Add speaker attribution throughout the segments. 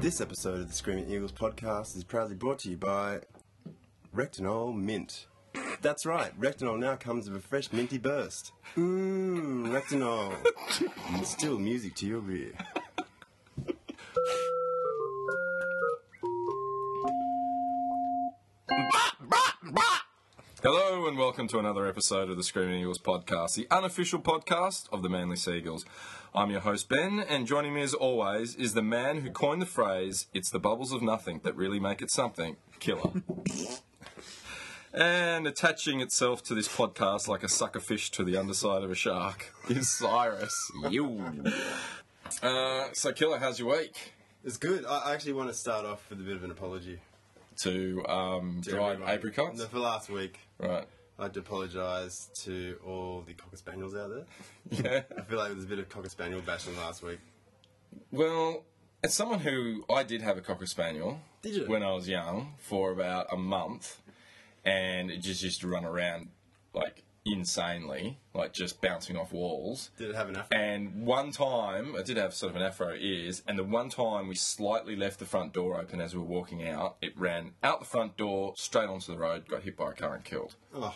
Speaker 1: This episode of the Screaming Eagles podcast is proudly brought to you by Rectinol Mint. That's right, Rectinol now comes with a fresh minty burst. Ooh, Rectinol. And Still music to your ear.
Speaker 2: Hello and welcome to another episode of the Screaming Eagles podcast, the unofficial podcast of the Manly Seagulls. I'm your host Ben, and joining me as always is the man who coined the phrase "It's the bubbles of nothing that really make it something." Killer. and attaching itself to this podcast like a sucker fish to the underside of a shark is Cyrus. you. Uh, so, Killer, how's your week?
Speaker 1: It's good. I I actually want to start off with a bit of an apology.
Speaker 2: To um,
Speaker 1: to
Speaker 2: dried
Speaker 1: everyone.
Speaker 2: apricots,
Speaker 1: No, for last week,
Speaker 2: right?
Speaker 1: I would apologise to all the Cocker Spaniels out there.
Speaker 2: Yeah.
Speaker 1: I feel like there was a bit of Cocker Spaniel bashing last week.
Speaker 2: Well, as someone who I did have a cocker spaniel,
Speaker 1: Did you?
Speaker 2: when I was young for about a month, and it just used to run around like insanely, like just bouncing off walls.
Speaker 1: Did it have an afro?
Speaker 2: And one time, I did have sort of an afro ears, and the one time we slightly left the front door open as we were walking out, it ran out the front door, straight onto the road, got hit by a car and killed.
Speaker 1: Oh.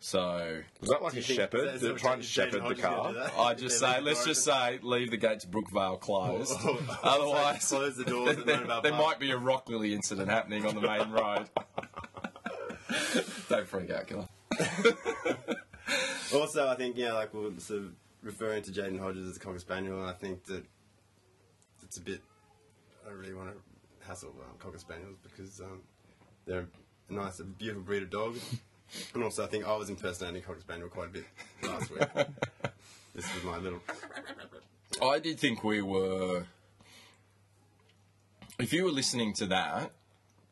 Speaker 2: So
Speaker 3: Was that like a
Speaker 1: think
Speaker 3: shepherd
Speaker 1: that's
Speaker 3: that
Speaker 1: what
Speaker 3: trying to
Speaker 1: Jaden
Speaker 3: shepherd the
Speaker 1: Hodges
Speaker 3: car?
Speaker 1: would do that?
Speaker 2: I just
Speaker 1: Yeah,
Speaker 2: say,
Speaker 1: leave the
Speaker 2: let's
Speaker 1: door
Speaker 2: just
Speaker 1: open.
Speaker 2: say, leave the gates of Brookvale closed. Otherwise,
Speaker 1: Close the doors and
Speaker 2: there,
Speaker 1: run about
Speaker 2: there
Speaker 1: park.
Speaker 2: might be a rock lily incident happening on the main road. Don't freak out, killer.
Speaker 1: Also, I think yeah, like we're sort of referring to Jaden Hodges as a cocker spaniel, and I think that it's a bit. I don't really want to hassle um, cocker spaniels because um, they're a nice, a beautiful breed of dog, and also I think I was impersonating cocker spaniel quite a bit last week. this was my little.
Speaker 2: I did think we were. If you were listening to that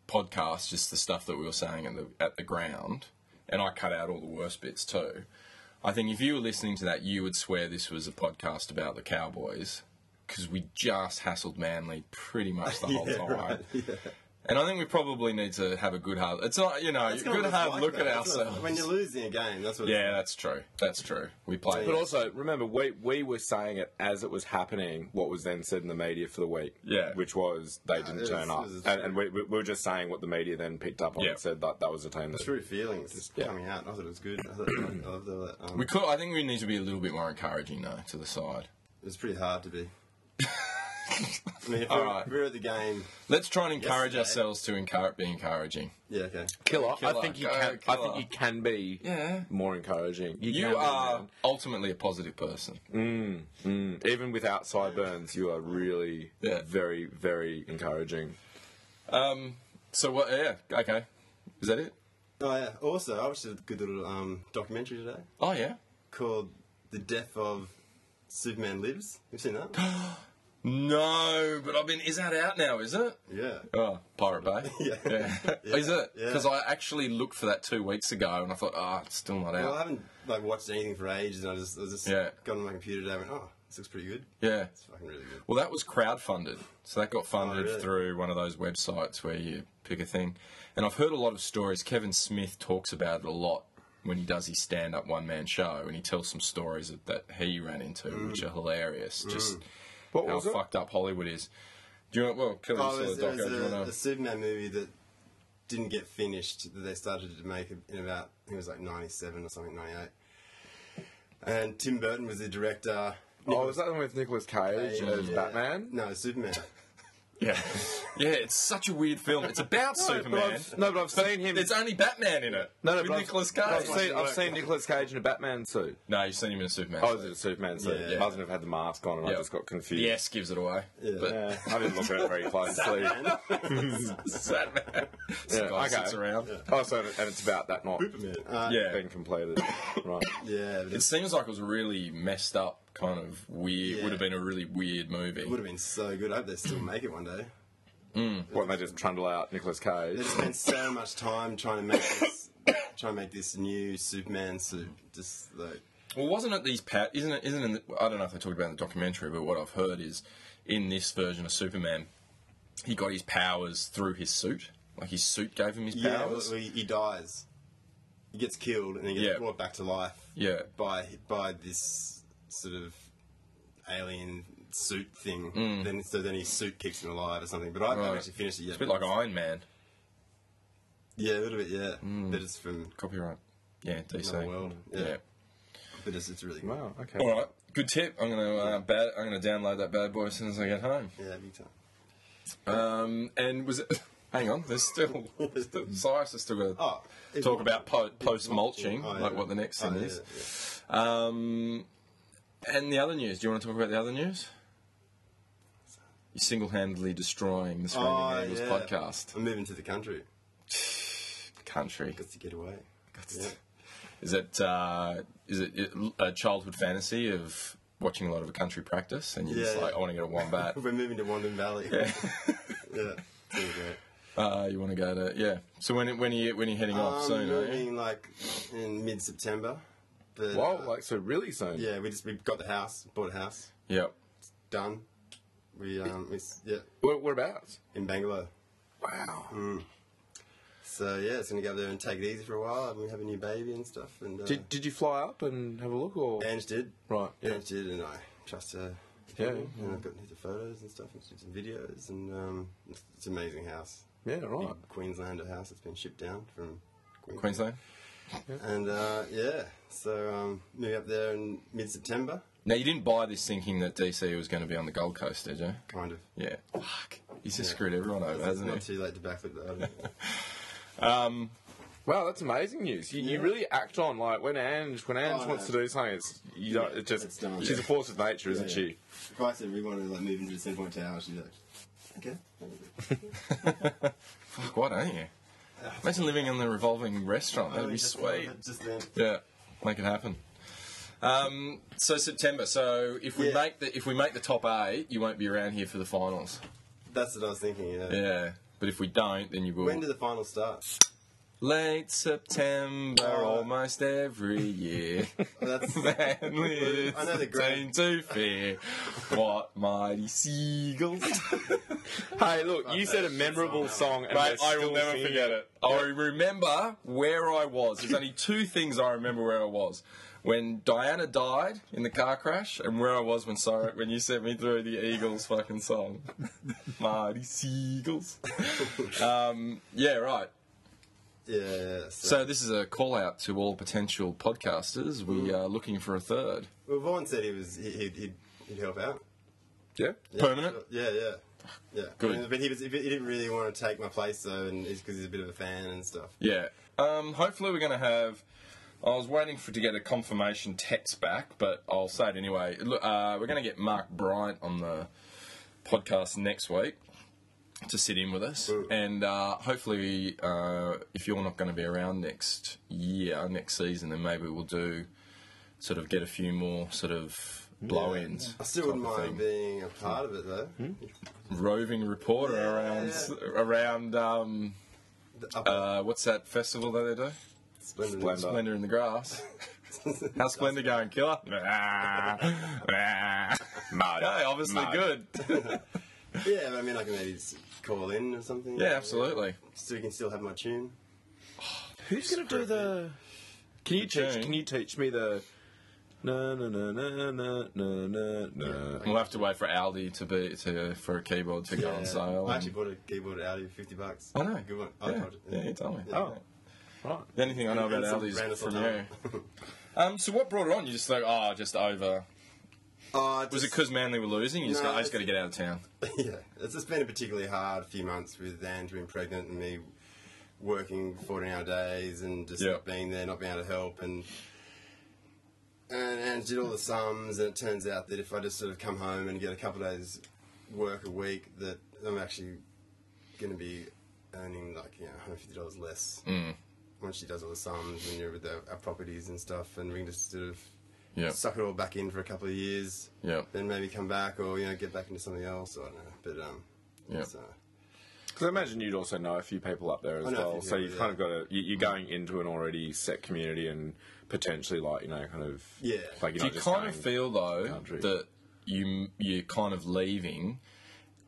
Speaker 2: podcast, just the stuff that we were saying in the, at the ground, and I cut out all the worst bits too. I think if you were listening to that, you would swear this was a podcast about the Cowboys because we just hassled Manly pretty much the whole time. And I think we probably need to have a good hard. It's not, you know,
Speaker 1: It's
Speaker 2: good
Speaker 1: look
Speaker 2: hard
Speaker 1: like
Speaker 2: look
Speaker 1: that.
Speaker 2: at
Speaker 1: That's what-
Speaker 2: ourselves.
Speaker 1: when you're losing a game. That's what.
Speaker 2: yeah, that's true. That's true. We played.
Speaker 3: But also, remember, we, we were saying it as it was happening, what was then said in the media for the week.
Speaker 2: Yeah.
Speaker 3: Which was they
Speaker 1: it
Speaker 3: didn't
Speaker 1: was-
Speaker 3: turn
Speaker 1: it
Speaker 3: up.
Speaker 1: was-
Speaker 3: and and we, we were just saying what the media then picked up on
Speaker 2: Yeah.
Speaker 3: and said that that was a team that.
Speaker 1: true feelings just
Speaker 3: Yeah.
Speaker 1: coming out. I thought it was good. I thought I loved all that. Um,
Speaker 2: We could. I think we need to be a little bit more encouraging though to the side.
Speaker 1: It was pretty hard to be. I mean, if
Speaker 2: All
Speaker 1: we,
Speaker 2: right.
Speaker 1: if we were at the game,
Speaker 2: Let's try and encourage
Speaker 1: Yesterday.
Speaker 2: ourselves to encourage, be encouraging.
Speaker 1: yeah, okay.
Speaker 3: Killer,
Speaker 2: Killer,
Speaker 3: I think you
Speaker 2: go,
Speaker 3: can. I
Speaker 2: killer.
Speaker 3: think you can be
Speaker 2: Yeah.
Speaker 3: more encouraging. You, can
Speaker 2: You
Speaker 3: be,
Speaker 2: are
Speaker 3: man.
Speaker 2: ultimately a positive person.
Speaker 3: Mm, even without sideburns. You are really
Speaker 2: Yeah.
Speaker 3: very, very encouraging.
Speaker 2: Um, So what? Yeah. Okay. Is that it?
Speaker 1: Oh yeah. Also, I watched a good little um, documentary today
Speaker 2: Oh yeah.
Speaker 1: called "The Death of Superman Lives." You've seen that?
Speaker 2: No, but I've been. Is that out now? Is it?
Speaker 1: yeah.
Speaker 2: Oh, Pirate Bay.
Speaker 1: Yeah.
Speaker 2: Is it?
Speaker 1: Yeah.
Speaker 2: Because I actually looked for that two weeks ago, and I thought, ah, it's still not
Speaker 1: Well, I
Speaker 2: out.
Speaker 1: haven't like watched anything for ages, and I just I just
Speaker 2: Yeah.
Speaker 1: got on my computer today. and went, "Oh, this looks pretty good.
Speaker 2: Yeah.
Speaker 1: It's fucking really good."
Speaker 2: Well, that was crowdfunded. So that got funded
Speaker 1: Oh, really?
Speaker 2: through one of those websites where you pick a thing. And I've heard a lot of stories. Kevin Smith talks about it a lot when he does his stand up one man show and he tells some stories that, that he ran into, which are hilarious. Just
Speaker 3: Mm. What
Speaker 2: how
Speaker 3: was it?
Speaker 2: fucked up Hollywood is. Do you want, well, Kevin
Speaker 1: Oh,
Speaker 2: oh,
Speaker 1: it was, it was
Speaker 2: Do you
Speaker 1: a,
Speaker 2: want
Speaker 1: a Superman movie that didn't get finished that they started to make in about I think it was like '97 or something, '98. And Tim Burton was the director.
Speaker 3: Oh, was that the one with Nicolas Cage
Speaker 1: Yeah.
Speaker 3: as Batman?
Speaker 1: No, Superman.
Speaker 2: Yeah. yeah, it's such a weird film. It's about
Speaker 3: But
Speaker 2: Superman.
Speaker 3: I've, no, but I've seen him.
Speaker 2: There's only Batman in it.
Speaker 3: No, no,
Speaker 2: with
Speaker 3: but I've-
Speaker 2: Nicolas Cage.
Speaker 3: but I've seen, I've seen Nicolas Cage in a Batman suit.
Speaker 2: No, you've seen him in a Superman.
Speaker 3: I was
Speaker 2: suit.
Speaker 3: in a Superman suit.
Speaker 1: Yeah.
Speaker 3: I mustn't have had the mask on, and
Speaker 2: Yeah.
Speaker 3: I just got confused.
Speaker 2: The S gives it away.
Speaker 1: Yeah.
Speaker 2: But
Speaker 3: Yeah, I didn't look at it very closely.
Speaker 2: Sad man. This
Speaker 3: Yeah,
Speaker 2: guy
Speaker 3: okay.
Speaker 2: sits around.
Speaker 3: oh, so and it's about that not
Speaker 1: Uh,
Speaker 2: Yeah.
Speaker 3: being completed, right?
Speaker 1: Yeah, but
Speaker 2: It seems like it was really messed up, kind of weird.
Speaker 1: Yeah.
Speaker 2: Would have been a really weird movie.
Speaker 1: It would have been so good. I hope they still make it one day.
Speaker 3: What they just trundle out Nicolas Cage.
Speaker 1: They spent so much time trying to make this, trying to make this new Superman suit. Just like
Speaker 2: Well, wasn't it these pat? Isn't it? Isn't it? I don't know if they talked about it in the documentary, but what I've heard is in this version of Superman, he got his powers through his suit. Like his suit gave him his
Speaker 1: yeah, well,
Speaker 2: powers.
Speaker 1: he, he dies, he gets killed, and he gets
Speaker 2: Yeah.
Speaker 1: brought back to life
Speaker 2: Yeah.
Speaker 1: by by this sort of alien suit thing. Then so then his suit keeps him alive or something. But I haven't
Speaker 2: Mm. Right.
Speaker 1: actually finished it yet.
Speaker 2: It's a bit like Iron Man.
Speaker 1: yeah, a little bit. Yeah, but it's from
Speaker 2: Copyright. Yeah, DC.
Speaker 1: another world. Yeah.
Speaker 2: Mm. Yeah.
Speaker 1: but it's, it's really good.
Speaker 3: Wow. Okay.
Speaker 2: All right. Good tip. I'm gonna uh, bad, I'm gonna download that bad boy as soon as I get home.
Speaker 1: Yeah, big time.
Speaker 2: Um, and was it? Hang on. There's still Cyrus has still got to
Speaker 1: Oh, it's-
Speaker 2: talk about po-
Speaker 1: it's
Speaker 2: post mulching,
Speaker 1: mulching. Oh,
Speaker 2: like
Speaker 1: yeah.
Speaker 2: what the next
Speaker 1: Oh,
Speaker 2: thing
Speaker 1: yeah,
Speaker 2: is. Um, and the other news. Do you want to talk about the other news? You're single-handedly destroying the Screaming
Speaker 1: Oh,
Speaker 2: Eagles
Speaker 1: yeah.
Speaker 2: podcast.
Speaker 1: I'm moving to the country.
Speaker 2: Country.
Speaker 1: Got to get away. Yeah.
Speaker 2: Is it uh, is it it- a childhood fantasy of watching a lot of a country practice and you're just
Speaker 1: Yeah,
Speaker 2: like,
Speaker 1: yeah.
Speaker 2: I want to get a wombat.
Speaker 1: We're moving to Wandon Valley. Yeah. yeah. Pretty great.
Speaker 2: uh, you want to go to yeah. So when when are you when are you heading off
Speaker 1: Um,
Speaker 2: soon?
Speaker 3: eh?
Speaker 2: Are you?
Speaker 1: moving like in mid September.
Speaker 3: Wow. Like so, really soon.
Speaker 1: yeah, we just we got the house, bought a house,
Speaker 2: Yep.
Speaker 1: done. We um we, s- yeah
Speaker 3: What, what about?
Speaker 1: in Bangalore.
Speaker 3: Wow.
Speaker 1: So yeah, it's gonna go up there and take it easy for a while, and we have a new baby and stuff. And uh,
Speaker 3: Did Did you fly up and have a look or?
Speaker 1: Ange did,
Speaker 3: Right. Yeah.
Speaker 1: Ange did, and I trust her.
Speaker 3: Yeah,
Speaker 1: and I've gotten the photos and stuff, and did some videos, and um, it's, it's an amazing house.
Speaker 3: Yeah. Right.
Speaker 1: Big Queenslander house that's been shipped down from Queensland.
Speaker 2: Queensland.
Speaker 1: And uh, yeah, so um, moving up there in mid September,
Speaker 2: Now you didn't buy this thinking that DC was going to be on the Gold Coast, did you?
Speaker 1: kind of.
Speaker 2: Yeah. Fuck. He's just screwed everyone over,
Speaker 1: It's
Speaker 2: hasn't
Speaker 1: not
Speaker 2: he?
Speaker 1: too late to backflip though. I don't think.
Speaker 3: Wow, that's amazing news. You, you really act on like when Ange when Ange
Speaker 1: Oh,
Speaker 3: wants
Speaker 1: no.
Speaker 3: to do something, it's you know it just
Speaker 1: it's done.
Speaker 3: she's a force of nature, isn't
Speaker 1: Yeah, yeah.
Speaker 3: she?
Speaker 1: If I said we want to like move into the Seven Point Tower, she's like, okay.
Speaker 2: Fuck. Why don't you? Imagine living in the revolving restaurant. That'd be
Speaker 1: Just-
Speaker 2: sweet.
Speaker 1: Just then.
Speaker 2: Yeah, make it happen. Um, so September. So if we
Speaker 1: Yeah.
Speaker 2: make the if we make the top eight, you won't be around here for the finals.
Speaker 1: That's what I was thinking. Yeah.
Speaker 2: Yeah, but if we don't, then you will.
Speaker 1: When do the finals start?
Speaker 2: Late September,
Speaker 1: Oh.
Speaker 2: almost every year.
Speaker 1: That's
Speaker 2: Manly
Speaker 1: I know the
Speaker 2: team
Speaker 1: grand-
Speaker 2: to fear. What mighty seagulls!
Speaker 3: Hey, look, you said a memorable song, and
Speaker 2: Mate,
Speaker 3: we're
Speaker 2: I will
Speaker 3: still
Speaker 2: never
Speaker 3: singing
Speaker 2: forget it. I remember where I was. There's only two things I remember where I was. When Diana died in the car crash, and where I was when Cyrus, when you sent me through the Eagles fucking song, Marty Seagulls. um, yeah, right.
Speaker 1: yeah. yeah, So,
Speaker 2: So this is a call out to all potential podcasters. We
Speaker 3: Mm.
Speaker 2: are looking for a third
Speaker 1: well, Vaughan said he was he, he'd, he'd, he'd help out.
Speaker 3: Yeah.
Speaker 1: Yeah,
Speaker 2: permanent.
Speaker 1: sure. Yeah, yeah, yeah.
Speaker 2: Good.
Speaker 1: I mean, but he was he didn't really want to take my place though, and because he's a bit of a fan and stuff.
Speaker 2: Yeah. Um, hopefully we're going to have. I was waiting for to get a confirmation text back, but I'll say it anyway. Look, uh, we're going to get Mark Bryant on the podcast next week to sit in with us, and uh, hopefully, uh, if you're not going to be around next year, next season, then maybe we'll do sort of get a few more sort of blow-ins.
Speaker 1: I still
Speaker 2: type
Speaker 1: wouldn't
Speaker 2: of
Speaker 1: mind
Speaker 2: thing. Hmm?
Speaker 1: being a part of it though.
Speaker 2: roving reporter
Speaker 1: Yeah,
Speaker 2: around around um,
Speaker 1: The upper
Speaker 2: uh, what's that festival that they do?
Speaker 1: splendid.
Speaker 3: Splendor.
Speaker 2: Splendor in the grass. How's Splendor going, killer? hey, obviously good.
Speaker 1: Yeah, I mean, I can maybe just call in or something.
Speaker 2: yeah, absolutely.
Speaker 1: So you can still have my tune.
Speaker 3: Who's gonna do the? Can you
Speaker 2: The
Speaker 3: teach?
Speaker 2: tune.
Speaker 3: Can you teach me the? No, no, no, no, no, no, no, no.
Speaker 2: We'll have to wait for Aldi to be to for a keyboard to go on sale.
Speaker 1: I
Speaker 2: and-
Speaker 1: actually bought a keyboard out of fifty bucks.
Speaker 2: I know.
Speaker 1: Good one. I
Speaker 2: Yeah,
Speaker 1: told you.
Speaker 2: yeah, you told me.
Speaker 1: Yeah.
Speaker 2: Oh.
Speaker 3: Right.
Speaker 2: The only thing I know
Speaker 1: And-
Speaker 2: about
Speaker 1: and some
Speaker 2: Aldi
Speaker 1: brand
Speaker 2: is
Speaker 1: of
Speaker 2: from
Speaker 1: Sultana.
Speaker 2: you. Um, so what brought it on? You just like, oh, just over.
Speaker 1: Oh, it
Speaker 2: Was it
Speaker 1: just-
Speaker 2: because Manly were losing? You just
Speaker 1: No,
Speaker 2: go, I just got to
Speaker 1: it's-
Speaker 2: get out of town.
Speaker 1: yeah, it's just been a particularly hard few months with Ange being pregnant and me working 14 hour days and just
Speaker 2: Yeah.
Speaker 1: not being there, not being able to help. And, and Ange did all the sums, and it turns out that if I just sort of come home and get a couple of days work a week, that I'm actually going to be earning like you know, $150 less once she does all the sums and you're with our, our properties and stuff, and we can just sort of
Speaker 2: Yeah.
Speaker 1: suck it all back in for a couple of years
Speaker 2: Yeah.
Speaker 1: then maybe come back or you know get back into something else. I don't know, but um,
Speaker 2: Yeah.
Speaker 1: so,
Speaker 3: Because I imagine you'd also know a few people up there as
Speaker 1: I know a few
Speaker 3: well. so
Speaker 1: people,
Speaker 3: you've
Speaker 1: yeah.
Speaker 3: kind of got a. you- You're going into an already set community and potentially like you know kind of.
Speaker 1: Yeah.
Speaker 3: Like you're
Speaker 2: Do
Speaker 3: not
Speaker 2: you
Speaker 3: just
Speaker 2: kind
Speaker 3: going-
Speaker 2: of feel though
Speaker 3: country.
Speaker 2: that you you're kind of leaving,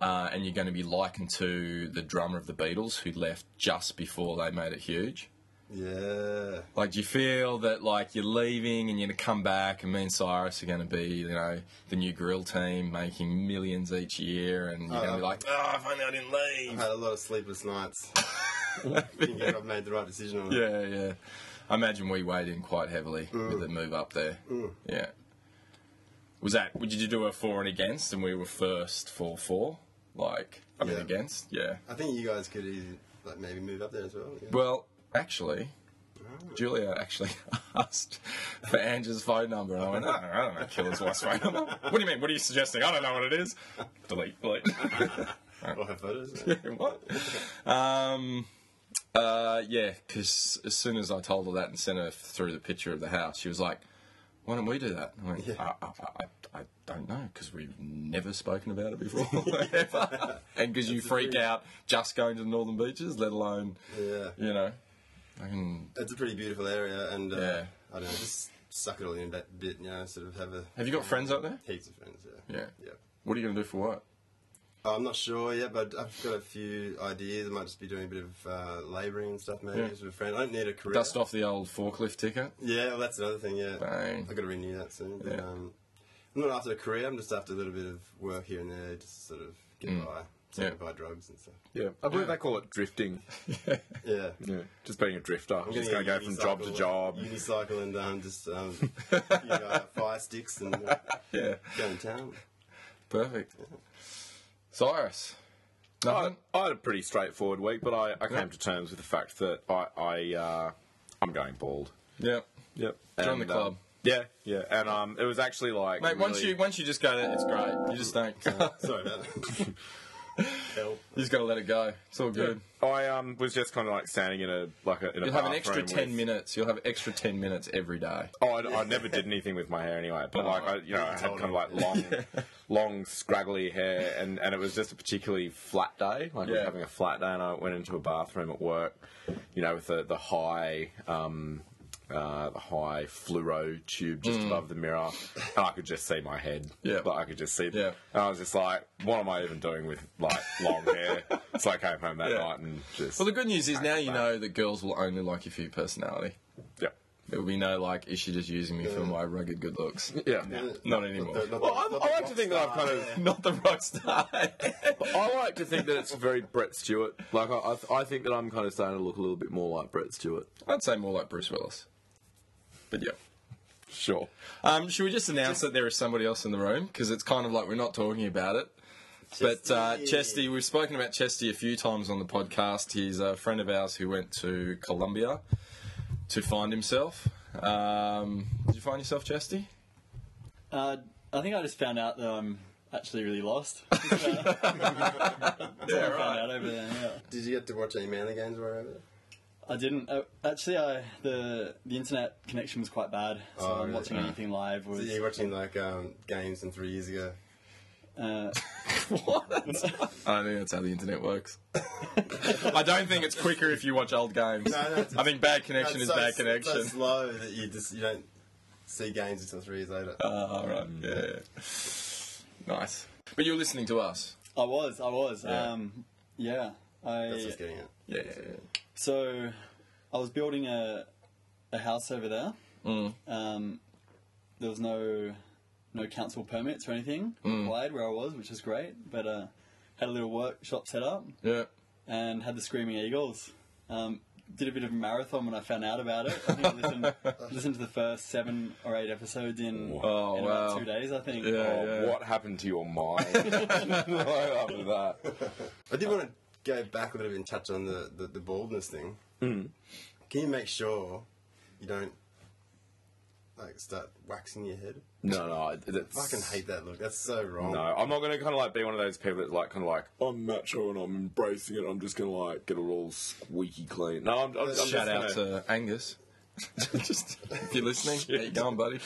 Speaker 2: uh, and you're going to be likened to the drummer of the Beatles who left just before they made it huge?
Speaker 1: Yeah.
Speaker 2: Like, do you feel that like you're leaving and you're gonna come back, and me and Cyrus are gonna be, you know, the new grill team making millions each year, and you're gonna be like, oh, if only I didn't
Speaker 1: I've
Speaker 2: leave.
Speaker 1: had a lot of sleepless nights. Thinking I've made the right decision on it.
Speaker 2: Yeah, yeah. I imagine we weighed in quite heavily with the move up there. Yeah. Was that? Did you do a for and against? And we were first for four. Like, I mean,
Speaker 1: Yeah.
Speaker 2: against. Yeah.
Speaker 1: I think you guys could easily, like, maybe move up there as well. Yeah.
Speaker 2: Well, actually,
Speaker 1: Oh.
Speaker 2: Julia actually asked for Angie's phone number, and I went, "Oh, I don't know, I don't know killer's wife's phone number. What do you mean? What are you suggesting? I don't know what it is. Delete, delete.
Speaker 1: Or have photos.
Speaker 2: what? Um, uh, yeah, because as soon as I told her that and sent her through the picture of the house, she was like, why don't we do that? And I went,
Speaker 1: Yeah.
Speaker 2: I, I, I, I don't know, because we've never spoken about it before, ever. and because you
Speaker 1: the
Speaker 2: freak
Speaker 1: thing.
Speaker 2: out just going to the Northern Beaches, let alone,
Speaker 1: Yeah.
Speaker 2: you know. I can
Speaker 1: It's a pretty beautiful area, and uh,
Speaker 2: Yeah.
Speaker 1: I don't know, just suck it all in a bit- bit, you know, sort of have a
Speaker 2: Have you got friends out there?
Speaker 1: heaps of friends. Yeah.
Speaker 2: Yeah.
Speaker 1: Yeah.
Speaker 2: What are you going to do for work?
Speaker 1: I'm not sure yet, but I've got a few ideas. I might just be doing a bit of uh, labouring and stuff, maybe,
Speaker 2: Yeah.
Speaker 1: just with a friend. I don't need a career.
Speaker 2: Dust off the old forklift ticket?
Speaker 1: Yeah, well, that's another thing. Yeah,
Speaker 2: Bang.
Speaker 1: I've got to renew that soon. But,
Speaker 2: Yeah.
Speaker 1: um, I'm not after a career. I'm just after a little bit of work here and there, just to sort of get by, so I
Speaker 2: Yeah.
Speaker 1: can buy drugs and stuff.
Speaker 3: Yeah, I believe they call it drifting.
Speaker 1: Yeah.
Speaker 3: Yeah, just being a drifter. I'm just
Speaker 1: Getting
Speaker 3: going to
Speaker 1: a
Speaker 3: go from job to
Speaker 1: unicycle-
Speaker 3: job.
Speaker 1: Unicycle and um, just um, you know, fire sticks and uh,
Speaker 2: Yeah.
Speaker 1: go to town.
Speaker 2: Perfect. Cyrus.
Speaker 3: I,
Speaker 2: Nothing?
Speaker 3: I had a pretty straightforward week, but I, I came to terms with the fact that I, I uh, I'm going bald.
Speaker 2: yeah.
Speaker 3: Yep.
Speaker 2: Join the
Speaker 3: uh,
Speaker 2: club.
Speaker 3: yeah, yeah, and um, it was actually like
Speaker 2: Mate, once
Speaker 3: really-
Speaker 2: you once you just go to it's great. You just don't. you
Speaker 1: Sorry about that. Help.
Speaker 2: just got to let it go. It's all good.
Speaker 3: I um was just kind of like standing in a like a in a
Speaker 2: You'll have an extra
Speaker 3: bathroom
Speaker 2: ten
Speaker 3: with-
Speaker 2: minutes. You'll have extra ten minutes every day.
Speaker 3: Oh, I, I never did anything with my hair anyway, but like I, you know, I had kind of like long, long scraggly hair, and and it was just a particularly flat day. Like I was
Speaker 2: Yeah.
Speaker 3: having a flat day, and I went into a bathroom at work, you know, with the the high. Um, uh, the high fluoro tube just above the mirror, and I could just see my head.
Speaker 2: Mm. Yeah.
Speaker 3: like I could just see.
Speaker 2: Yeah.
Speaker 3: and I was just like, "What am I even doing with like long hair?" so I came home that
Speaker 2: Yeah.
Speaker 3: night and just
Speaker 2: Well, the good news is now you know that girls will only like you for your personality.
Speaker 3: yeah,
Speaker 2: There will be no like, is she just using me for my rugged good looks?
Speaker 3: yeah.
Speaker 2: Not anymore.
Speaker 3: Well, I, I like to think that I've kind of
Speaker 2: Not the rock star.
Speaker 3: I like to think that it's very Brett Stewart. Like I, I, th- I think that I'm kind of starting to look a little bit more like Brett Stewart.
Speaker 2: I'd say more like Bruce Willis. But yeah.
Speaker 3: Sure.
Speaker 2: Um, should we just announce that there is somebody else in the room? Because it's kind of like we're not talking about it. But uh,
Speaker 1: Chesty.
Speaker 2: Chesty, we've spoken about Chesty a few times on the podcast. He's a friend of ours who went to Colombia to find himself. Um, did you find yourself, Chesty?
Speaker 4: Uh, I think I just found out that I'm actually really lost.
Speaker 2: Yeah,
Speaker 4: I found out over there. Yeah.
Speaker 1: Did you get to watch any Manly games while you were over there?
Speaker 4: I didn't. Uh, actually, I the the internet connection was quite bad, so
Speaker 1: Oh, really?
Speaker 4: watching anything live
Speaker 1: So
Speaker 4: was.
Speaker 1: you're watching like um, games from three years ago.
Speaker 4: Uh,
Speaker 2: I don't think that's how the internet works. I don't think it's quicker if you watch old games.
Speaker 1: No, no, it's-
Speaker 2: I think bad connection is
Speaker 1: so,
Speaker 2: bad
Speaker 1: so
Speaker 2: connection.
Speaker 1: slow that you just you don't see games until three years later.
Speaker 2: Ah, right. Yeah. Nice. But you're listening to us.
Speaker 4: I was. I was.
Speaker 2: Yeah.
Speaker 4: Um, yeah.
Speaker 1: That's
Speaker 4: I
Speaker 1: what's getting at.
Speaker 2: Yeah.
Speaker 4: so I was building a a house over there.
Speaker 1: Mm.
Speaker 4: Um, there was no no council permits or anything
Speaker 1: Mm.
Speaker 4: required where I was, which is great. But uh, had a little workshop set up.
Speaker 2: Yeah.
Speaker 4: and had the Screaming Eagles. Um, did a bit of a marathon when I found out about it. I think I listened, listened to the first seven or eight episodes in,
Speaker 2: Oh,
Speaker 4: in about
Speaker 2: wow.
Speaker 4: two days, I think.
Speaker 2: Yeah.
Speaker 3: Oh, What happened to your mind after that?
Speaker 1: I
Speaker 2: Oh.
Speaker 1: did want to go back a little bit and touch on the, the, the baldness thing.
Speaker 2: Mm.
Speaker 1: Can you make sure you don't like start waxing your head?
Speaker 3: No, no, I- that's
Speaker 1: I fucking hate that look. That's so wrong.
Speaker 3: No, I'm not going to kind of like be one of those people that's like kind of like I'm macho and I'm embracing it. I'm just going to like get it all squeaky clean. No, I'm, I'm, I'm just
Speaker 2: Shout out
Speaker 3: gonna-
Speaker 2: to Angus. Just if you're listening, how you going, buddy?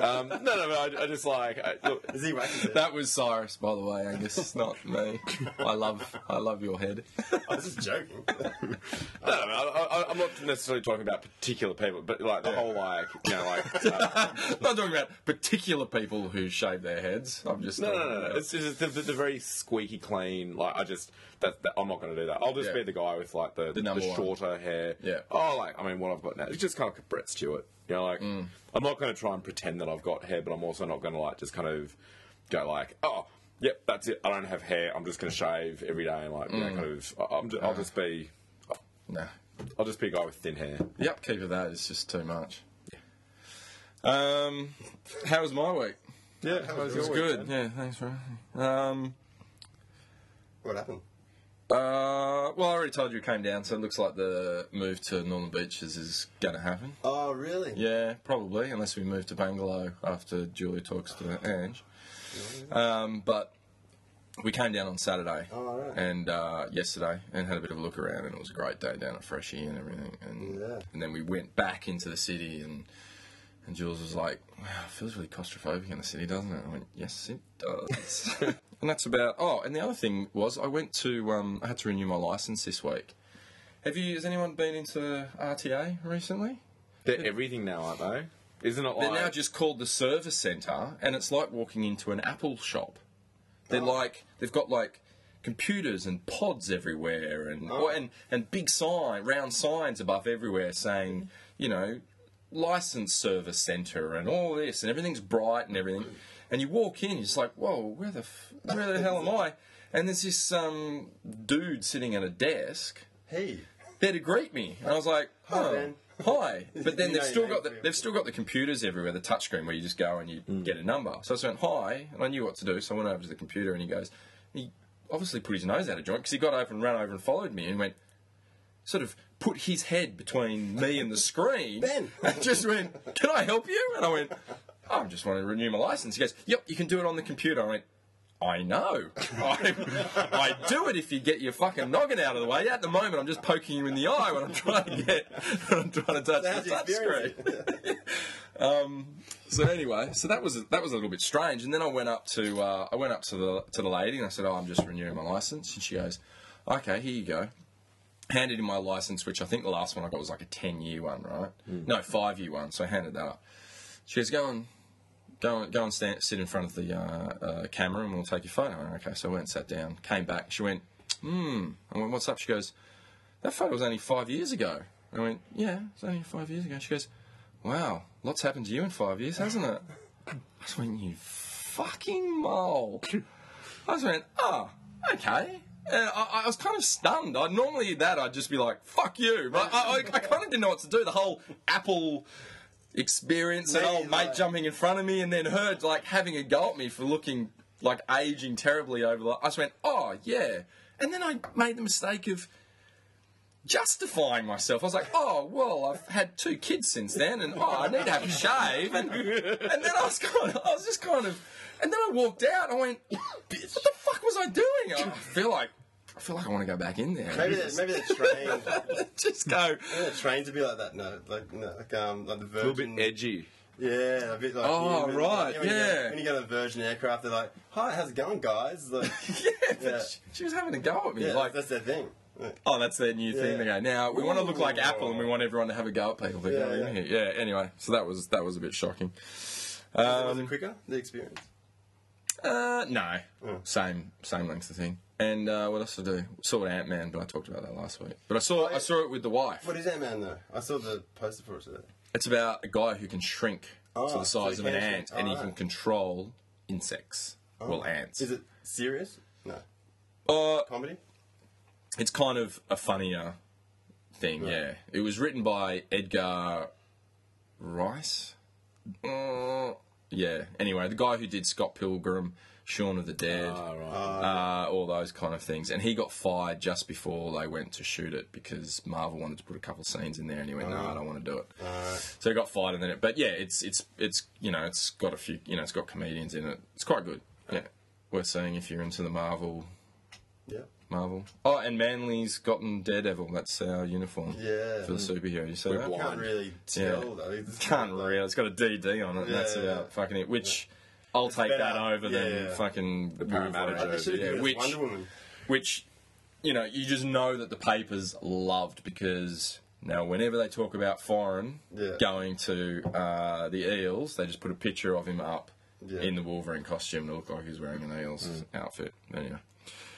Speaker 3: Um, no, no, but I, I just like I, look,
Speaker 1: Is he whacking it?
Speaker 2: That was Cyrus, by the way. I guess it's not me. I love, I love your head.
Speaker 1: I was just joking.
Speaker 3: No, no, I, I, I'm not necessarily talking about particular people, but like the whole like, you know, like. Uh,
Speaker 2: I'm not talking about particular people who shave their heads. I'm just
Speaker 3: no,
Speaker 2: talking
Speaker 3: no, no, no.
Speaker 2: about-
Speaker 3: It's just the, the, the very squeaky clean. Like I just that, that I'm not going to do that. I'll just
Speaker 2: Yeah.
Speaker 3: be the guy with like the the,
Speaker 2: number one.
Speaker 3: shorter hair.
Speaker 2: Yeah.
Speaker 3: Oh, like I mean, what I've got now, it's just kind of like a Brett Stewart. You know, like
Speaker 2: Mm.
Speaker 3: I'm not going to try and pretend that I've got hair, but I'm also not going to like just kind of go like, oh, yep, that's it. I don't have hair. I'm just going to shave every day and like, you
Speaker 2: Mm.
Speaker 3: know, kind of. I- I'm just,
Speaker 2: Uh-huh.
Speaker 3: I'll just be,
Speaker 2: no.
Speaker 3: I'll just be a guy with thin hair.
Speaker 2: The upkeep of that is just too much. Um, how was my week?
Speaker 3: Yeah,
Speaker 2: It was good. Yeah, thanks for asking. Um,
Speaker 1: What happened?
Speaker 2: uh, well, I already told you it came down, so it looks like the move to Northern Beaches is going to happen.
Speaker 1: Oh, really?
Speaker 2: Yeah, probably, unless we move to Bangalore after Julia talks to Ange. Um, but we came down on Saturday
Speaker 1: Oh, all right.
Speaker 2: and uh, yesterday and had a bit of a look around, and it was a great day down at Freshie and everything. And,
Speaker 1: Yeah.
Speaker 2: and then we went back into the city, and, and Jules was like, wow, it feels really claustrophobic in the city, doesn't it? I went, yes, it does. and that's about, oh, and the other thing was I went to, um, I had to renew my license this week. Have you, has anyone been into RTA recently?
Speaker 3: They're everything now, aren't they? Isn't it
Speaker 2: They're
Speaker 3: like?
Speaker 2: now just called the service centre, and it's like walking into an Apple shop. They're like they've got like computers and pods everywhere, and or- and and big sign, round signs above everywhere saying, you know, license service centre and all this, and everything's bright and everything. And you walk in, you're just like, whoa, where the f- where the hell am I? And there's this um, dude sitting at a desk
Speaker 1: Hey.
Speaker 2: there to greet me, and I was like, "Hi,
Speaker 1: Ben."
Speaker 2: hi!" But then
Speaker 1: You
Speaker 2: they've
Speaker 1: know
Speaker 2: still
Speaker 1: your
Speaker 2: got the,
Speaker 1: name.
Speaker 2: they've still got the computers everywhere, the touchscreen where you just go and you get a number. So I just went, "Hi," and I knew what to do, so I went over to the computer, and he goes, he obviously put his nose out of joint because he got over and ran over and followed me and went, sort of put his head between me and the screen,
Speaker 1: Ben.
Speaker 2: and just went, "Can I help you?" And I went, "Oh, "I just want to renew my license." He goes, "Yep, you can do it on the computer." I went. I know. I, I do it if you get your fucking noggin out of the way. At the moment, I'm just poking you in the eye when I'm trying to get, when I'm trying to touch
Speaker 1: How's
Speaker 2: the
Speaker 1: the experience?
Speaker 2: touchscreen. So anyway, so that was a, that was a little bit strange. And then I went up to uh, I went up to the to the lady and I said, "Oh, I'm just renewing my license." And she goes, "Okay, here you go." Handed in my license, which I think the last one I got was like a ten year one, right? No, five year one. So I handed that up. She goes, "Go and go and go and stand, sit in front of the uh, uh, camera, and we'll take your photo." I went, okay, so I went and sat down. Came back. She went, "Hmm." I went, "What's up?" She goes, "That photo was only five years ago." I went, "Yeah, it's only five years ago." She goes, Wow, lots happened to you in five years, hasn't it? I just went, you fucking mole. I just went, oh, okay. And I, I was kind of stunned. I normally that I'd just be like, "Fuck you," but I, I, I kind of didn't know what to do. The whole Apple experience and
Speaker 1: Maybe,
Speaker 2: old oh, mate
Speaker 1: like-
Speaker 2: jumping in front of me, and then her like having a go at me for looking like aging terribly over. The, I just went, "Oh yeah," and then I made the mistake of justifying myself. I was like, oh, well, I've had two kids since then, and oh, I need to have a shave. And, and then I was kind of, I was just kind of, and then I walked out. And I went, what the fuck was I doing? I feel like, I feel like I want to go back in there.
Speaker 1: Maybe that, maybe that train.
Speaker 2: just go.
Speaker 1: Yeah, trains would be like that. No, like no, like um, like the
Speaker 3: a
Speaker 1: Virgin.
Speaker 3: little bit edgy.
Speaker 1: Yeah, a bit like.
Speaker 2: Oh,
Speaker 1: human,
Speaker 2: right,
Speaker 1: like, when you go-
Speaker 2: yeah.
Speaker 1: when you go to the Virgin aircraft, they're like, "Hi, how's it going, guys?" Like,
Speaker 2: Yeah, but
Speaker 1: Yeah.
Speaker 2: She, she was having a go at me.
Speaker 1: yeah,
Speaker 2: like,
Speaker 1: that's their thing. Yeah.
Speaker 2: oh, that's their new thing.
Speaker 1: Yeah.
Speaker 2: They go now. We want to look like
Speaker 1: Ooh.
Speaker 2: Apple, and we want everyone to have a go at people. that
Speaker 1: Yeah,
Speaker 2: go in
Speaker 1: yeah.
Speaker 2: here. yeah. Anyway, so that was that was a bit shocking.
Speaker 1: was
Speaker 2: Um,
Speaker 1: it quicker? The experience.
Speaker 2: Uh, no.
Speaker 1: Mm.
Speaker 2: Same same length of thing. And uh, what else to do? Saw Ant Man, but I talked about that last week. But I saw I saw it with the wife.
Speaker 1: What is that man though? I saw the poster for it today.
Speaker 2: It's about a guy who can shrink to
Speaker 1: Oh,
Speaker 2: the
Speaker 1: so
Speaker 2: size
Speaker 1: he
Speaker 2: of an
Speaker 1: can
Speaker 2: ant,
Speaker 1: shrink.
Speaker 2: and he
Speaker 1: Alright.
Speaker 2: can control insects. Well, ants.
Speaker 1: Oh. Ah. Is it serious? No.
Speaker 2: Uh,
Speaker 1: Comedy?
Speaker 2: it's kind of a funnier thing. Yeah, it was written by Edgar Rice. Uh, yeah. Anyway, the guy who did Scott Pilgrim, Shaun of the Dead. uh, all those kind of things. And he got fired just before they went to shoot it because Marvel wanted to put a couple scenes in there, and he went, "No, I don't want to do it." So he got fired, and then it. But yeah, it's it's it's you know it's got a few you know it's got comedians in it. It's quite good. Yeah, worth seeing if you're into the Marvel
Speaker 1: Yeah.
Speaker 2: Marvel. Oh, and Manly's gotten Daredevil. That's our uniform
Speaker 1: Yeah.
Speaker 2: for the superhero. You see that?
Speaker 3: blind.
Speaker 1: Can't really tell though. It's
Speaker 2: Can't
Speaker 1: like-
Speaker 2: real. It's got a DD on it. and
Speaker 1: Yeah,
Speaker 2: that's
Speaker 1: yeah,
Speaker 2: about
Speaker 1: yeah.
Speaker 2: fucking it. Which I'll take
Speaker 1: better.
Speaker 2: that over
Speaker 1: Yeah,
Speaker 2: than
Speaker 1: yeah.
Speaker 2: fucking the
Speaker 3: Parramatta
Speaker 1: They should have
Speaker 2: Yeah,
Speaker 1: given us
Speaker 2: which
Speaker 1: Wonder Woman.
Speaker 2: which you know you just know that the papers loved because now whenever they talk about foreign
Speaker 1: Yeah.
Speaker 2: going to uh, the eels they just put a picture of him up
Speaker 1: Yeah. Mm.
Speaker 2: in the wolverine costume to look like he's wearing an eels outfit anyway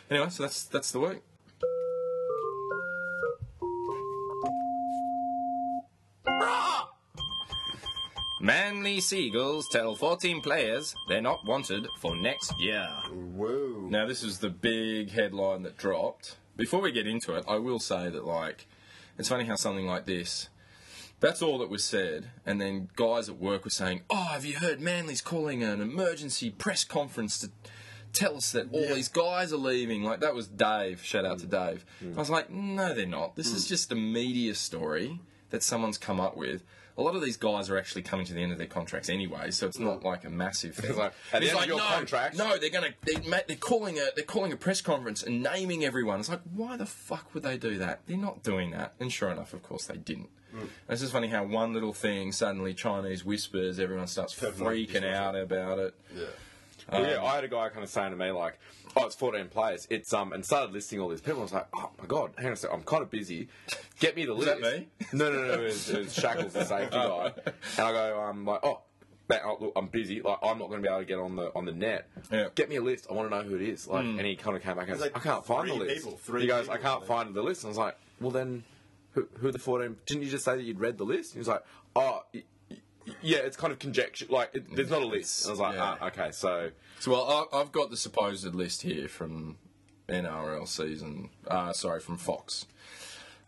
Speaker 2: anyway so that's that's the work Manly Seagulls tell 14 players they're not wanted for next year.
Speaker 1: Whoa.
Speaker 2: Now, this is the big headline that dropped. Before we get into it, I will say that, like, it's funny how something like this, that's all that was said, and then guys at work were saying, Oh, have you heard Manly's calling an emergency press conference to tell us that all these guys are leaving? Like, that was Dave. Shout
Speaker 3: Mm.
Speaker 2: out to Dave. I was like, No, they're not. This is just a media story that someone's come up with. A lot of these guys are actually coming to the end of their contracts anyway, so it's not like a massive thing.
Speaker 3: like, Mm. at the
Speaker 2: It's
Speaker 3: end of your
Speaker 2: no,
Speaker 3: contract-
Speaker 2: no, they're going to they, mate, they're calling a they're calling a press conference and naming everyone. It's like why the fuck would they do that? They're not doing that. And sure enough, of course they didn't.
Speaker 3: Mm.
Speaker 2: It's just funny how one little thing suddenly Chinese whispers, everyone starts
Speaker 1: Definitely.
Speaker 2: freaking out about it.
Speaker 1: Yeah.
Speaker 3: Well, yeah, I had a guy kind of saying to me like, "Oh, it's 14 players." It's um, and started listing all these people. I was like, "Oh my god, hang on a sec, I'm kind of busy. Get me the
Speaker 2: that
Speaker 3: list."
Speaker 2: me?
Speaker 3: No, no, no. It was, it was Shackles, the safety guy, and I go, "Um, like, oh." man, oh, look, I'm busy. Like I'm not going to be able to get on the on the net.
Speaker 2: Yeah.
Speaker 3: Get me a list. I want to know who it is. Like, and he kind of came back and goes,
Speaker 1: There's
Speaker 3: "I
Speaker 1: like
Speaker 3: can't find the
Speaker 1: three
Speaker 3: list."
Speaker 1: people, three
Speaker 3: he goes, "I
Speaker 1: people.
Speaker 3: can't find the list." And I was like, "Well, then, who who are the 14? Didn't you just say that you'd read the list?" He was like, "Oh, y- y- yeah, it's kind of conjecture. Like, it, there's not a list." And I was like,
Speaker 2: Yeah.
Speaker 3: "Ah, okay, so."
Speaker 2: So well, I, I've got the supposed list here from NRL season. Uh, sorry, from Fox,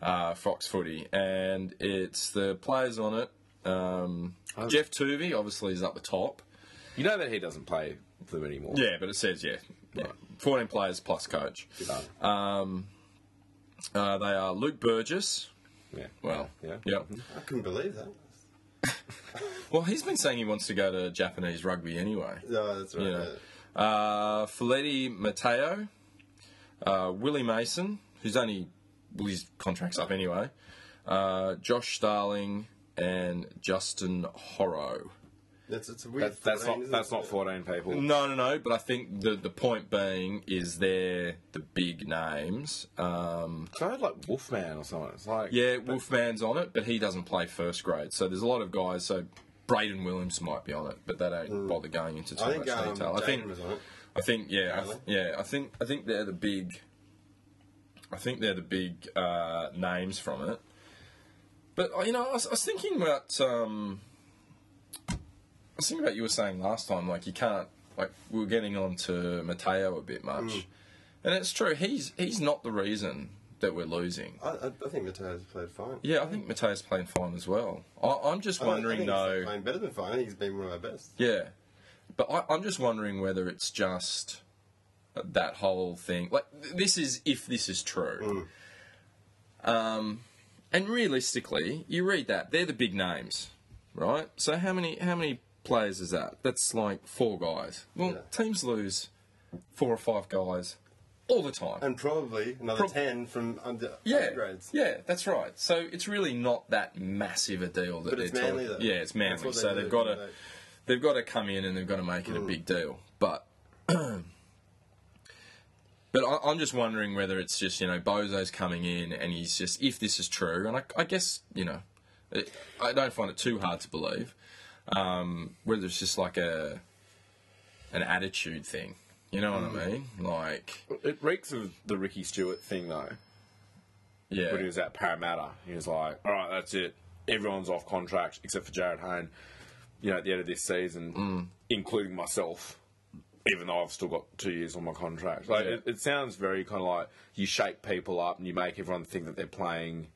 Speaker 2: uh, Fox Footy, and it's the players on it. Um, Jeff Tuvey obviously is up the top.
Speaker 3: You know that he doesn't play for them anymore.
Speaker 2: Yeah, but it says yeah, yeah. fourteen players plus coach.
Speaker 3: Uh,
Speaker 2: Uh, they are Luke Burgess.
Speaker 3: yeah.
Speaker 2: Well,
Speaker 3: Yeah.
Speaker 2: yep.
Speaker 1: I couldn't believe that.
Speaker 2: Well, he's been saying he wants to go to Japanese rugby anyway.
Speaker 1: No, that's right.
Speaker 2: Yeah.
Speaker 1: Yeah.
Speaker 2: Uh, Filetti Matteo, uh, Willie Mason, who's only well, his contract's up anyway. Uh, Josh Starling and Justin Horro.
Speaker 1: That's it's a weird.
Speaker 3: That's, that's
Speaker 1: 14,
Speaker 3: not
Speaker 1: isn't
Speaker 3: that's
Speaker 1: it?
Speaker 3: not 14 people.
Speaker 2: No, no, no. But I think the the point being is they're the big names. Um,
Speaker 3: So I had like Wolfman or something. It's like
Speaker 2: Yeah, Wolfman's on it, but he doesn't play first grade. So there's a lot of guys. So Braden Williams might be on it, but they don't bother going into too
Speaker 1: Mm. I think
Speaker 2: much
Speaker 1: um,
Speaker 2: detail. I think,
Speaker 1: was on it.
Speaker 2: I think, yeah, I
Speaker 1: Really?
Speaker 2: th- yeah, I think, I think they're the big, I think they're the big uh, names from it. But uh, you know, I was, I was thinking about, um, I was thinking about you were saying last time, like you can't, like we were getting on to Mateo a bit much,
Speaker 1: Mm.
Speaker 2: and it's true. He's he's not the reason that we're losing.
Speaker 1: I, I, I think Mateo's played fine.
Speaker 2: Yeah, I think Mateo's playing fine as well. I, I'm just
Speaker 1: I don't- I
Speaker 2: wondering
Speaker 1: think he's
Speaker 2: though.
Speaker 1: playing better than fine. I think he's been one of our best.
Speaker 2: Yeah, but I, I'm just wondering whether it's just uh, that whole thing. Like th- this is if this is true.
Speaker 1: Mm.
Speaker 2: Um, and realistically, you read that they're the big names, right? So how many how many players is that? That's like four guys. Well,
Speaker 1: Yeah.
Speaker 2: teams lose four or five guys all the time.
Speaker 1: and probably another
Speaker 2: Prob-
Speaker 1: 10 from under
Speaker 2: Yeah,
Speaker 1: upgrades.
Speaker 2: yeah, that's right. So it's really not that massive a deal that
Speaker 1: But
Speaker 2: they're
Speaker 1: it's Manly,
Speaker 2: talking.
Speaker 1: though.
Speaker 2: Yeah, it's manly.
Speaker 1: That's what they
Speaker 2: so
Speaker 1: do,
Speaker 2: they've got to
Speaker 1: they-
Speaker 2: they've got to come in and they've got to make it a big deal. But but I, I'm just wondering whether it's just you know Bozo's coming in and he's just if this is true, and I, I guess you know it, I don't find it too hard to believe um, whether it's just like a an attitude thing. You know what I mean? Like
Speaker 3: it reeks of the Ricky Stewart thing though.
Speaker 2: yeah,
Speaker 3: When he was at Parramatta, he was like, "All right, that's it. Everyone's off contract except for Jared Hayne. You know, at the end of this season,
Speaker 2: Mm.
Speaker 3: including myself." Even though I've still got two years on my contract, like
Speaker 2: Yeah.
Speaker 3: it, it sounds very kind of like you shake people up and you make everyone think that they're playing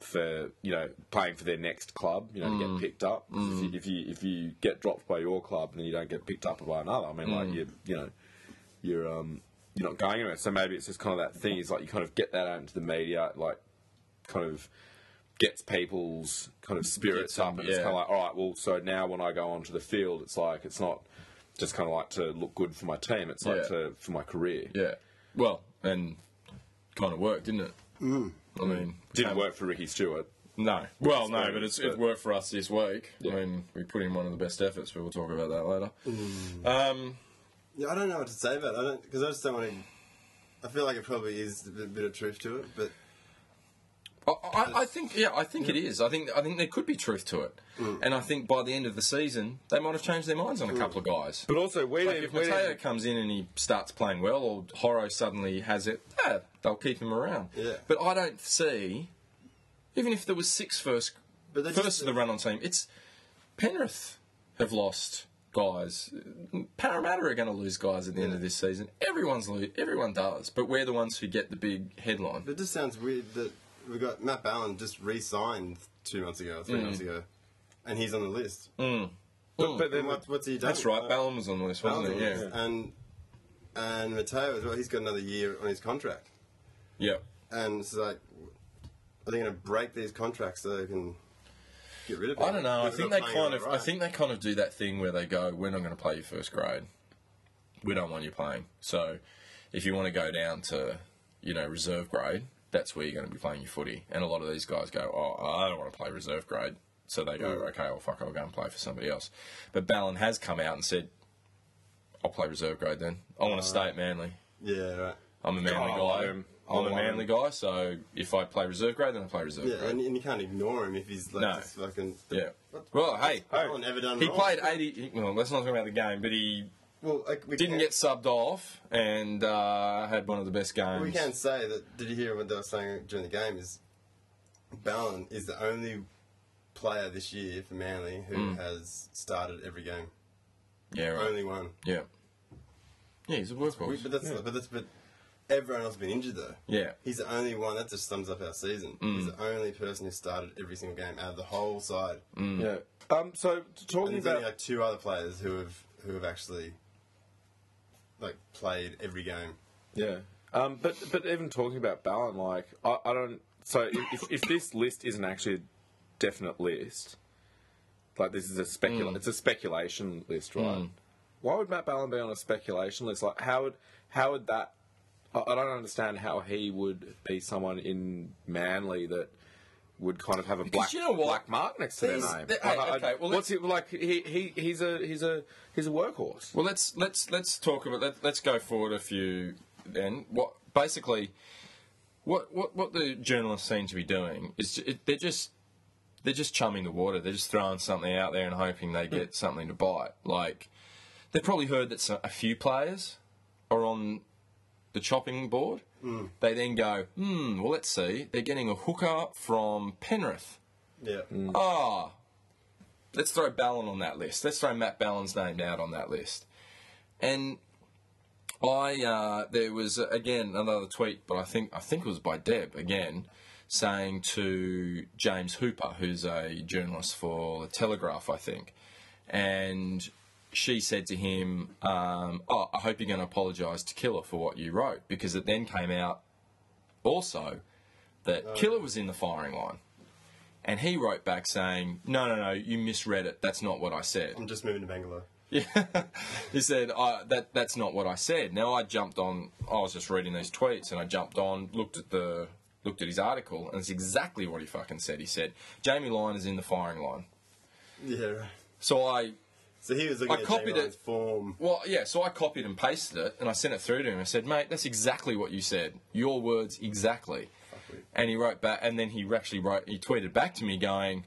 Speaker 3: for you know playing for their next club, you know, to
Speaker 2: Mm.
Speaker 3: get picked up. 'Cause If, you, if you if you get dropped by your club and then you don't get picked up by another, I mean,
Speaker 2: Mm.
Speaker 3: like you you know, you're um you're not going anywhere. So maybe it's just kind of that thing. Is like you kind of get that out into the media, it, like kind of gets people's kind of spirits
Speaker 2: them,
Speaker 3: up, and it's
Speaker 2: yeah.
Speaker 3: kind of like, all right, well, so now when I go onto the field, it's like it's not just kind of like to look good for my team. It's like
Speaker 2: Yeah.
Speaker 3: to, for my career.
Speaker 2: Yeah. Well, and kind of worked, didn't it? I mean,
Speaker 3: Didn't
Speaker 2: came-
Speaker 3: work for Ricky Stewart.
Speaker 2: No. Well, no, but it's, it
Speaker 3: but-
Speaker 2: worked for us this week.
Speaker 3: Yeah.
Speaker 2: I mean, we put in one of the best efforts, but we'll talk about that later.
Speaker 3: Mm.
Speaker 2: Um,
Speaker 1: Yeah, I don't know what to say about it. I don't because I just don't want to. I feel like it probably is a bit, bit of truth to it, but
Speaker 2: I, I, I think, yeah, I think it is. I think, I think there could be truth to it,
Speaker 3: Mm.
Speaker 2: and I think by the end of the season, they might have changed their minds on a couple of guys.
Speaker 3: But also, we
Speaker 2: Like
Speaker 3: didn't-
Speaker 2: if
Speaker 3: we didn't-
Speaker 2: Mateo comes in and he starts playing well, or Horo suddenly has it, yeah, they'll keep him around.
Speaker 1: Yeah.
Speaker 2: But I don't see, even if there was six first,
Speaker 1: But they
Speaker 2: first
Speaker 1: just-
Speaker 2: of the run on team, it's Penrith have lost guys. Parramatta are going to lose guys at the end of this season. Everyone's lo- everyone does, but we're the ones who get the big headline.
Speaker 1: it just sounds weird that we got Matt Allen just re-signed two months ago, three months ago, and he's on the list.
Speaker 2: Mm.
Speaker 3: But then,
Speaker 1: And what, what's he done?
Speaker 2: That's right.
Speaker 1: Uh,
Speaker 2: Ballon was on the list, wasn't
Speaker 1: Ballon,
Speaker 2: it? Yeah. yeah.
Speaker 1: and and Mateo as well. He's got another year on his contract, and it's like, are they going to break these contracts so they can get rid of?
Speaker 2: I
Speaker 1: him?
Speaker 2: don't know. I
Speaker 1: Because
Speaker 2: think
Speaker 1: they're
Speaker 2: they
Speaker 1: not
Speaker 2: kind
Speaker 1: paying
Speaker 2: of,
Speaker 1: him
Speaker 2: I
Speaker 1: right.
Speaker 2: think they kind of do that thing where they go, "We're not going to play you first grade. We don't want you playing. So, if you want to go down to, you know, reserve grade, that's where you're going to be playing your footy." And a lot of these guys go, "Oh, I don't want to play reserve grade." So they go, "Okay, well, fuck, I'll go and play for somebody else." But Ballon has come out and said, "I'll play reserve grade then. I want to stay at Manly.
Speaker 1: Yeah, right.
Speaker 2: I'm a Manly
Speaker 3: Oh, I
Speaker 2: guy.
Speaker 3: love him.
Speaker 2: I'm
Speaker 3: I
Speaker 2: a
Speaker 3: love
Speaker 2: Manly guy. So if I play reserve grade, then I play reserve
Speaker 1: Yeah,
Speaker 2: grade."
Speaker 1: and, and you can't ignore him if he's like
Speaker 2: No.
Speaker 1: just fucking.
Speaker 2: Yeah. Well, hey,
Speaker 1: Ballon ever done
Speaker 2: he
Speaker 1: wrong?
Speaker 2: played 80. he- Well, let's not talk about the game, but he
Speaker 1: Well, like, we
Speaker 2: didn't
Speaker 1: can't-
Speaker 2: get subbed off and uh, had one of the best games.
Speaker 1: We can say that. Did you hear what they were saying during the game? Is Ballon is the only player this year for Manly who has started every game.
Speaker 2: Yeah, Hmm. right.
Speaker 1: Only one.
Speaker 2: Yeah. Yeah, he's a
Speaker 1: We-
Speaker 2: workhorse.
Speaker 1: but that's but that's but everyone else has been injured though.
Speaker 2: Yeah. Hmm.
Speaker 1: He's the only one. That just sums up our season. He's the only person who started every single game out of the whole side.
Speaker 3: yeah. Um, so t-
Speaker 1: And
Speaker 3: talking
Speaker 1: there's only
Speaker 3: about
Speaker 1: like two other players who have who have actually like played every game.
Speaker 3: Yeah. Um, but but even talking about Ballon, like I, I don't. So if, if, if this list isn't actually a definite list, like this is a
Speaker 2: Mm.
Speaker 3: specula- it's a speculation list, right? Why would Matt Ballon be on a speculation list? Like how would how would that? I, I don't understand how he would be someone in Manly that would kind of have a black
Speaker 2: you know what?
Speaker 3: black mark next to their
Speaker 2: These-
Speaker 3: name.
Speaker 2: they-
Speaker 3: Like,
Speaker 2: hey,
Speaker 3: I-
Speaker 2: okay, well,
Speaker 3: what's he like? He, he he's a he's a he's a workhorse.
Speaker 2: Well, let's let's let's talk about let, let's go forward a few. Then what? Basically, what what what the journalists seem to be doing is ju- it, they're just they're just chumming the water. They're just throwing something out there and hoping they get something to bite. Like they've probably heard that so- a few players are on the chopping board. They then go, hmm. Well, let's see. They're getting a hooker from Penrith.
Speaker 1: Yeah.
Speaker 2: Ah, let's throw Ballon on that list. Let's throw Matt Ballon's name out on that list. And I, uh, there was uh, again another tweet, but I think I think it was by Deb again, saying to James Hooper, who's a journalist for the Telegraph, I think, and she said to him, um, "Oh, I hope you're going to apologise to Killer for what you wrote," because it then came out also that Killer was in the firing line. And he wrote back saying, No, no, no, you misread it. That's not what I said.
Speaker 1: I'm just moving to Bangalore.
Speaker 2: He said, I "That that's not what I said." Now I jumped on. I was just reading these tweets, and I jumped on, looked at the looked at his article, and it's exactly what he fucking said. He said, "Jamie Lyon is in the firing line."
Speaker 1: Yeah. Right.
Speaker 2: So I
Speaker 1: So he was looking
Speaker 2: I
Speaker 1: at
Speaker 2: copied
Speaker 1: Jamie Lyon's
Speaker 2: it.
Speaker 1: form.
Speaker 2: well, yeah. So I copied and pasted it, and I sent it through to him. I said, "Mate, that's exactly what you said. Your words exactly." And he wrote back, and then he actually wrote. He tweeted back to me going,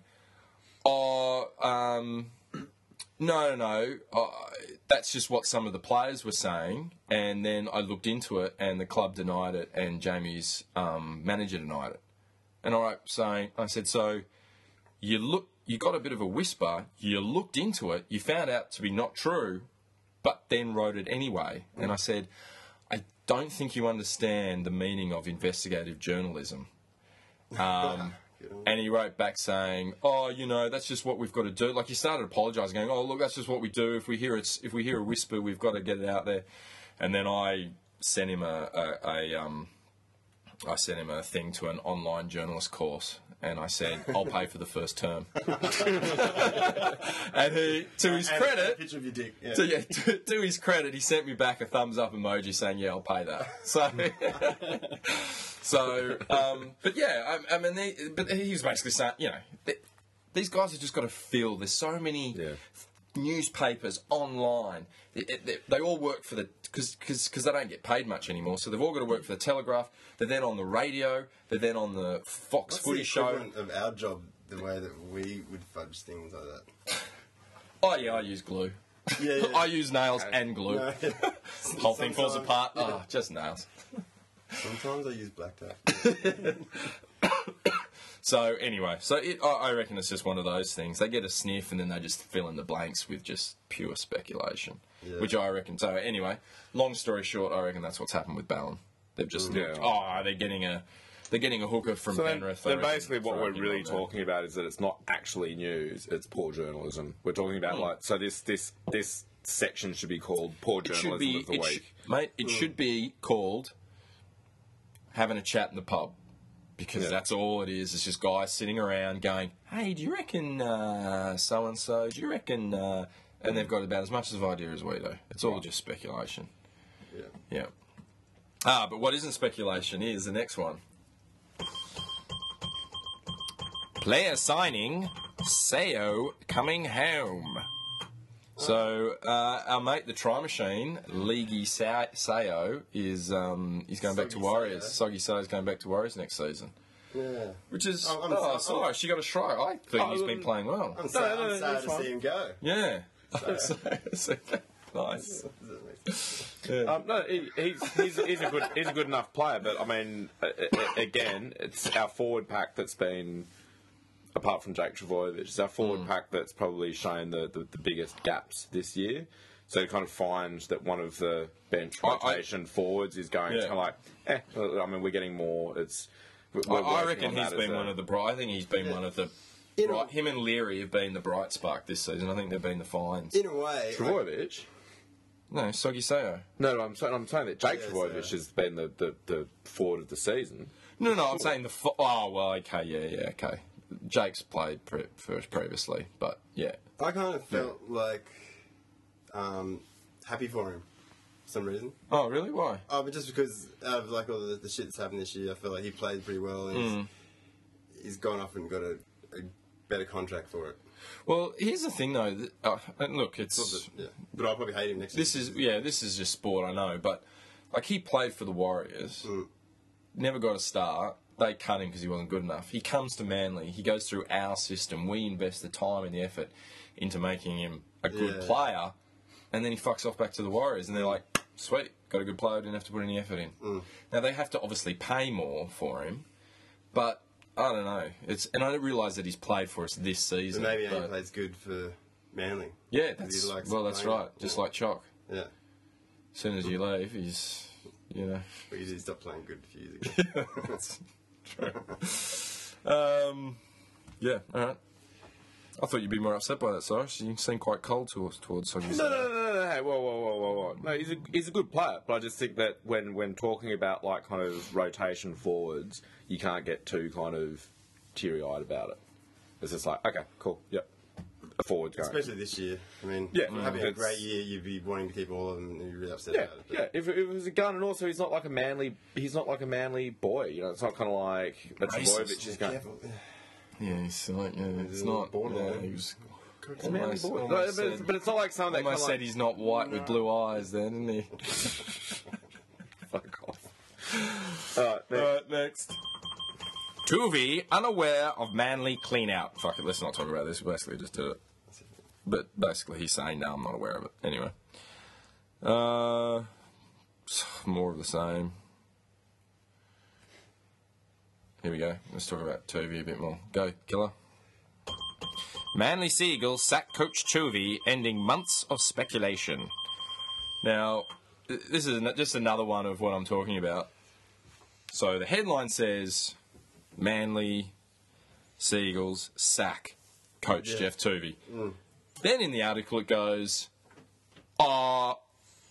Speaker 2: "Oh, um, no, no, no. Uh, that's just what some of the players were saying." And then I looked into it, and the club denied it, and Jamie's um, manager denied it. And I wrote saying, "I said so." You look. You got a bit of a whisper. You looked into it. You found out to be not true but then wrote it anyway. And I said, I don't think you understand the meaning of investigative journalism. Um, and he wrote back saying, "Oh, you know, that's just what we've got to do." Like he started apologising, going, "Oh, look, that's just what we do. If we hear it's, if we hear a whisper, we've got to get it out there." And then I sent him a, a, a um, I sent him a thing to an online journalist course, and I said, "I'll pay for the first term." and he, to his
Speaker 1: And a
Speaker 2: credit,
Speaker 1: picture of your dick. Yeah.
Speaker 2: so yeah, to, to his credit, he sent me back a thumbs up emoji saying, "Yeah, I'll pay that." So, so, um, but yeah, I, I mean, they, but he was basically saying, you know, th these guys have just got to feel. There's so many
Speaker 3: Yeah.
Speaker 2: newspapers online. They, they, they all work for the because because they don't get paid much anymore. So they've all got to work for the Telegraph. They're then on the radio. They're then on the Fox
Speaker 1: What's the
Speaker 2: Footy Show.
Speaker 1: equivalent of our job, the way that we would fudge things like that.
Speaker 2: Oh yeah, I use glue.
Speaker 1: Yeah, yeah.
Speaker 2: I use nails and glue.
Speaker 1: No, yeah.
Speaker 2: Whole thing falls
Speaker 1: Sometimes-
Speaker 2: apart. Oh, just nails.
Speaker 1: Sometimes I use black tape.
Speaker 2: So anyway, so it, I, I reckon it's just one of those things. They get a sniff and then they just fill in the blanks with just pure speculation,
Speaker 1: Yeah.
Speaker 2: which I reckon. So anyway, long story short, I reckon that's what's happened with Ballon. They've just
Speaker 3: Yeah.
Speaker 2: oh, they're getting a they're getting a hooker from
Speaker 3: Mm. So then,
Speaker 2: Penrith. I
Speaker 3: then
Speaker 2: reckon,
Speaker 3: basically, what
Speaker 2: for
Speaker 3: we're
Speaker 2: opening
Speaker 3: really
Speaker 2: up there.
Speaker 3: talking about is that it's not actually news; it's poor journalism. We're talking about
Speaker 2: Hmm.
Speaker 3: like so this this this section should be called "Poor
Speaker 2: It
Speaker 3: Journalism
Speaker 2: should be,
Speaker 3: of the Mm.
Speaker 2: it
Speaker 3: Week."
Speaker 2: sh- mate. It should be called having a chat in the pub because
Speaker 3: Yeah.
Speaker 2: that's all it is. It's just guys sitting around going, "Hey, do you reckon so and so? Do you reckon?" Uh, and they've got about as much of idea as we do. It's all just speculation.
Speaker 1: Yeah.
Speaker 2: Yeah. Ah, but what isn't speculation is the next one. Player signing, Sayo coming home. So uh, our mate, the Try Machine, Leaguey Sa- Sayo, is um, he's going back to
Speaker 1: Soggy
Speaker 2: Warriors.
Speaker 1: Sayo.
Speaker 2: Soggy Sayo's going back to Warriors next season,
Speaker 1: Yeah.
Speaker 2: which is
Speaker 1: I'm- I'm-
Speaker 2: oh,
Speaker 1: I'm-
Speaker 2: sorry, she got a try. I think he's been
Speaker 3: um,
Speaker 2: playing well.
Speaker 1: I'm sad,
Speaker 3: no, no,
Speaker 1: I'm sad
Speaker 3: that's
Speaker 1: to
Speaker 3: fine.
Speaker 1: see him go.
Speaker 2: yeah. So, so- nice.
Speaker 1: Does that make sense?
Speaker 3: Um, no, he, he's, he's, he's a good he's a good enough player, but I mean, a- a- again, it's our forward pack that's been, apart from Jake Travojevic, it's our forward
Speaker 2: Mm.
Speaker 3: pack that's probably shown the, the, the biggest gaps this year. So to kind of find that one of the bench
Speaker 2: I- I-
Speaker 3: rotation forwards is going
Speaker 2: Yeah.
Speaker 3: to kind of like, eh, I mean, we're getting more. It's we're
Speaker 2: I,
Speaker 3: we're
Speaker 2: I
Speaker 3: working
Speaker 2: reckon
Speaker 3: on
Speaker 2: he's
Speaker 3: that
Speaker 2: been
Speaker 3: as a-
Speaker 2: one of the bright. I think he's been one of the.
Speaker 1: You know-
Speaker 2: bright, him and Leary have been the bright spark this season. I think they've been the finds.
Speaker 1: In a way, I-
Speaker 3: Travojevic.
Speaker 2: no, Soggy Sayo.
Speaker 3: No, no, I'm saying I'm saying that Jake
Speaker 1: Yes,
Speaker 3: Travojevic
Speaker 1: yeah.
Speaker 3: has been the, the, the forward of the season.
Speaker 2: No, no, I'm saying the. Fo- oh well, okay, yeah, yeah, okay. Jake's played pre- first previously, but yeah,
Speaker 1: I kind of felt like um, happy for him for some reason.
Speaker 2: Oh, really? Why?
Speaker 1: Oh, but just because of like all the, the shit that's happened this year, I feel like he played pretty well and
Speaker 2: Mm.
Speaker 1: he's, he's gone off and got a, a better contract for it.
Speaker 2: Well, here's the thing, though. That, uh, and look, it's
Speaker 1: But, yeah. but I'll probably hate him next
Speaker 2: this
Speaker 1: year.
Speaker 2: is yeah, this is just sport, I know, but like he played for the Warriors,
Speaker 1: Mm.
Speaker 2: never got a start. They cut him because he wasn't good enough. He comes to Manly. He goes through our system. We invest the time and the effort into making him a good
Speaker 1: Yeah.
Speaker 2: player, and then he fucks off back to the Warriors, and they're like, "Sweet, got a good player. Didn't have to put any effort in."
Speaker 1: Mm.
Speaker 2: Now they have to obviously pay more for him, but I don't know. It's and I don't realise that he's played for us this season.
Speaker 1: But maybe he
Speaker 2: but-
Speaker 1: only plays good for Manly.
Speaker 2: yeah,
Speaker 1: 'Cause he
Speaker 2: that's,
Speaker 1: likes
Speaker 2: well, that's
Speaker 1: playing
Speaker 2: right.
Speaker 1: it.
Speaker 2: Just like Chalk.
Speaker 1: Yeah.
Speaker 2: As soon as you leave, he's, you know.
Speaker 1: But he did stop playing good a few years ago.
Speaker 2: Um, yeah, all right. I thought you'd be more upset by that, Cyrus. You seem quite cold towards towards Soggy
Speaker 3: No, no, no, no, no, hey, whoa, whoa, whoa, whoa, whoa. No, he's a, he's a good player, but I just think that when, when talking about, like, kind of rotation forwards, you can't get too kind of teary eyed about it. It's just like, okay, cool, yep. A forward going.
Speaker 1: Especially this year. I mean,
Speaker 3: Yeah,
Speaker 1: having a
Speaker 3: it's-
Speaker 1: great year, you'd be wanting to keep all of them and you'd be really upset
Speaker 3: yeah,
Speaker 1: about it. but-
Speaker 3: yeah. If, if it was a gun, and also he's not like a manly, he's not like a manly boy. You know, it's not kind of like a
Speaker 2: Racist.
Speaker 3: Trbojevic is going.
Speaker 1: Careful.
Speaker 2: Yeah, he's like, yeah, it's not.
Speaker 1: Borderline.
Speaker 2: Yeah, he was
Speaker 3: It's a manly
Speaker 2: Almost-
Speaker 3: boy. No,
Speaker 2: almost
Speaker 3: but, it's,
Speaker 2: said-
Speaker 3: but it's not like someone that kind
Speaker 2: almost
Speaker 3: of
Speaker 2: said
Speaker 3: like,
Speaker 2: he's not white with blue eyes, then, didn't he?
Speaker 3: fuck off. All right, next.
Speaker 2: next. Tuvi unaware of manly clean out. Fuck it, let's not talk about this. We basically just did it. But basically, he's saying, no, I'm not aware of it. Anyway. Uh, more of the same. Here we go. Let's talk about Tuvi a bit more. Go, killer. Manly Seagulls sack coach Tuvi, ending months of speculation. Now, th- this is n- just another one of what I'm talking about. So the headline says Manly Seagulls sack coach Jeff Tovey. Then in the article it goes, "Ah,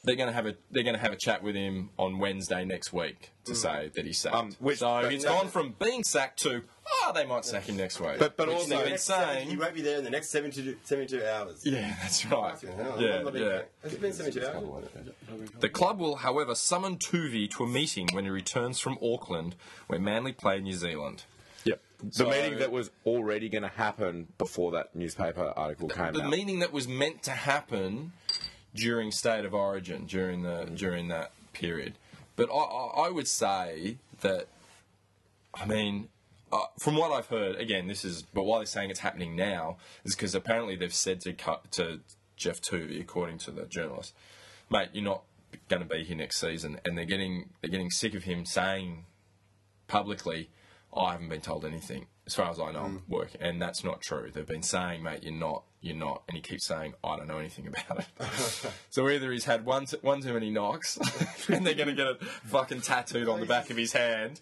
Speaker 2: they're going to have a they're going to have a chat with him on Wednesday next week to say that he's sacked."
Speaker 3: Um, which-
Speaker 2: so
Speaker 3: but
Speaker 2: it's
Speaker 3: no-
Speaker 2: gone from being sacked to, oh, they might sack him next week.
Speaker 3: But- but
Speaker 2: Which
Speaker 3: also-
Speaker 2: they've been
Speaker 1: Next seven- He
Speaker 2: saying.
Speaker 1: won't be there in the next 72, 72 hours.
Speaker 2: Yeah, that's right.
Speaker 1: Fucking hell,
Speaker 2: Yeah,
Speaker 1: I'm not even-
Speaker 2: yeah.
Speaker 1: Has it been 72 hours?
Speaker 2: The club will, however, summon Tuvi to a meeting when he returns from Auckland, where Manly play New Zealand.
Speaker 3: Yep. The
Speaker 2: So-
Speaker 3: meeting that was already going to happen before that newspaper article came
Speaker 2: the
Speaker 3: out.
Speaker 2: meeting that was meant to happen during State of Origin during the during that period. But I, I, I would say that, I mean, uh, from what I've heard, again, this is but why they're saying it's happening now is because apparently they've said to cut to Jeff Tuvey, according to the journalist, mate, you're not going to be here next season, and they're getting they're getting sick of him saying publicly, "Oh, I haven't been told anything. As far as I know,
Speaker 3: Mm.
Speaker 2: I'm working, and that's not true. They've been saying, mate, you're not, you're not, and he keeps saying, I don't know anything about it. so either he's had one, t- one too many knocks, and they're going to get it fucking tattooed on the back of his hand.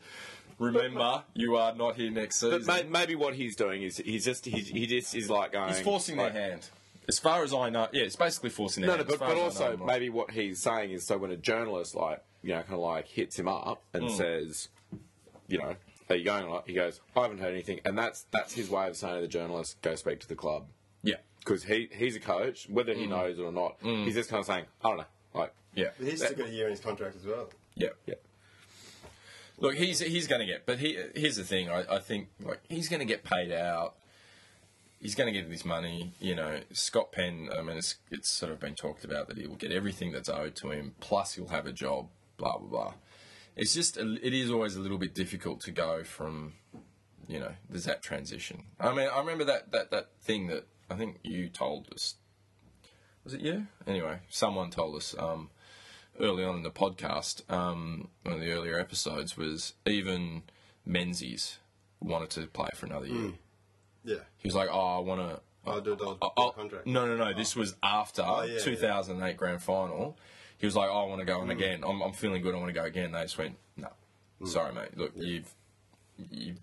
Speaker 2: Remember, you are not here next season.
Speaker 3: But may, maybe what he's doing is he's just he, he just is like going.
Speaker 2: he's forcing their
Speaker 3: like-
Speaker 2: hand. As far as I know, yeah, it's basically forcing their
Speaker 3: No, no,
Speaker 2: hand.
Speaker 3: but,
Speaker 2: As far
Speaker 3: but
Speaker 2: as I know,
Speaker 3: also
Speaker 2: I'm not.
Speaker 3: maybe what he's saying is so when a journalist like you know kind of like hits him up and
Speaker 2: Hmm.
Speaker 3: says, you know, are you going? Like, he goes, I haven't heard anything, and that's that's his way of saying to the journalist, go speak to the club
Speaker 2: yeah.
Speaker 3: because he he's a coach, whether
Speaker 2: Hmm.
Speaker 3: he knows it or not, he's just kind of saying, I don't know, like
Speaker 2: Yeah.
Speaker 1: But he's still got a year in his contract as well.
Speaker 2: Yeah.
Speaker 3: yeah.
Speaker 2: Look, he's he's going to get, but he, here's the thing. I, I think like he's going to get paid out. He's going to get his money. You know, Scott Penn. I mean, it's it's sort of been talked about that he will get everything that's owed to him. Plus, he'll have a job. Blah blah blah. It's just a, it is always a little bit difficult to go from, you know, there's that transition. I mean, I remember that that that thing that I think you told us. Was it you? Anyway, someone told us. Um, early on in the podcast, um, one of the earlier episodes was even Menzies wanted to play for another year.
Speaker 1: Yeah.
Speaker 2: He was like, "Oh, I want to."
Speaker 1: Mm. I'll do a dollar contract. Oh,
Speaker 2: No, no, no. This was after
Speaker 1: yeah, Mm. yeah.
Speaker 2: 2008 Grand Final. He was like, oh, "I want to go on again. I'm, I'm feeling good. I want to go again." They just went, "No,
Speaker 1: Mm.
Speaker 2: sorry, mate. Look, you've you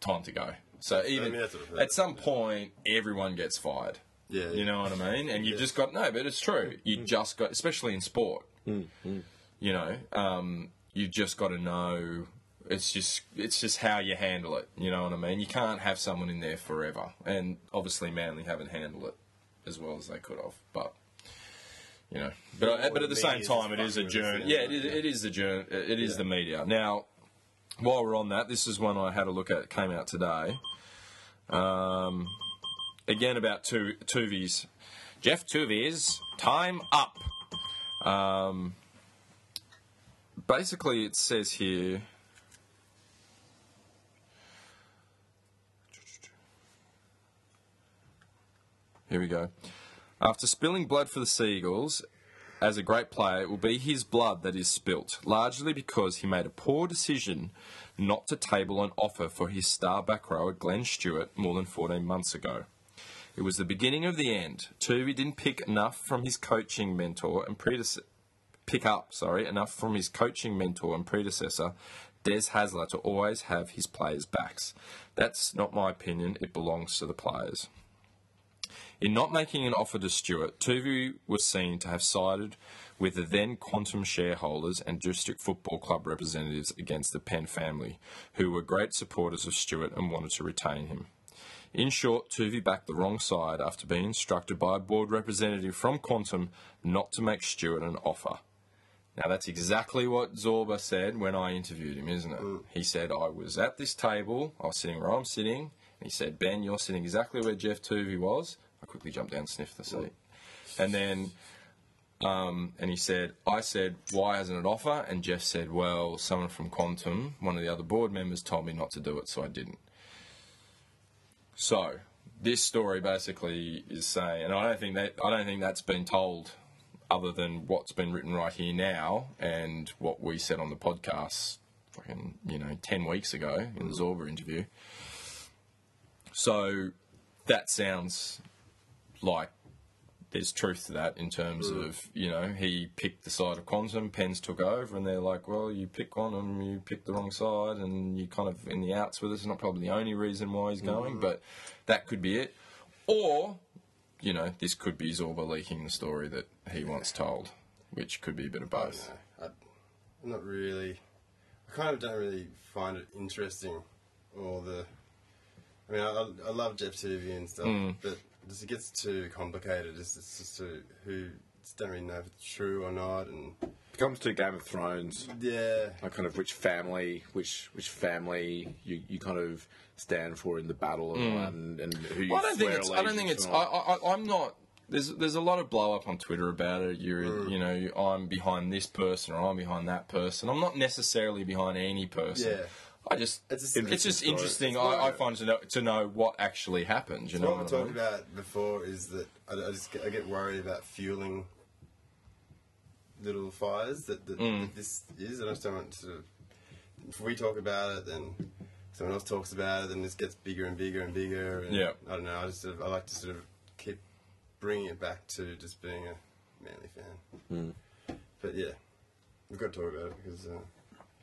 Speaker 2: time to go." So even
Speaker 1: mean, that's what I've heard.
Speaker 2: at some point, everyone gets fired.
Speaker 1: Yeah,
Speaker 2: you
Speaker 1: yeah. Mm.
Speaker 2: know what I mean. And you've just got no, but it's true. You just got, especially in sport. You know, um, you've just got to know. It's just it's just how you handle it. You know what I mean. You can't have someone in there forever. And obviously, Manly haven't handled it as well as they could have. But you know, but but at the
Speaker 1: the
Speaker 2: same
Speaker 1: media's
Speaker 2: time, it is a
Speaker 1: fucking with us,
Speaker 2: journey.
Speaker 1: yeah,
Speaker 2: Yeah, it is, it is the journey. It is the media. Now, while we're on that, this is one I had a look at. It came out today. Um, again about two Tuvies. Jeff Tuvies, time up. Um, basically, it says here. Here we go. After spilling blood for the Seagulls, as a great player, it will be his blood that is spilt, largely because he made a poor decision not to table an offer for his star back rower Glenn Stewart more than 14 months ago. It was the beginning of the end. Tuvey didn't pick enough from his coaching mentor and predecessor. Pick up, sorry, enough from his coaching mentor and predecessor, Des Hasler, to always have his players' backs. That's not my opinion, it belongs to the players. In not making an offer to Stewart, Tuvu was seen to have sided with the then Quantum shareholders and District Football Club representatives against the Penn family, who were great supporters of Stewart and wanted to retain him. In short, Tuvi backed the wrong side after being instructed by a board representative from Quantum not to make Stewart an offer. Now, that's exactly what Zorba said when I interviewed him, isn't it? He said, I was at this table, I was sitting where I'm sitting, and he said, Ben, you're sitting exactly where Jeff Tuvey was. I quickly jumped down, sniffed the seat. And then, um, and he said, I said, why hasn't it offer? And Jeff said, well, someone from Quantum, one of the other board members, told me not to do it, so I didn't. So, this story basically is saying, and I don't think that I don't think that's been told other than what's been written right here now and what we said on the podcast fucking, you know, 10 weeks ago in the Zorba interview. So that sounds like there's truth to that in terms of, you know, he picked the side of Quantum, Pens took over, and they're like, well, you pick Quantum, you picked the wrong side, and you kind of in the outs with us. Not probably the only reason why he's going, but that could be it. Or you know, this could be Zorba leaking the story that he once told, which could be a bit of both.
Speaker 1: I, I'm not really. I kind of don't really find it interesting, all the I mean, I, I love Jeff TV and stuff, but just, it gets too complicated. It's, it's just too, who just don't really know if it's true or not, and
Speaker 3: Comes to Game of Thrones,
Speaker 1: yeah,
Speaker 3: like kind of which family, which which family you, you kind of stand for in the battle and, and, and who you
Speaker 2: Mm. Well, I don't think
Speaker 3: swear
Speaker 2: it's. I don't think
Speaker 3: allegiance
Speaker 2: it's. I,
Speaker 3: and all that.
Speaker 2: I, I- I'm not. There's there's a lot of blow up on Twitter about it. You're you know you- I'm behind this person or I'm behind that person. I'm not necessarily behind any person.
Speaker 1: Yeah.
Speaker 2: I just
Speaker 1: It's
Speaker 2: it's
Speaker 1: just
Speaker 2: just
Speaker 1: interesting
Speaker 2: interesting.
Speaker 1: story. It's
Speaker 2: I, I
Speaker 1: more-
Speaker 2: find to know to know what actually happened. You know
Speaker 1: What we
Speaker 2: what, I
Speaker 1: talked
Speaker 2: mean?
Speaker 1: about before is that I, I just get, I get worried about fueling little fires that, that,
Speaker 2: Mm.
Speaker 1: that this is, and I just don't want to. If we talk about it, then someone else talks about it, and this gets bigger and bigger and bigger. And
Speaker 2: Yeah.
Speaker 1: I don't know. I just sort of, I like to sort of keep bringing it back to just being a manly fan. But yeah, we've got to talk about it because uh,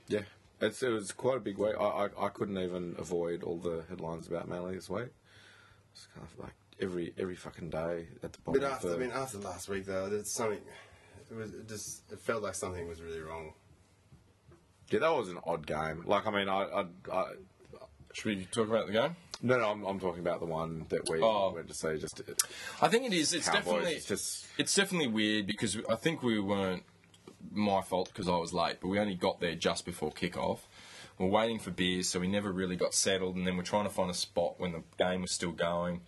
Speaker 3: Yeah, it's, it was quite a big week. I, I I couldn't even avoid all the headlines about Manly this week. It's kind of like every every fucking day at the bottom.
Speaker 1: But after,
Speaker 3: of
Speaker 1: I
Speaker 3: the,
Speaker 1: mean, after last week though, there's something. It was it just. It felt like something was really wrong.
Speaker 3: yeah, that was an odd game. Like, I mean, I, I, I
Speaker 2: Should we talk about the game?
Speaker 3: no, no, I'm, I'm talking about the one that we
Speaker 2: Oh.
Speaker 3: went to see. Just it,
Speaker 2: I think it is. It's
Speaker 3: Cowboys.
Speaker 2: definitely.
Speaker 3: It's just
Speaker 2: It's definitely weird because I think we weren't my fault because I was late, but we only got there just before kickoff. We're waiting for beers, so we never really got settled, and then we're trying to find a spot when the game was still going.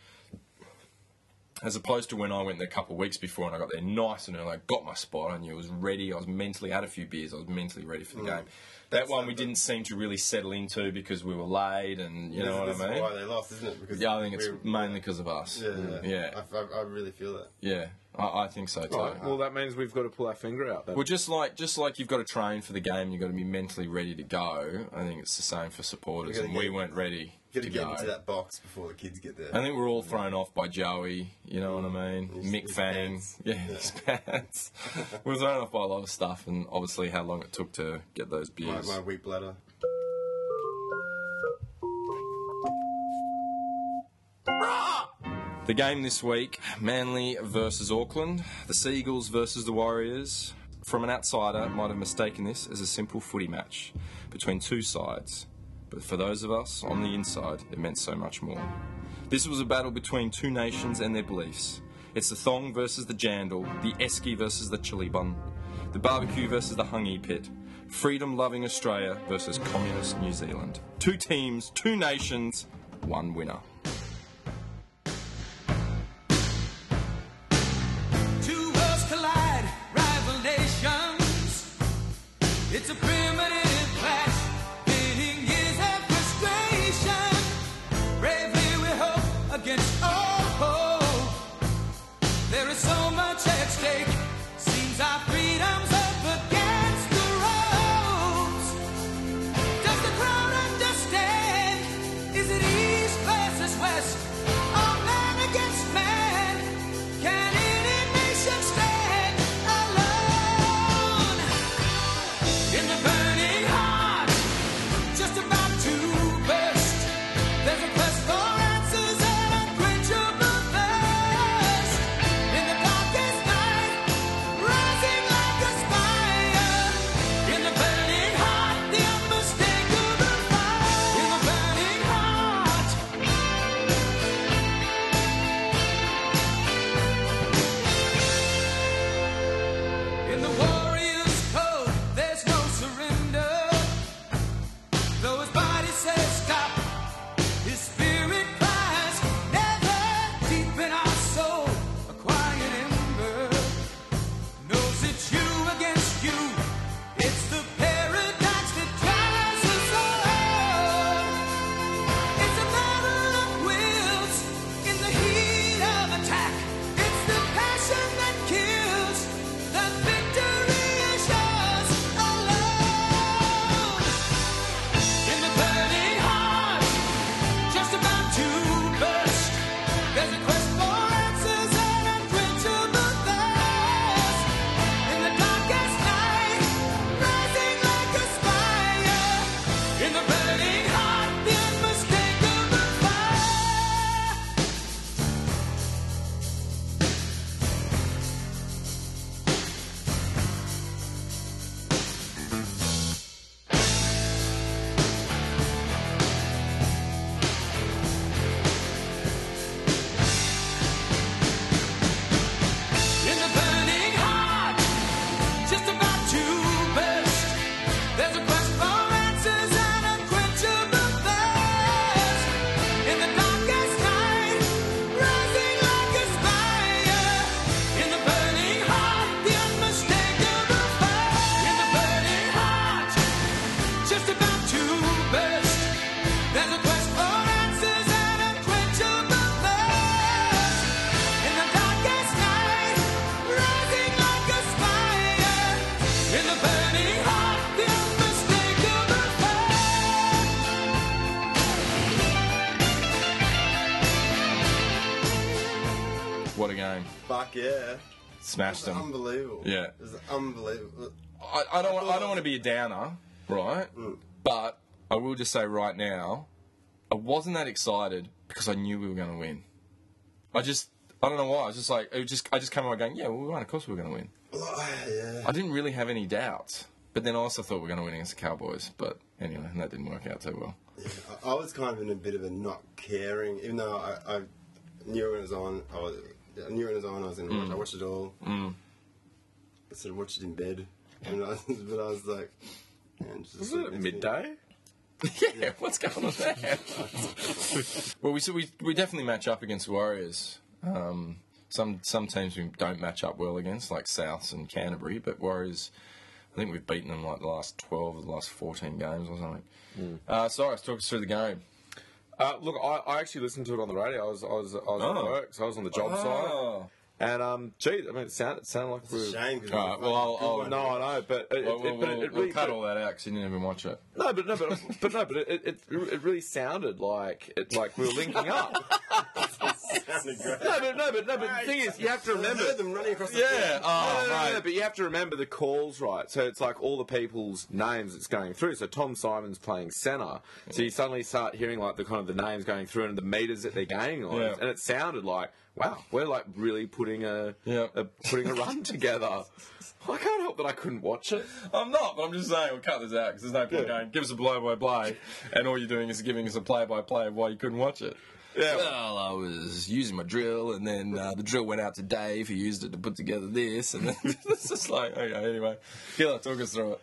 Speaker 2: As opposed to when I went there a couple of weeks before and I got there nice and early, I got my spot. I knew I was ready. I was mentally had a few beers. I was mentally ready for the
Speaker 1: Mm.
Speaker 2: game. That one we didn't seem to really settle into because we were late, and you know what
Speaker 1: this
Speaker 2: I
Speaker 1: Is
Speaker 2: mean.
Speaker 1: why they lost, isn't it? Because
Speaker 2: Yeah, I think it's
Speaker 1: we're-
Speaker 2: mainly because of us.
Speaker 1: Yeah,
Speaker 2: yeah,
Speaker 1: I, I, I really feel that.
Speaker 2: yeah. I, I think so too.
Speaker 3: well, that means we've got to pull our finger out. Then.
Speaker 2: Well, just like just like you've got to train for the game, you've got to be mentally ready to go. I think it's the same for supporters,
Speaker 1: You gotta
Speaker 2: and we
Speaker 1: get-
Speaker 2: weren't ready
Speaker 1: You
Speaker 2: to
Speaker 1: got to get
Speaker 2: go.
Speaker 1: into that box before the kids get there.
Speaker 2: I think we're all thrown off by Joey. You know what I mean?
Speaker 1: His-
Speaker 2: Mick
Speaker 1: his
Speaker 2: Fang,
Speaker 1: pants.
Speaker 2: yeah, his pants. we're thrown off by a lot of stuff, and obviously how long it took to get those
Speaker 1: my,
Speaker 2: beers.
Speaker 1: my weak bladder.
Speaker 2: The game this week Manly versus Auckland, the Seagulls versus the Warriors. From an outsider, might have mistaken this as a simple footy match between two sides. But for those of us on the inside, it meant so much more. This was a battle between two nations and their beliefs. It's the thong versus the jandal, the esky versus the chili bun, the barbecue versus the hungy pit, freedom loving Australia versus communist New Zealand. Two teams, two nations, one winner.
Speaker 5: Two worlds collide, rival nations. It's a primitive clash, pitting years and frustration. Bravely we hope against all hope. There is so much at stake. Seems our freedom's up against the ropes. Does the crowd understand? Is it East versus West? Or man against man? Can any nation stand alone? In the
Speaker 1: Fuck yeah.
Speaker 2: Smashed
Speaker 1: It's
Speaker 2: them.
Speaker 1: unbelievable.
Speaker 2: Yeah.
Speaker 1: It's unbelievable.
Speaker 2: I, I don't. I don't want to be a downer, right? But I will just say right now, I wasn't that excited because I knew we were going to win. I just. I don't know why. I was just like, it was just I just came away going, yeah, well, we won. Of course, we were going to win.
Speaker 1: Yeah.
Speaker 2: I didn't really have any doubts, but then I also thought we were going to win against the Cowboys. But anyway, that didn't work out too well.
Speaker 1: I, I was kind of in a bit of a not caring, even though I, I knew when it was on. I, was, I knew when it was on. I was in.
Speaker 2: Mm.
Speaker 1: watch I watched it all. I sort of watched it in bed, and I, but I was like, man, just
Speaker 3: Was it midday?
Speaker 2: Yeah, what's going on there? well, we, so we we definitely match up against Warriors. Um, some some teams we don't match up well against, like Souths and Canterbury, but Warriors. I think we've beaten them like the last twelve, or the last fourteen games or something.
Speaker 3: Hmm.
Speaker 2: Uh, Cyrus, talk us through the game.
Speaker 3: Uh, look, I, I actually listened to it on the radio. I was, I was, I was at
Speaker 2: Oh.
Speaker 3: work, so I was on the job site.
Speaker 2: Oh.
Speaker 3: And um, gee, I mean, it sounded, it sounded like we were.
Speaker 1: Shame. 'cause it was
Speaker 2: All right,
Speaker 1: a fucking
Speaker 2: well, I'll-
Speaker 1: good
Speaker 2: I'll-
Speaker 1: one.
Speaker 3: No, Oh, I know, but it,
Speaker 2: Well,
Speaker 3: it,
Speaker 2: we'll, we'll,
Speaker 3: but it, it
Speaker 2: we'll
Speaker 3: really
Speaker 2: cut
Speaker 3: but-
Speaker 2: all that out because you didn't even watch it.
Speaker 3: No, but no, but but no, but it, it, it really sounded like it, like we were linking up.
Speaker 1: Sounded great.
Speaker 3: No, but no, but no, but the thing is, you have to
Speaker 1: I
Speaker 3: remember.
Speaker 1: heard them running across. The
Speaker 2: Yeah.
Speaker 3: No,
Speaker 2: Oh,
Speaker 3: no, no, no,
Speaker 2: mate.
Speaker 3: but you have to remember the calls, right? So it's like all the people's names that's going through. So Tom Simon's playing centre, so you suddenly start hearing like the kind of the names going through and the meters that they're going on,
Speaker 2: Yeah.
Speaker 3: and it sounded like, wow, we're like really putting a,
Speaker 2: Yeah.
Speaker 3: a putting a run together. I can't help that I couldn't watch it.
Speaker 2: I'm not, but I'm just saying we'll cut this out because there's no point going. Give us a blow by blow, and all you're doing is giving us a play by play of why you couldn't watch it.
Speaker 3: Yeah.
Speaker 2: Well, I was using my drill, and then uh, the drill went out to Dave, who used it to put together this, and then it's just like, okay, anyway, Killer, talk us through it.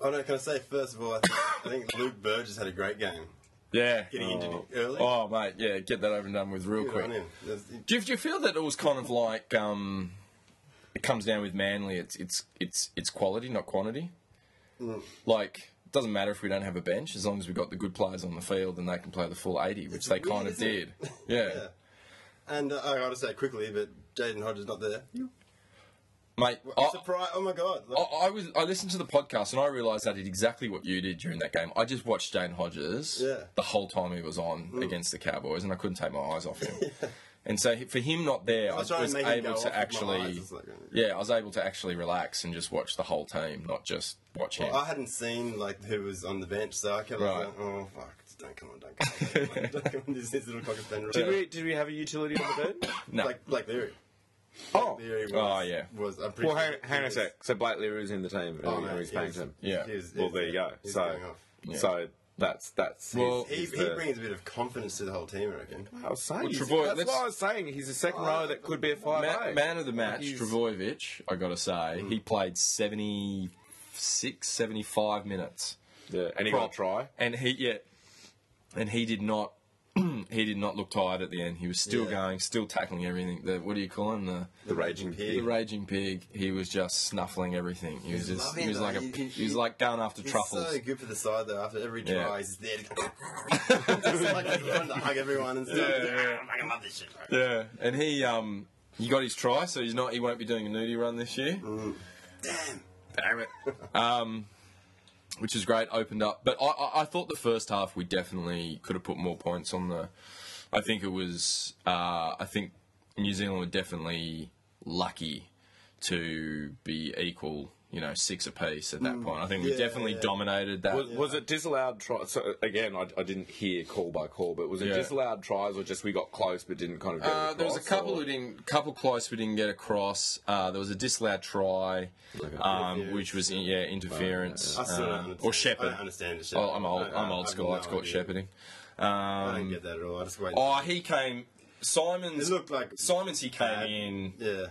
Speaker 1: Oh no! Can I say first of all, I think, I think Luke Burgess had a great game.
Speaker 2: Yeah.
Speaker 1: Getting injured early.
Speaker 2: Oh, mate, yeah, get that over and done with real
Speaker 1: Good on
Speaker 2: quick.
Speaker 1: him. There's- he-
Speaker 2: Do you, do you feel that it was kind of like um, it comes down with Manly? It's it's it's it's quality, not quantity.
Speaker 1: Mm.
Speaker 2: Like it doesn't matter if we don't have a bench as long as we've got the good players on the field and they can play the full eighty, which they
Speaker 1: weird,
Speaker 2: kind of
Speaker 1: isn't
Speaker 2: did.
Speaker 1: it?
Speaker 2: Yeah.
Speaker 1: Yeah. And uh, I got to say quickly, but Jaden Hodge is not there.
Speaker 2: mate. I,
Speaker 1: Surprise! Oh my god!
Speaker 2: I, I was I listened to the podcast and I realised I did exactly what you did during that game. I just watched Jane Hodges
Speaker 1: Yeah. Mm.
Speaker 2: the whole time he was on against the Cowboys, and I couldn't take my eyes off him. And so he- for him not there, I
Speaker 1: was
Speaker 2: was,
Speaker 1: trying to make him go
Speaker 2: able
Speaker 1: off with
Speaker 2: to
Speaker 1: my
Speaker 2: actually,
Speaker 1: eyes, it's like-
Speaker 2: yeah, I was able to actually relax and just watch the whole team, not just watch
Speaker 3: oh.
Speaker 2: him.
Speaker 1: I hadn't seen like who was on the bench, so I kept
Speaker 2: Right.
Speaker 1: like, oh fuck, just don't come on, don't come on, don't come on, this is little cocker spaniel.
Speaker 3: Did we did we have a utility on the bed?
Speaker 2: no,
Speaker 1: Like Black Leary.
Speaker 3: oh,
Speaker 1: Leary was,
Speaker 2: Oh, yeah.
Speaker 1: was I'm pretty
Speaker 3: well, hang,
Speaker 1: sure he
Speaker 3: hang on a
Speaker 1: was-
Speaker 3: sec. So Blake Leary's in the team,
Speaker 1: Oh,
Speaker 3: and
Speaker 1: no,
Speaker 3: he's
Speaker 1: he
Speaker 3: paying
Speaker 1: was-
Speaker 3: him.
Speaker 2: Yeah.
Speaker 1: he was- he
Speaker 3: Well,
Speaker 1: was-
Speaker 3: there you go.
Speaker 1: he was
Speaker 3: So,
Speaker 1: going off.
Speaker 3: so that's that's
Speaker 2: Well-
Speaker 1: He,
Speaker 3: his,
Speaker 1: he brings a bit of confidence to the whole team, I reckon.
Speaker 3: I was saying
Speaker 2: Well,
Speaker 3: he's-
Speaker 2: Travoy,
Speaker 3: that's
Speaker 2: let's-
Speaker 3: what I was saying. He's a
Speaker 2: Oh,
Speaker 3: second rower that could be a five
Speaker 2: Ma-
Speaker 3: eight.
Speaker 2: man of the match,
Speaker 3: He's-
Speaker 2: Travojevic, I got to say, he
Speaker 1: Mm.
Speaker 2: played 76, 75 minutes.
Speaker 3: Yeah, and he got a try.
Speaker 2: And he yeah, and he did not. he did not look tired at the end. He was still
Speaker 1: Yeah.
Speaker 2: going, still tackling everything. The what do you call him? The
Speaker 3: The raging pig.
Speaker 2: the raging pig. He was just snuffling everything. He was just
Speaker 1: loving
Speaker 2: he was
Speaker 1: it,
Speaker 2: like a
Speaker 1: though. He-
Speaker 2: he was like going after
Speaker 1: He's
Speaker 2: truffles.
Speaker 1: so good for the side though. After every try,
Speaker 2: Yeah.
Speaker 1: he's there. To just like he's wanting to hug everyone and stuff. Yeah. I fucking love this shit. Bro.
Speaker 2: Yeah, and he um he got his try, so he's not he won't be doing a nudie run this year.
Speaker 1: Mm.
Speaker 2: Damn, damn it. um, which is great. Opened up, but I, I I thought the first half we definitely could have put more points on the. I think it was uh, I think New Zealand were definitely lucky to be equal. You know, six apiece at that point. I think we
Speaker 1: Mm. Yeah,
Speaker 2: definitely
Speaker 1: yeah.
Speaker 2: dominated that.
Speaker 3: Was, was it disallowed tries? So again, I, I didn't hear call by call, but was it
Speaker 2: Yeah.
Speaker 3: disallowed tries or just we got close but didn't kind of? Get
Speaker 2: Uh, there was a
Speaker 3: across,
Speaker 2: couple
Speaker 3: or-
Speaker 2: who didn't, couple close we didn't get across. Uh, there was a disallowed try, um, which was in, yeah interference
Speaker 1: I still don't
Speaker 2: um,
Speaker 1: understand.
Speaker 2: or
Speaker 1: I
Speaker 2: shepherd.
Speaker 1: don't understand the shepherd.
Speaker 2: Oh, I'm old.
Speaker 1: I- I-
Speaker 2: I'm old
Speaker 1: I've
Speaker 2: school.
Speaker 1: no
Speaker 2: It's called Um,
Speaker 1: idea.
Speaker 2: shepherding.
Speaker 1: I don't get that at all. I just wait.
Speaker 2: Oh, he came. Simons
Speaker 1: It looked like-
Speaker 2: Simons. He came
Speaker 1: Bad.
Speaker 2: in
Speaker 1: yeah.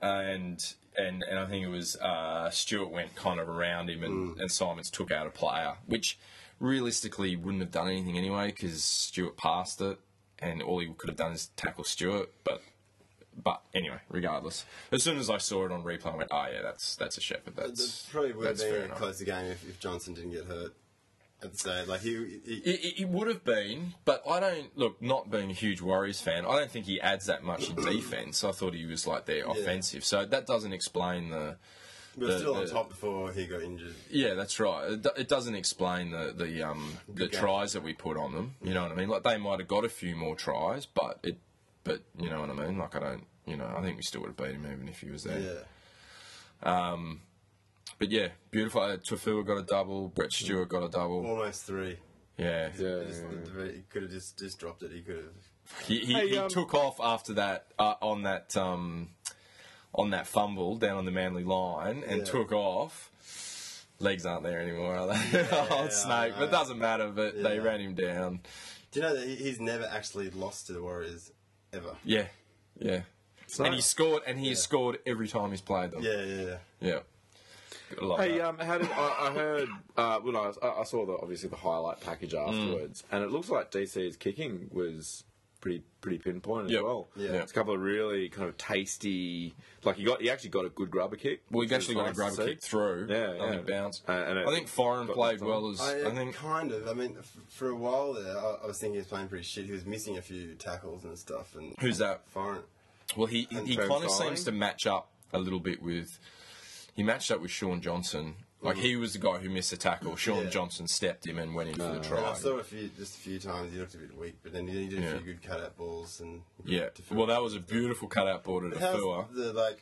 Speaker 2: and and and I think it was uh, Stewart went kind of around him, and,
Speaker 1: Mm.
Speaker 2: and Simons took out a player, which realistically wouldn't have done anything anyway because Stewart passed it, and all he could have done is tackle Stewart. But but anyway, regardless, as soon as I saw it on replay, I went, "Oh yeah, that's that's a shepherd. That's
Speaker 1: That probably would have
Speaker 2: that's fair
Speaker 1: been a
Speaker 2: enough."
Speaker 1: closer game if, if Johnson didn't get hurt at the stage. Like he, he,
Speaker 2: It, it, it would have been, but I don't look. Not being a huge Warriors fan, I don't think he adds that much in defense. I thought he was like their offensive, so that doesn't explain the.
Speaker 1: we were
Speaker 2: the-
Speaker 1: still on
Speaker 2: the-
Speaker 1: top before he got injured.
Speaker 2: Yeah, that's right. It, do- it doesn't explain the the um the
Speaker 1: game.
Speaker 2: tries that we put on them. You know what I mean? Like they might have got a few more tries, but it, but you know what I mean. Like I don't, you know, I think we still would have beat him even if he was there.
Speaker 1: Yeah.
Speaker 2: But yeah, beautiful. Uh, Tafua got a double. Brett Stewart got a double.
Speaker 1: Almost three.
Speaker 2: Yeah.
Speaker 3: Yeah,
Speaker 1: Just- He could have just, just dropped it. He could have.
Speaker 2: He, he,
Speaker 3: Hey,
Speaker 2: he
Speaker 3: um,
Speaker 2: took off after that uh, on that um, on that fumble down on the Manly line and
Speaker 1: Yeah.
Speaker 2: took off. Legs aren't there anymore, are they? Old
Speaker 1: I
Speaker 2: snake, but
Speaker 1: know.
Speaker 2: it doesn't matter. But they
Speaker 1: Yeah.
Speaker 2: ran him down.
Speaker 1: Do you know that he- he's never actually lost to the Warriors ever?
Speaker 2: Yeah, yeah. And he scored, and he has scored every time he's played them.
Speaker 1: Yeah, yeah, yeah.
Speaker 2: yeah. Gotta love
Speaker 3: Hey,
Speaker 2: that.
Speaker 3: um, how did I, I heard? Uh, well, I, was- I- I saw the obviously the highlight package
Speaker 2: Mm.
Speaker 3: afterwards, and it looks like DC's kicking was pretty pretty pinpoint
Speaker 2: Yep.
Speaker 3: as well.
Speaker 1: Yeah.
Speaker 3: it's a couple of really kind of tasty. Like he got, he actually got a good grubber kick.
Speaker 2: well, he
Speaker 3: which
Speaker 2: actually got
Speaker 3: was
Speaker 2: a
Speaker 3: nice
Speaker 2: grab
Speaker 3: to see.
Speaker 2: kick through.
Speaker 3: Yeah,
Speaker 2: and it
Speaker 3: yeah. Uh,
Speaker 2: bounced.
Speaker 3: And- and it
Speaker 2: I think Foreign
Speaker 3: got
Speaker 2: played
Speaker 3: knocked on.
Speaker 2: well as
Speaker 3: uh,
Speaker 2: I,
Speaker 1: I,
Speaker 2: think.
Speaker 1: kind of. I mean, f- for a while there, I, I was thinking he was playing pretty shit. He was missing a few tackles and stuff. And
Speaker 2: Who's that?
Speaker 1: Foreign.
Speaker 2: Well, he he
Speaker 3: Trent
Speaker 2: kind of
Speaker 3: Fowling?
Speaker 2: seems to match up a little bit with. He matched up with Sean Johnson. Like
Speaker 3: Mm-hmm.
Speaker 2: he was the guy who missed a tackle. Sean
Speaker 1: Yeah.
Speaker 2: Johnson stepped him and went in for the
Speaker 1: And I
Speaker 2: try.
Speaker 1: saw a few, just a few times. He looked a bit weak, but then he did a
Speaker 2: Yeah.
Speaker 1: few good cutout balls and
Speaker 2: Yeah.
Speaker 1: to fill-
Speaker 2: Well, that was a beautiful cutout ball to
Speaker 1: How's
Speaker 2: Tafua.
Speaker 1: the like?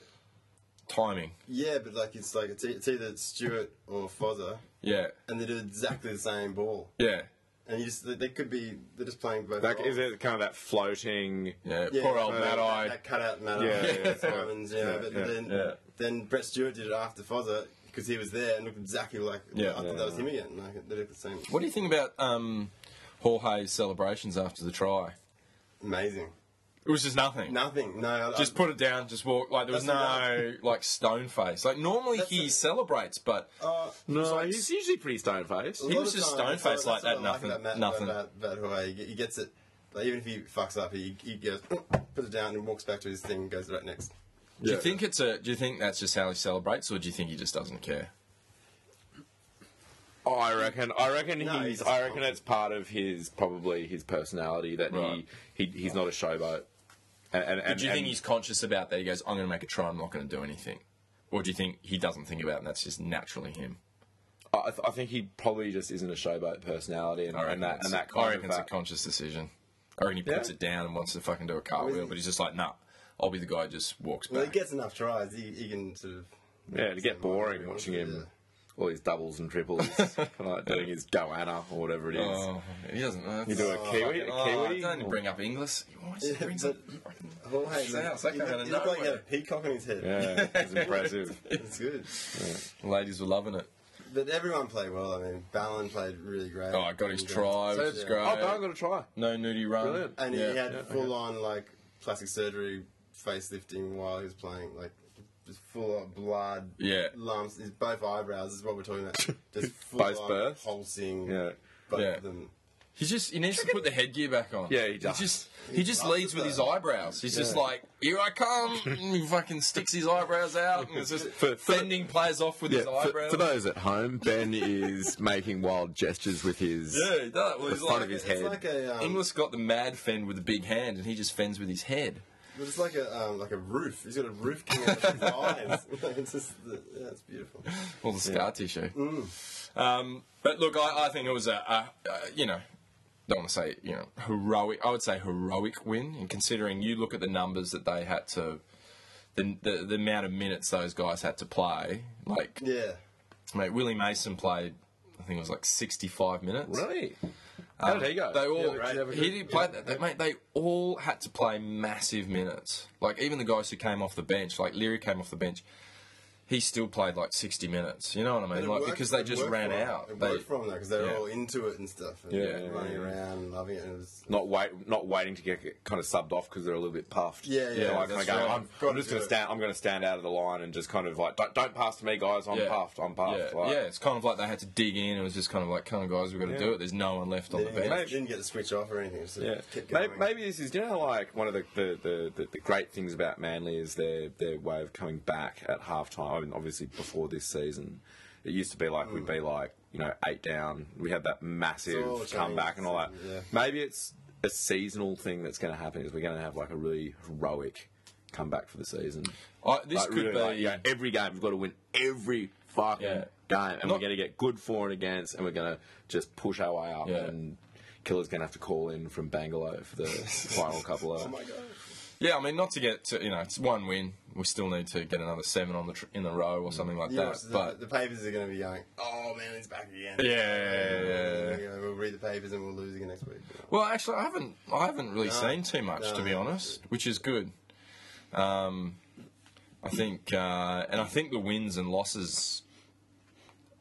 Speaker 2: Timing.
Speaker 1: Yeah, but like it's like it's, e- it's either Stewart or Fozzer,
Speaker 2: Yeah.
Speaker 1: and they do exactly the same ball.
Speaker 2: Yeah.
Speaker 1: And you just they, they could be they're just playing both.
Speaker 3: Like,
Speaker 1: roles.
Speaker 3: is it kind of that floating?
Speaker 2: Yeah.
Speaker 1: Yeah,
Speaker 2: Poor old
Speaker 1: so that-
Speaker 2: Mad Eye.
Speaker 1: That cut out Mad
Speaker 3: Yeah,
Speaker 1: Eye.
Speaker 3: yeah,
Speaker 1: Simons,
Speaker 3: yeah,
Speaker 1: you know, but
Speaker 3: yeah,
Speaker 1: then
Speaker 2: yeah.
Speaker 1: then Brett Stewart did it after Fozzer because he was there and looked exactly like.
Speaker 2: Yeah.
Speaker 1: I thought
Speaker 3: Yeah.
Speaker 1: that was him again. Like they looked the same.
Speaker 2: What do you think about um, Jorge's celebrations after the try?
Speaker 1: Amazing.
Speaker 2: It was just nothing.
Speaker 1: Nothing. No. I-
Speaker 2: Just put it down. Just walk. Like there was no
Speaker 1: That's
Speaker 2: like stone face. Like normally
Speaker 1: That's
Speaker 2: he
Speaker 1: a-
Speaker 2: celebrates, but
Speaker 1: Uh,
Speaker 3: No, he's usually pretty stone faced.
Speaker 1: a
Speaker 2: he
Speaker 1: lot
Speaker 2: was
Speaker 1: of
Speaker 2: just
Speaker 1: times,
Speaker 2: stone
Speaker 1: that's what-
Speaker 2: faced like
Speaker 1: that's what
Speaker 2: that,
Speaker 1: I
Speaker 2: nothing-
Speaker 1: about Matt,
Speaker 2: nothing.
Speaker 1: About, about Hawaii. He he gets it. Like, even if he fucks up, he, he goes, puts it down and walks back to his thing and goes right next.
Speaker 2: Do you think it's a? Do you think that's just how he celebrates, or do you think he just doesn't care?
Speaker 3: Oh, I reckon. I reckon
Speaker 1: No,
Speaker 3: he's.
Speaker 1: he's-
Speaker 3: I reckon it's part of his probably his personality that
Speaker 2: Right.
Speaker 3: he, he he's not a showboat. And, and, and
Speaker 2: do you
Speaker 3: and-
Speaker 2: think he's conscious about that? He goes, "I'm going to make a try. I'm not going to do anything," or do you think he doesn't think about it and that's just naturally him?
Speaker 3: I, th- I think he probably just isn't a showboat personality, and,
Speaker 2: I reckon
Speaker 3: and that
Speaker 2: it's,
Speaker 3: and that
Speaker 2: I
Speaker 3: kind
Speaker 2: reckon
Speaker 3: of
Speaker 2: it's a
Speaker 3: that-
Speaker 2: conscious decision. I reckon he puts
Speaker 3: Yeah.
Speaker 2: it down and wants to fucking do a cartwheel, but he's just like, "Nah, I'll be the guy who just walks
Speaker 1: Well, he
Speaker 2: back."
Speaker 1: gets enough tries. He, he can sort of.
Speaker 3: yeah. To get boring watching him all his doubles and triples, like doing his goanna or whatever it is.
Speaker 2: Oh, he doesn't. That's,
Speaker 3: You do a kiwi, a kiwi.
Speaker 2: Oh, don't bring up English. Why does he
Speaker 1: Yeah,
Speaker 2: bring
Speaker 1: but-
Speaker 2: up fucking-
Speaker 1: Jorge,
Speaker 2: It's out, it's like
Speaker 1: he,
Speaker 2: out of
Speaker 1: he looked like he had a
Speaker 2: nowhere.
Speaker 1: peacock on his head.
Speaker 3: yeah, it's impressive.
Speaker 1: It's good.
Speaker 2: Ladies were loving it.
Speaker 1: But everyone played well. I mean, Ballon played really great. uh,
Speaker 2: Oh, I got his try, which is
Speaker 1: Yeah.
Speaker 2: great.
Speaker 3: Oh, but I'm gonna try.
Speaker 2: No nudie run.
Speaker 3: Brilliant.
Speaker 1: And
Speaker 2: Yeah.
Speaker 1: he had full on like plastic surgery, facelifting while he was playing. Like just full of blood.
Speaker 2: Yeah.
Speaker 1: lumps. His both eyebrows is what we're talking about. Just full
Speaker 3: Both
Speaker 1: on
Speaker 3: burst?
Speaker 1: pulsing.
Speaker 3: Yeah.
Speaker 1: both
Speaker 2: Yeah.
Speaker 1: of them.
Speaker 2: He's just he needs to put the headgear back on.
Speaker 3: Yeah, he does.
Speaker 2: He just, he just
Speaker 1: loves
Speaker 2: leads with
Speaker 1: that.
Speaker 2: his eyebrows. He's just like, here I come, and he fucking sticks his eyebrows out, and it's just
Speaker 3: For- for-
Speaker 2: fending players off with his eyebrows.
Speaker 3: those at home, Ben is making wild gestures with his.
Speaker 2: yeah, he does. Well, he's
Speaker 3: front
Speaker 2: like,
Speaker 3: of his
Speaker 1: It's
Speaker 3: head.
Speaker 1: like a um,
Speaker 2: English got the mad fend with a big hand, and he just fends with his head.
Speaker 1: it's like a um, like a roof. He's got a roof coming out of his eyes. Like, it's just the, yeah, it's beautiful.
Speaker 2: All the scar tissue. Um, but look, I, I think it was a, a, a you know, don't want to say you know heroic. I would say heroic win, and considering you look at the numbers that they had to, the the, the amount of minutes those guys had to play. Like,
Speaker 1: Yeah.
Speaker 2: mate, Willie Mason played. I think it was like sixty-five minutes.
Speaker 3: Really? How did he go?
Speaker 2: They all
Speaker 1: right.
Speaker 2: he didn't play that. They, mate, they all had to play massive minutes. Like even the guys who came off the bench, like Leary came off the bench, he still played like sixty minutes. You know what I mean?
Speaker 1: It
Speaker 2: Like
Speaker 1: worked-
Speaker 2: because they
Speaker 1: it
Speaker 2: just
Speaker 1: worked
Speaker 2: ran
Speaker 1: for 'em.
Speaker 2: out.
Speaker 1: It
Speaker 2: They-
Speaker 1: worked from them because they were
Speaker 2: yeah.
Speaker 1: all into it and stuff. And
Speaker 3: Yeah,
Speaker 1: yeah,
Speaker 3: yeah,
Speaker 1: running
Speaker 3: yeah.
Speaker 1: around and loving it. And it was
Speaker 3: not wait, not waiting to get kind of subbed off because they're a little bit puffed.
Speaker 1: Yeah, yeah,
Speaker 3: So I kinda
Speaker 2: that's
Speaker 3: go,
Speaker 2: right.
Speaker 3: I'm, I'm just going to stand. I'm going to stand out of the line and just kind of like, don't, don't pass to me, guys. I'm
Speaker 2: Yeah.
Speaker 3: puffed. I'm puffed.
Speaker 2: yeah,
Speaker 3: like,
Speaker 2: yeah, it's kind of like they had to dig in. It was just kind of like, come on, guys, we've got to do it. There's no one left on
Speaker 1: They
Speaker 2: the
Speaker 1: didn't,
Speaker 2: bench.
Speaker 1: get, didn't get to switch off or anything. It sort of
Speaker 3: Yeah.
Speaker 1: kept
Speaker 3: Maybe,
Speaker 1: going.
Speaker 3: maybe this is, you know, how, like one of the, the, the, the, the great things about Manly is their, their way of coming back at half time. I mean, obviously, before this season, it used to be like we'd
Speaker 1: Mm.
Speaker 3: be like, you know, eight down. We had that massive
Speaker 1: all changed
Speaker 3: comeback and all that.
Speaker 1: since- yeah.
Speaker 3: Maybe it's a seasonal thing that's going to happen is we're going to have like a really heroic comeback for the season.
Speaker 2: I, this
Speaker 3: Like,
Speaker 2: could
Speaker 3: really,
Speaker 2: be.
Speaker 3: like, you know, every game, we've got to win every fucking
Speaker 2: Yeah.
Speaker 3: game. And we're
Speaker 2: Not-
Speaker 3: going to get good for and against, and we're going to just push our way up
Speaker 2: Yeah.
Speaker 3: and Killer's going to have to call in from Bangalore for the final couple of.
Speaker 1: Oh my god.
Speaker 2: Yeah, I mean, not to get to you know, it's one win. We still need to get another seven on the tr- in the row or something like
Speaker 1: You
Speaker 2: that.
Speaker 1: watch Mm. the,
Speaker 2: But
Speaker 1: the papers are going to be going, oh man, he's back again.
Speaker 2: Yeah, yeah, yeah, yeah.
Speaker 1: You know, we'll read the papers and we'll lose again next week.
Speaker 2: well, actually, I haven't I haven't really
Speaker 1: No.
Speaker 2: seen too much
Speaker 1: No,
Speaker 2: to be
Speaker 1: no.
Speaker 2: honest, which is good. Um, I think, uh, and I think the wins and losses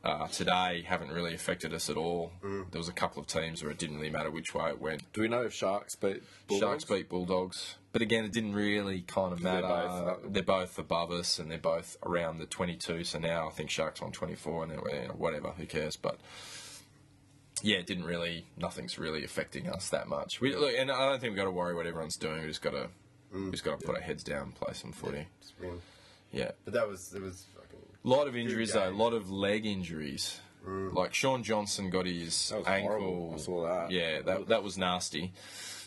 Speaker 2: uh, today haven't really affected us at all.
Speaker 1: Mm.
Speaker 2: There was a couple of teams where it didn't really matter which way it went.
Speaker 3: Do we know if Sharks beat
Speaker 2: Sharks beat Bulldogs, but again, it didn't really kind of matter.
Speaker 3: They're
Speaker 2: They're both,
Speaker 3: both-
Speaker 2: above us, and they're both around the 22. So now I think Sharks on 24, and then, you know, whatever, who cares? But yeah, it didn't really. Nothing's really affecting us that much. We look, and I don't think we've got to worry what everyone's doing. We just got to, we just got to put our heads down, and play some footy.
Speaker 1: Just win.
Speaker 2: Yeah,
Speaker 1: But that was it was fucking.
Speaker 2: a lot of injuries though. A
Speaker 1: game.
Speaker 2: lot of leg injuries. Like Sean Johnson got his
Speaker 3: Mm. was
Speaker 2: ankle.
Speaker 3: horrible. I saw that.
Speaker 2: Yeah, that that was nasty.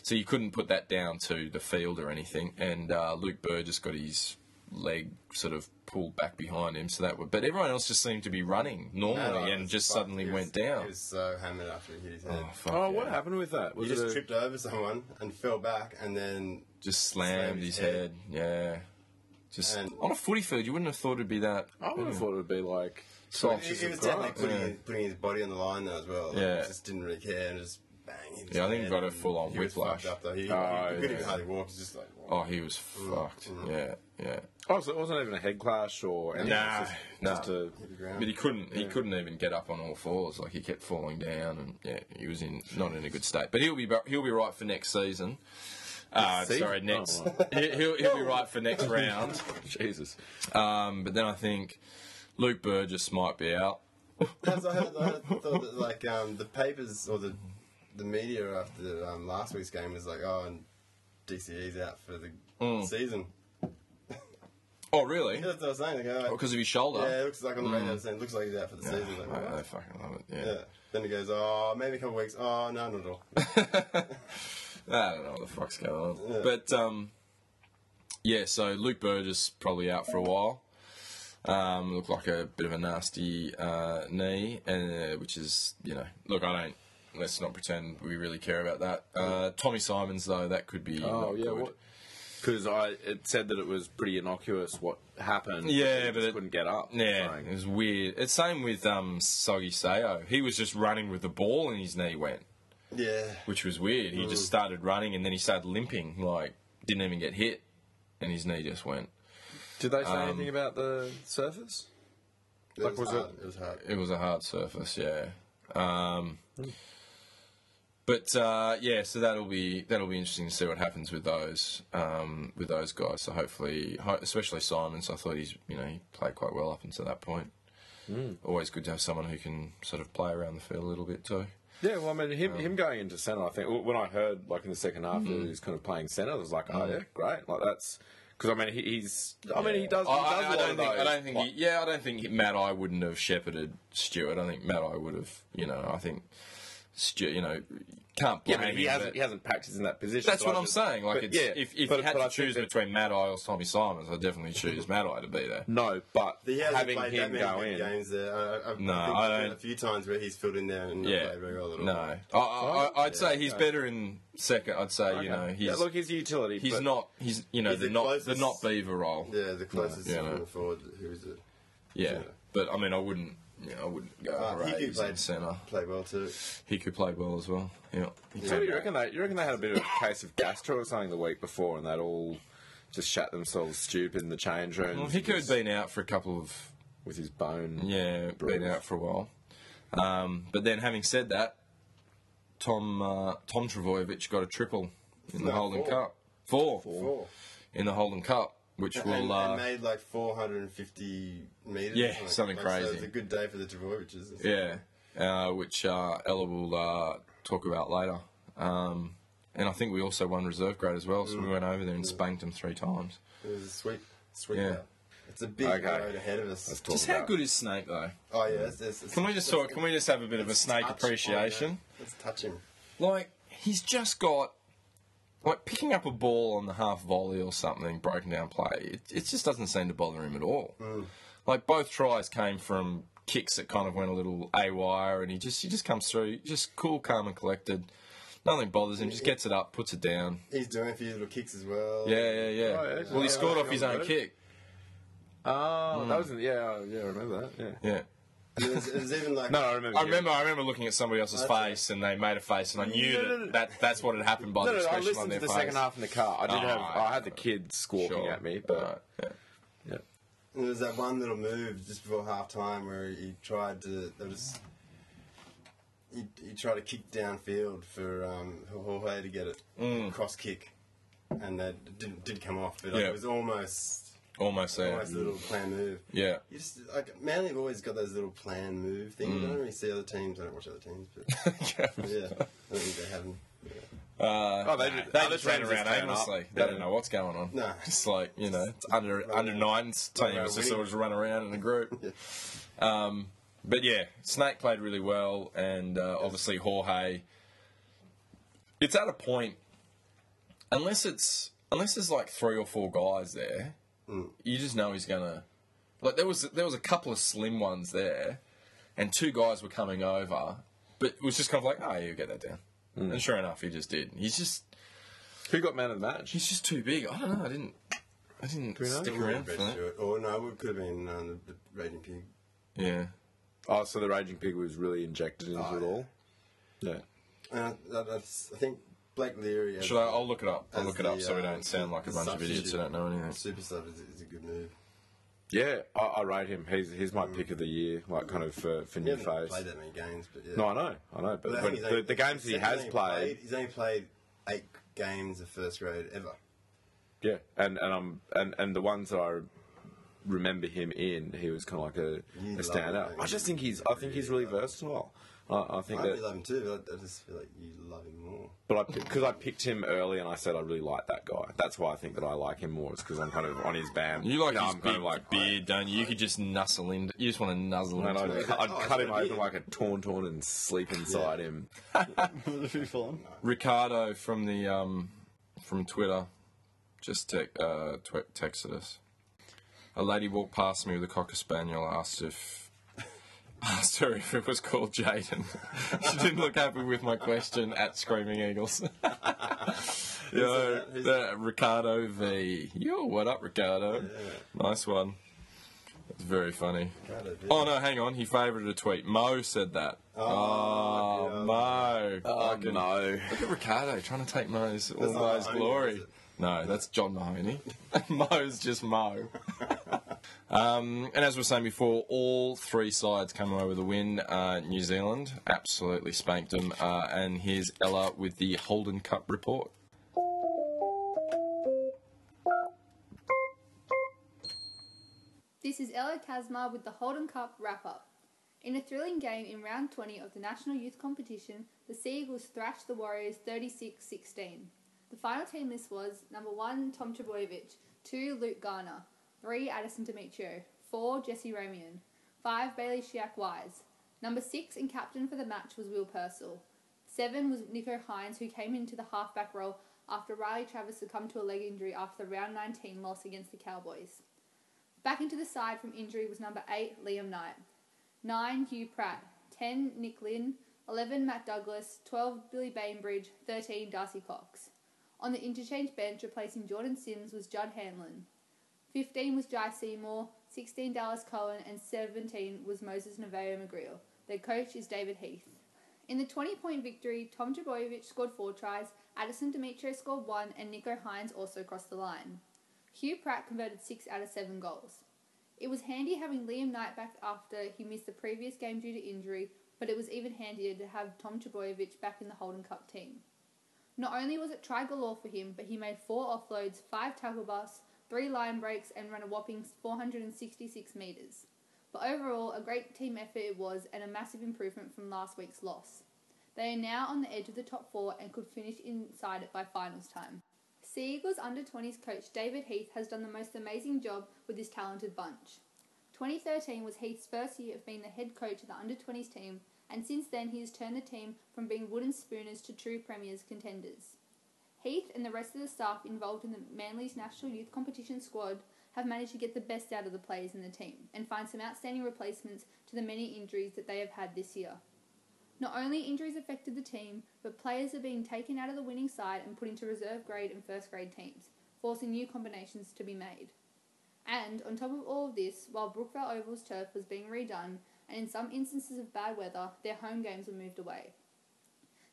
Speaker 2: So you couldn't put that down to the field or anything. And uh, Luke Burgess got his leg sort of pulled back behind him. So that would, but everyone else just seemed to be running
Speaker 1: No,
Speaker 2: normally
Speaker 1: no, it
Speaker 2: and
Speaker 1: was
Speaker 2: just
Speaker 1: fucked.
Speaker 2: suddenly
Speaker 1: He was-
Speaker 2: went down.
Speaker 1: He was so hammered after he hit his head.
Speaker 2: oh fuck!
Speaker 3: Oh,
Speaker 2: yeah.
Speaker 3: what happened with that?
Speaker 1: he
Speaker 3: Was
Speaker 1: just
Speaker 3: it a-
Speaker 1: tripped over someone and fell back, and then
Speaker 2: Just slammed,
Speaker 1: Slammed
Speaker 2: his
Speaker 1: his
Speaker 2: head. Yeah. Just
Speaker 1: And-
Speaker 2: on a footy field, you wouldn't have thought it'd be that. Mm.
Speaker 3: I would have thought it would be like.
Speaker 2: soft.
Speaker 1: he, he was
Speaker 2: Yeah.
Speaker 1: definitely putting, his, putting his body on the line though as well. Like,
Speaker 2: Yeah.
Speaker 1: he just didn't really care and just bang. hit his
Speaker 2: Yeah, I think he
Speaker 1: head
Speaker 2: got a
Speaker 1: and
Speaker 2: full-on
Speaker 1: he was
Speaker 2: whiplash.
Speaker 1: fucked Up, though. He, he,
Speaker 3: Oh,
Speaker 1: he couldn't
Speaker 3: yeah.
Speaker 1: even hardly walk. He's just like.
Speaker 2: Oh, he was
Speaker 3: Mm.
Speaker 2: fucked. Yeah, yeah.
Speaker 3: Oh, so it wasn't even a head clash or anything.
Speaker 2: Nah,
Speaker 3: it's
Speaker 2: nah.
Speaker 3: just, just a.
Speaker 1: hit the ground.
Speaker 2: But he couldn't. He couldn't even get up on all fours. Like he kept falling down, and yeah, he was in not in a good state. But he'll be ba- he'll be right for next season. Uh,
Speaker 3: season?
Speaker 2: Sorry, next.
Speaker 3: Oh,
Speaker 2: he- He'll, he'll be right for next round.
Speaker 3: Jesus.
Speaker 2: Um, but then I think Luke Burgess might be out.
Speaker 1: That's what I, heard, I thought that, like um, the papers or the the media after um, last week's game was like, oh, and DCE's out for the season.
Speaker 2: Oh, really?
Speaker 1: Yeah, that's what I was saying. Like, oh,
Speaker 2: Because of his shoulder.
Speaker 1: yeah, it looks like on the radio saying, looks like he's out for the season. Like,
Speaker 2: I, I
Speaker 1: what?
Speaker 2: fucking love it.
Speaker 1: yeah. Then he goes, oh, maybe a couple of weeks. Oh, no, not at all.
Speaker 2: I don't know what the fuck's going on. But um, yeah, so Luke Burgess probably out for a while. Um, looked like a bit of a nasty uh, knee, and uh, which is you know, look, I don't. Let's not pretend we really care about that. Uh, Tommy Simons though, that could be.
Speaker 3: Oh
Speaker 2: not
Speaker 3: yeah,
Speaker 2: good.
Speaker 3: what? Because I it said that it was pretty innocuous what happened.
Speaker 2: Yeah,
Speaker 3: he
Speaker 2: but
Speaker 3: just
Speaker 2: it-
Speaker 3: couldn't get up.
Speaker 2: Yeah,
Speaker 3: Like,
Speaker 2: it was weird. It's same with um, Soggy Sayo. He was just running with the ball, and his knee went,
Speaker 1: yeah.
Speaker 2: which was weird. He
Speaker 3: Mm.
Speaker 2: just started running, and then he started limping, like didn't even get hit, and his knee just went.
Speaker 3: Did they say anything about the surface?
Speaker 1: It
Speaker 3: Like,
Speaker 1: was,
Speaker 3: was it-
Speaker 1: hard. It was hard.
Speaker 2: It was a hard surface, yeah. Um,
Speaker 3: Hmm.
Speaker 2: but uh, yeah, so that'll be that'll be interesting to see what happens with those um, with those guys. So hopefully, ho- especially Simons, I thought he's you know he played quite well up until that point.
Speaker 3: Hmm.
Speaker 2: Always good to have someone who can sort of play around the field a little bit too.
Speaker 3: Yeah, well, I mean, him, him going into centre, I think w- when I heard like in the second half
Speaker 2: Mm-hmm.
Speaker 3: that he was kind of playing centre, I was like, oh yeah, great, like that's because I mean he, he's, I mean he does, he
Speaker 2: I,
Speaker 3: does
Speaker 2: I-
Speaker 3: a
Speaker 2: I
Speaker 3: lot
Speaker 2: don't
Speaker 3: of
Speaker 2: think I
Speaker 3: those.
Speaker 2: don't think
Speaker 3: Like,
Speaker 2: he, yeah I don't think he- Matt I wouldn't have shepherded Stewart. I think Matt I would have you know I think Stu you know can't
Speaker 3: yeah,
Speaker 2: blame
Speaker 3: I mean, he
Speaker 2: him,
Speaker 3: hasn't
Speaker 2: but-
Speaker 3: he hasn't practiced in that position.
Speaker 2: That's
Speaker 3: but
Speaker 2: what
Speaker 3: I
Speaker 2: I'm
Speaker 3: just-
Speaker 2: saying. Like,
Speaker 3: but
Speaker 2: it's,
Speaker 3: yeah,
Speaker 2: if, if
Speaker 3: but-
Speaker 2: you had
Speaker 3: but I
Speaker 2: to
Speaker 3: think
Speaker 2: choose
Speaker 3: that-
Speaker 2: between Mad Eye or Tommy Simons, I'd definitely choose Mad Eye to be there.
Speaker 3: no, but
Speaker 1: He hasn't
Speaker 3: having
Speaker 1: played
Speaker 3: him
Speaker 1: that many
Speaker 3: go
Speaker 1: good
Speaker 3: in,
Speaker 1: games there. I, I, I
Speaker 2: No,
Speaker 1: think
Speaker 2: I
Speaker 1: there's been
Speaker 2: don't-
Speaker 1: a few times where he's filled in there and not
Speaker 2: Yeah.
Speaker 1: played very well at all.
Speaker 2: No. I, I, I, I'd say he's better in second. I'd say, you know, he's,
Speaker 3: yeah, look, he's a utility.
Speaker 2: he's
Speaker 3: but-
Speaker 2: not, he's, you know,
Speaker 1: He's
Speaker 2: the,
Speaker 1: the
Speaker 2: not, the
Speaker 1: closest-
Speaker 2: not Beaver role. Yeah.
Speaker 1: Yeah, the closest
Speaker 2: yeah,
Speaker 1: no,
Speaker 2: no.
Speaker 1: forward. Who is it?
Speaker 2: But, I mean, I wouldn't, you know, I wouldn't go
Speaker 1: Uh,
Speaker 2: uh,
Speaker 1: he could
Speaker 2: Rays
Speaker 1: play
Speaker 2: in centre.
Speaker 1: Played well too.
Speaker 2: He could play well as well. Yeah. He
Speaker 3: So
Speaker 2: played
Speaker 3: do you
Speaker 2: well.
Speaker 3: reckon they? You reckon they had a bit of a case of gastro or something the week before, and they'd all just shat themselves stupid in the change room.
Speaker 2: Well, he could have been out for a couple of,
Speaker 3: with his bone.
Speaker 2: yeah, been
Speaker 3: Brutal.
Speaker 2: out for a while. Um, but then, having said that, Tom uh, Tom Travojevic got a triple in the
Speaker 1: No,
Speaker 2: Holden
Speaker 1: four.
Speaker 2: Cup. Four.
Speaker 1: Four.
Speaker 2: in the Holden Cup, which
Speaker 1: And,
Speaker 2: will.
Speaker 1: and
Speaker 2: Uh,
Speaker 1: made like 450 meters.
Speaker 2: Yeah, something
Speaker 1: Like, So
Speaker 2: crazy.
Speaker 1: it's a good day for the Travojeviches. It's-
Speaker 2: yeah, uh, which uh, Ella will uh, talk about later. Um, and I think we also won reserve grade as well, so
Speaker 1: Mm.
Speaker 2: we went over there and spanked them three times.
Speaker 1: It was a sweep, sweep
Speaker 2: Yeah.
Speaker 1: out. It's a big
Speaker 3: Okay.
Speaker 1: road ahead of us.
Speaker 3: Let's talk
Speaker 2: Just how
Speaker 3: about-
Speaker 2: good is Snake though?
Speaker 1: Oh yeah, it's, it's, it's, Oh,
Speaker 2: Can we just talk, can we just have a bit of a Snake appreciation?
Speaker 1: Let's touch him.
Speaker 2: Like he's just got like picking up a ball on the half volley or something, broken down play. It, it just doesn't seem to bother him at all.
Speaker 3: Mm.
Speaker 2: Like both tries came from kicks that kind of went a little awry, and he just he just comes through, just cool, calm, and collected. Nothing bothers him. Just gets it up, puts it down.
Speaker 1: He's doing a few little kicks as well.
Speaker 2: Yeah, yeah, yeah.
Speaker 3: Oh, yeah,
Speaker 2: well, he
Speaker 3: yeah,
Speaker 2: scored
Speaker 3: yeah,
Speaker 2: off his
Speaker 3: yeah,
Speaker 2: own
Speaker 3: yeah.
Speaker 2: kick.
Speaker 3: Oh,
Speaker 2: Mm.
Speaker 3: that was in, yeah, I- yeah. I remember that. Yeah.
Speaker 2: Yeah.
Speaker 1: It was, it was even like
Speaker 3: No, I remember.
Speaker 2: I
Speaker 3: yeah.
Speaker 2: remember. I remember looking at somebody else's
Speaker 1: That's
Speaker 2: face, and they made a face, and I knew
Speaker 3: No, no,
Speaker 2: that,
Speaker 3: no.
Speaker 2: that that's what had happened by
Speaker 3: No,
Speaker 2: the
Speaker 3: no, no, I
Speaker 2: expression on
Speaker 3: listened
Speaker 2: their
Speaker 3: to the
Speaker 2: face.
Speaker 3: second half in the car. I did
Speaker 2: Oh,
Speaker 3: have. I had
Speaker 2: okay.
Speaker 3: the kids squawking
Speaker 2: Sure.
Speaker 3: at me, but
Speaker 2: Alright, yeah.
Speaker 3: yeah.
Speaker 1: There was that one little move just before half time where he tried to. There was, he, he tried to kick downfield for um, Jorge to get it cross kick, and that did, did come off, but like,
Speaker 2: Mm. Yeah.
Speaker 1: it was almost
Speaker 2: almost there.
Speaker 1: almost a little plan move.
Speaker 2: Yeah.
Speaker 1: You just like Manly have always got those little plan move things.
Speaker 2: Mm.
Speaker 1: I don't really see other teams. I don't watch other teams, but yeah, I don't think they have them.
Speaker 3: Oh, they,
Speaker 2: Nah,
Speaker 3: did,
Speaker 2: they
Speaker 3: other
Speaker 2: just ran
Speaker 3: teams just
Speaker 2: around
Speaker 3: turn up.
Speaker 2: aimlessly. They don't know what's going on.
Speaker 1: No.
Speaker 2: It's like, you know, it's under under nines team. It's just
Speaker 1: winning.
Speaker 2: always run around in a group. Um, but yeah, Snake played really well, and uh, obviously Jorge. It's at a point, unless it's unless there's like three or four guys there, you just know he's gonna. Like there was there was a couple of slim ones there, and two guys were coming over, but it was just kind of like, oh, you get that down. And sure enough, he just did. He's just
Speaker 3: Who got man of the match?
Speaker 2: He's just too big. I don't know. I didn't. I didn't
Speaker 3: know?
Speaker 2: stick
Speaker 1: It would've
Speaker 2: around for
Speaker 1: been
Speaker 2: that.
Speaker 1: Stewart, Or no, it could have been um, the, the Raging Pig.
Speaker 2: Yeah.
Speaker 3: Oh, so the raging pig was really injected into
Speaker 1: Oh,
Speaker 3: it
Speaker 1: yeah.
Speaker 3: all. Yeah.
Speaker 1: Uh, that, that's I think Blake Leary. as
Speaker 2: Should I?
Speaker 1: the-
Speaker 2: I'll look it up. I'll
Speaker 1: as
Speaker 2: look it up
Speaker 1: the,
Speaker 2: so we
Speaker 1: uh,
Speaker 2: don't sound like a
Speaker 1: the
Speaker 2: bunch of idiots who
Speaker 1: substitute.
Speaker 2: don't know anything.
Speaker 1: Super sub is, is a good move.
Speaker 3: Yeah, I, I rate him. He's he's my pick of the year, like kind of for, for
Speaker 1: He
Speaker 3: new
Speaker 1: hasn't
Speaker 3: face.
Speaker 1: played that many games, but yeah.
Speaker 3: No, I know, I know, but,
Speaker 1: But I
Speaker 3: but
Speaker 1: think he's
Speaker 3: the,
Speaker 1: only-
Speaker 3: the games he
Speaker 1: he's
Speaker 3: has
Speaker 1: only
Speaker 3: played,
Speaker 1: He's only played eight games of first grade ever.
Speaker 3: yeah, and and um and, and the ones that I remember him in, he was kind of like a,
Speaker 1: You
Speaker 3: a
Speaker 1: love
Speaker 3: standout.
Speaker 1: him.
Speaker 3: I just think he's, I think he's really versatile. I, I think
Speaker 1: I really
Speaker 3: that,
Speaker 1: love him too, but I, I just feel like you love him more.
Speaker 3: but I because I picked him early and I said I really like that guy. That's why I think that I like him more. It's because I'm kind of on his band.
Speaker 2: You like
Speaker 3: No,
Speaker 2: his
Speaker 3: I'm
Speaker 2: big
Speaker 3: kind of like
Speaker 2: beard, don't you? You could just nuzzle him. You just want to nuzzle him.
Speaker 3: And I'd,
Speaker 2: to it.
Speaker 3: I'd
Speaker 1: Oh,
Speaker 3: cut
Speaker 1: it's
Speaker 3: him
Speaker 1: gonna be-
Speaker 3: open like a tauntaun and sleep inside him.
Speaker 4: the fifth one.
Speaker 2: Ricardo from the um from Twitter just te- uh, tw- texted us. A lady walked past me with a cocker spaniel. Asked if asked her if it was called Jaden. she didn't look happy with my question at Screaming Eagles. Yo,
Speaker 1: that? Who's
Speaker 2: the Ricardo V. Yo, what up, Ricardo? Nice one. It's very funny.
Speaker 1: Kind of, yeah.
Speaker 2: Oh no, hang on. He favoured a tweet. Mo said that. Oh,
Speaker 1: yeah.
Speaker 2: Mo.
Speaker 3: Oh
Speaker 2: Fucking
Speaker 3: no!
Speaker 2: Look at Ricardo trying to take Mo's all
Speaker 1: not
Speaker 2: Mo's
Speaker 1: Mahoney,
Speaker 2: glory.
Speaker 1: is it?
Speaker 2: No, that's John Mahoney. Mo's just Mo. um, and as we were saying before, all three sides come away with a win. Uh, New Zealand absolutely spanked them. Uh, and here's Ella with the Holden Cup report.
Speaker 6: This is Ella Kazmar with the Holden Cup wrap up. In a thrilling game in round 20 of the National Youth Competition, the Sea Eagles thrashed the Warriors 36 16. The final team list was number 1 Tom Trebojevic, 2 Luke Garner, 3 Addison Demetrio, 4 Jesse Romian, 5 Bailey Shiak Wise. Number 6 and captain for the match was Will Purcell. 7 was Nico Hines, who came into the halfback role after Riley Travis succumbed to a leg injury after the round 19 loss against the Cowboys. Back into the side from injury was number 8, Liam Knight. 9, Hugh Pratt. 10, Nick Lynn. 11, Matt Douglas. 12, Billy Bainbridge. 13, Darcy Cox. On the interchange bench, replacing Jordan Sims, was Judd Hanlon. 15 was Jai Seymour. 16, Dallas Cohen. And 17 was Moses Naveo McGreal. Their coach is David Heath. In the 20 point victory, Tom Jabojevic scored four tries, Addison Demetrio scored one, and Nico Hines also crossed the line. Hugh Pratt converted six out of seven goals. It was handy having Liam Knight back after he missed the previous game due to injury, but it was even handier to have Tom Chabojevic back in the Holden Cup team. Not only was it try galore for him, but he made four offloads, five tackle busts, three line breaks, and ran a whopping 466 metres. But overall, a great team effort it was and a massive improvement from last week's loss. They are now on the edge of the top four and could finish inside it by finals time. Sea Eagles under 20s coach David Heath has done the most amazing job with this talented bunch. 2013 was Heath's first year of being the head coach of the under 20s team, and since then he has turned the team from being wooden spooners to true Premier's contenders. Heath and the rest of the staff involved in the Manly's National Youth Competition squad have managed to get the best out of the players in the team and find some outstanding replacements to the many injuries that they have had this year. Not only injuries affected the team, but players are being taken out of the winning side and put into reserve grade and first grade teams, forcing new combinations to be made. And on top of all of this, while Brookvale Oval's turf was being redone, and in some instances of bad weather, their home games were moved away.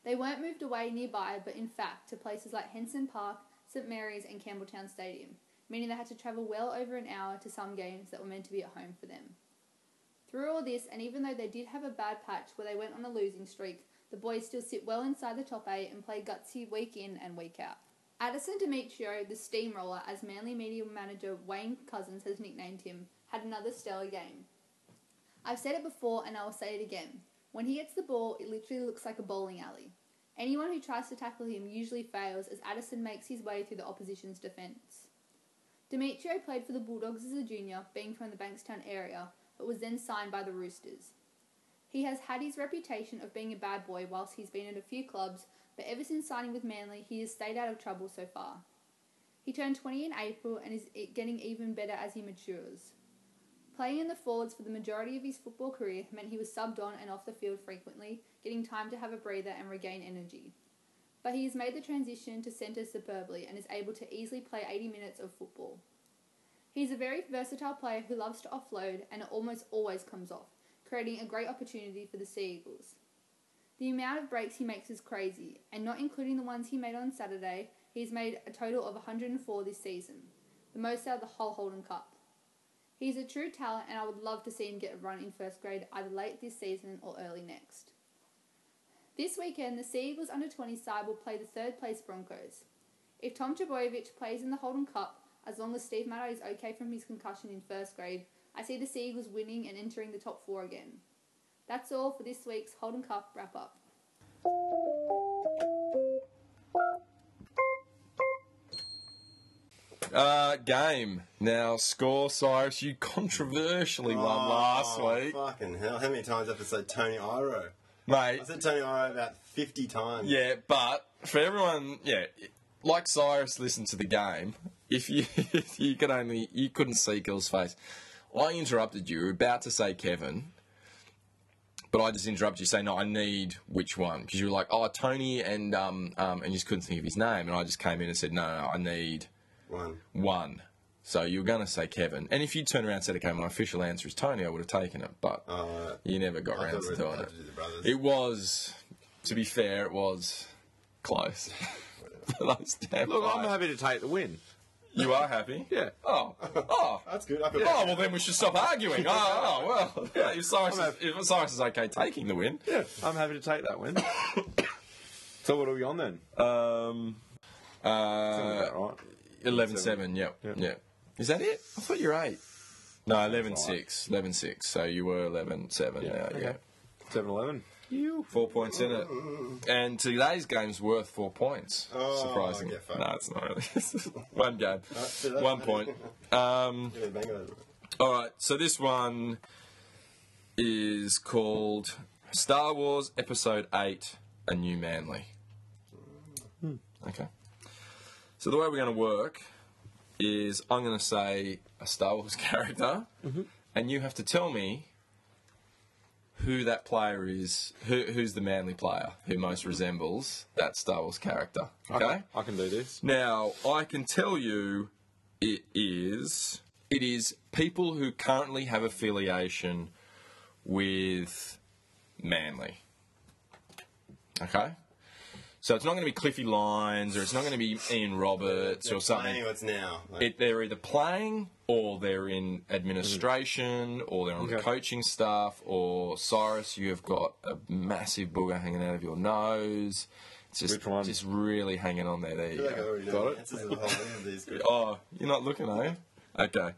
Speaker 6: They weren't moved away nearby, but in fact to places like Henson Park, St Mary's, and Campbelltown Stadium, meaning they had to travel well over an hour to some games that were meant to be at home for them. Through all this, and even though they did have a bad patch where they went on a losing streak, the boys still sit well inside the top eight and play gutsy week in and week out. Addison Demetrio, the steamroller, as Manly media manager Wayne Cousins has nicknamed him, had another stellar game. I've said it before and I will say it again. When he gets the ball, it literally looks like a bowling alley. Anyone who tries to tackle him usually fails as Addison makes his way through the opposition's defence. Demetrio played for the Bulldogs as a junior, being from the Bankstown area, but was then signed by the Roosters. He has had his reputation of being a bad boy whilst he's been at a few clubs, but ever since signing with Manly, he has stayed out of trouble so far. He turned 20 in April and is i- getting even better as he matures. Playing in the forwards for the majority of his football career meant he was subbed on and off the field frequently, getting time to have a breather and regain energy. But he has made the transition to centre superbly and is able to easily play 80 minutes of football. He's a very versatile player who loves to offload and it almost always comes off, creating a great opportunity for the Sea Eagles. The amount of breaks he makes is crazy, and not including the ones he made on Saturday, he's made a total of 104 this season, the most out of the whole Holden Cup. He's a true talent, and I would love to see him get a run in first grade either late this season or early next. This weekend, the Sea Eagles under 20 side will play the third place Broncos. If Tom Trebojevic plays in the Holden Cup, as long as Steve Maddow is okay from his concussion in first grade, I see the Sea Eagles winning and entering the top four again. That's all for this week's Holden Cup wrap up.
Speaker 2: Uh, game. Now, score, Cyrus. You controversially won last
Speaker 1: Oh,
Speaker 2: week.
Speaker 1: Fucking hell. How many times have I said Tony Iro?
Speaker 2: Mate,
Speaker 1: I said Tony Iro about 50 times.
Speaker 2: Yeah, but for everyone, yeah, like Cyrus listened to the game. If you if you could only you couldn't see Gill's face. I interrupted you. You were about to say Kevin, but I just interrupted you saying, "No, I need which one?" Because you were like, "Oh, Tony," and um, um, and you just couldn't think of his name. And I just came in and said, "No, no, no I need
Speaker 1: One.
Speaker 2: one." So you were going to say Kevin, and if you turn around and said, "Okay, my official answer is Tony," I would have taken it, but
Speaker 1: Uh,
Speaker 2: you never got
Speaker 1: I thought
Speaker 2: around to
Speaker 1: we
Speaker 2: doing
Speaker 1: had
Speaker 2: it.
Speaker 1: to do the brothers.
Speaker 2: It was, to be fair, it was close. Those damn
Speaker 3: Look, I'm
Speaker 2: guys.
Speaker 3: happy to take the win.
Speaker 2: You are happy?
Speaker 3: Yeah.
Speaker 2: Oh, oh.
Speaker 1: That's good. I feel
Speaker 2: Oh, well, then we should stop arguing. Oh, oh well. Yeah, if, Cyrus is, if Cyrus is okay taking the win.
Speaker 3: Yeah, I'm happy to take that win. so what are we on then?
Speaker 2: Um, uh,
Speaker 3: Something about right.
Speaker 2: 11 7, yep. uh, Yeah. Is that it? I thought you were 8. No, 11
Speaker 3: all right.
Speaker 2: 6. 11 6. So you were 11 7 now, yeah.
Speaker 3: 7-Eleven. You.
Speaker 2: Four points in it. And today's game's worth four points.
Speaker 1: Oh,
Speaker 2: Surprisingly.
Speaker 1: get fucked.
Speaker 2: No, it's not really. It's just one game.
Speaker 1: see that?
Speaker 2: One point. Um,
Speaker 1: Yeah, bang on.
Speaker 2: all right, so this one is called Star Wars Episode 8 A New Manly. Okay. So the way we're going to work is I'm going to say a Star Wars character, and you have to tell me who that player is, who, who's the manly player who most resembles that Star Wars character. okay.
Speaker 3: I can do this.
Speaker 2: Now, I can tell you it is it is people who currently have affiliation with Manly. Okay? So it's not going to be Cliffy Lines or it's not going to be Ian Roberts or
Speaker 1: Playing
Speaker 2: something.
Speaker 1: what's now. Like,
Speaker 2: It, they're either playing or they're in administration
Speaker 1: Mm-hmm.
Speaker 2: or they're on the
Speaker 3: Okay.
Speaker 2: coaching staff or Cyrus, you have got a massive booger hanging out of your nose. It's just,
Speaker 3: Which one?
Speaker 2: just really hanging on there. There you
Speaker 1: I feel like I
Speaker 2: go.
Speaker 1: already know
Speaker 3: Got
Speaker 1: the
Speaker 3: it.
Speaker 1: answers to the whole thing of these.
Speaker 2: Oh, you're not looking, are you? Okay.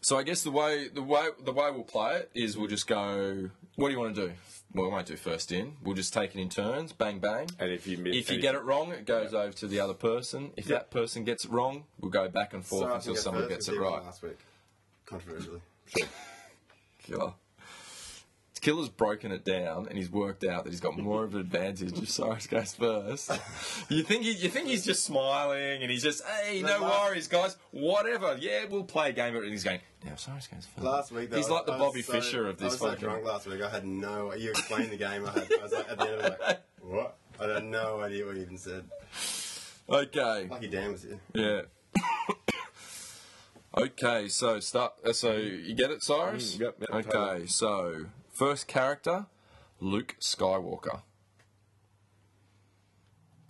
Speaker 2: So I guess the way the way the way we'll play it is we'll just go. What do you want to do? Well, we won't do first in. We'll just take it in turns. Bang bang.
Speaker 3: And if you miss,
Speaker 2: If you get it wrong, it goes over to the other person. If that person gets it wrong, we'll go back and forth
Speaker 1: Sorry, I
Speaker 2: until
Speaker 1: think I
Speaker 2: someone
Speaker 1: first
Speaker 2: gets
Speaker 1: with
Speaker 2: it
Speaker 1: you
Speaker 2: right.
Speaker 1: Last week, controversially.
Speaker 2: Killer. Killer's broken it down and he's worked out that he's got more of an advantage if Cyrus goes first. You think he, you think he's just smiling and he's just, hey, no
Speaker 1: last-
Speaker 2: worries, guys, whatever. Yeah, we'll play a game of it. And he's going, now Cyrus goes first.
Speaker 1: Last week, though,
Speaker 2: he's
Speaker 1: I-
Speaker 2: like the
Speaker 1: I was
Speaker 2: Bobby
Speaker 1: so-
Speaker 2: Fisher of
Speaker 1: I
Speaker 2: this
Speaker 1: was so
Speaker 2: fucking-
Speaker 1: drunk last week. I had no. You explained the game. I, had, I was like at the end of it, like, what? I had no idea what you even said.
Speaker 2: Okay.
Speaker 1: Lucky Dan was here.
Speaker 2: Yeah. okay, so start. Uh, so you get it, Cyrus?
Speaker 3: Mm, yep, yep,
Speaker 2: Okay,
Speaker 3: totally.
Speaker 2: so first character, Luke Skywalker.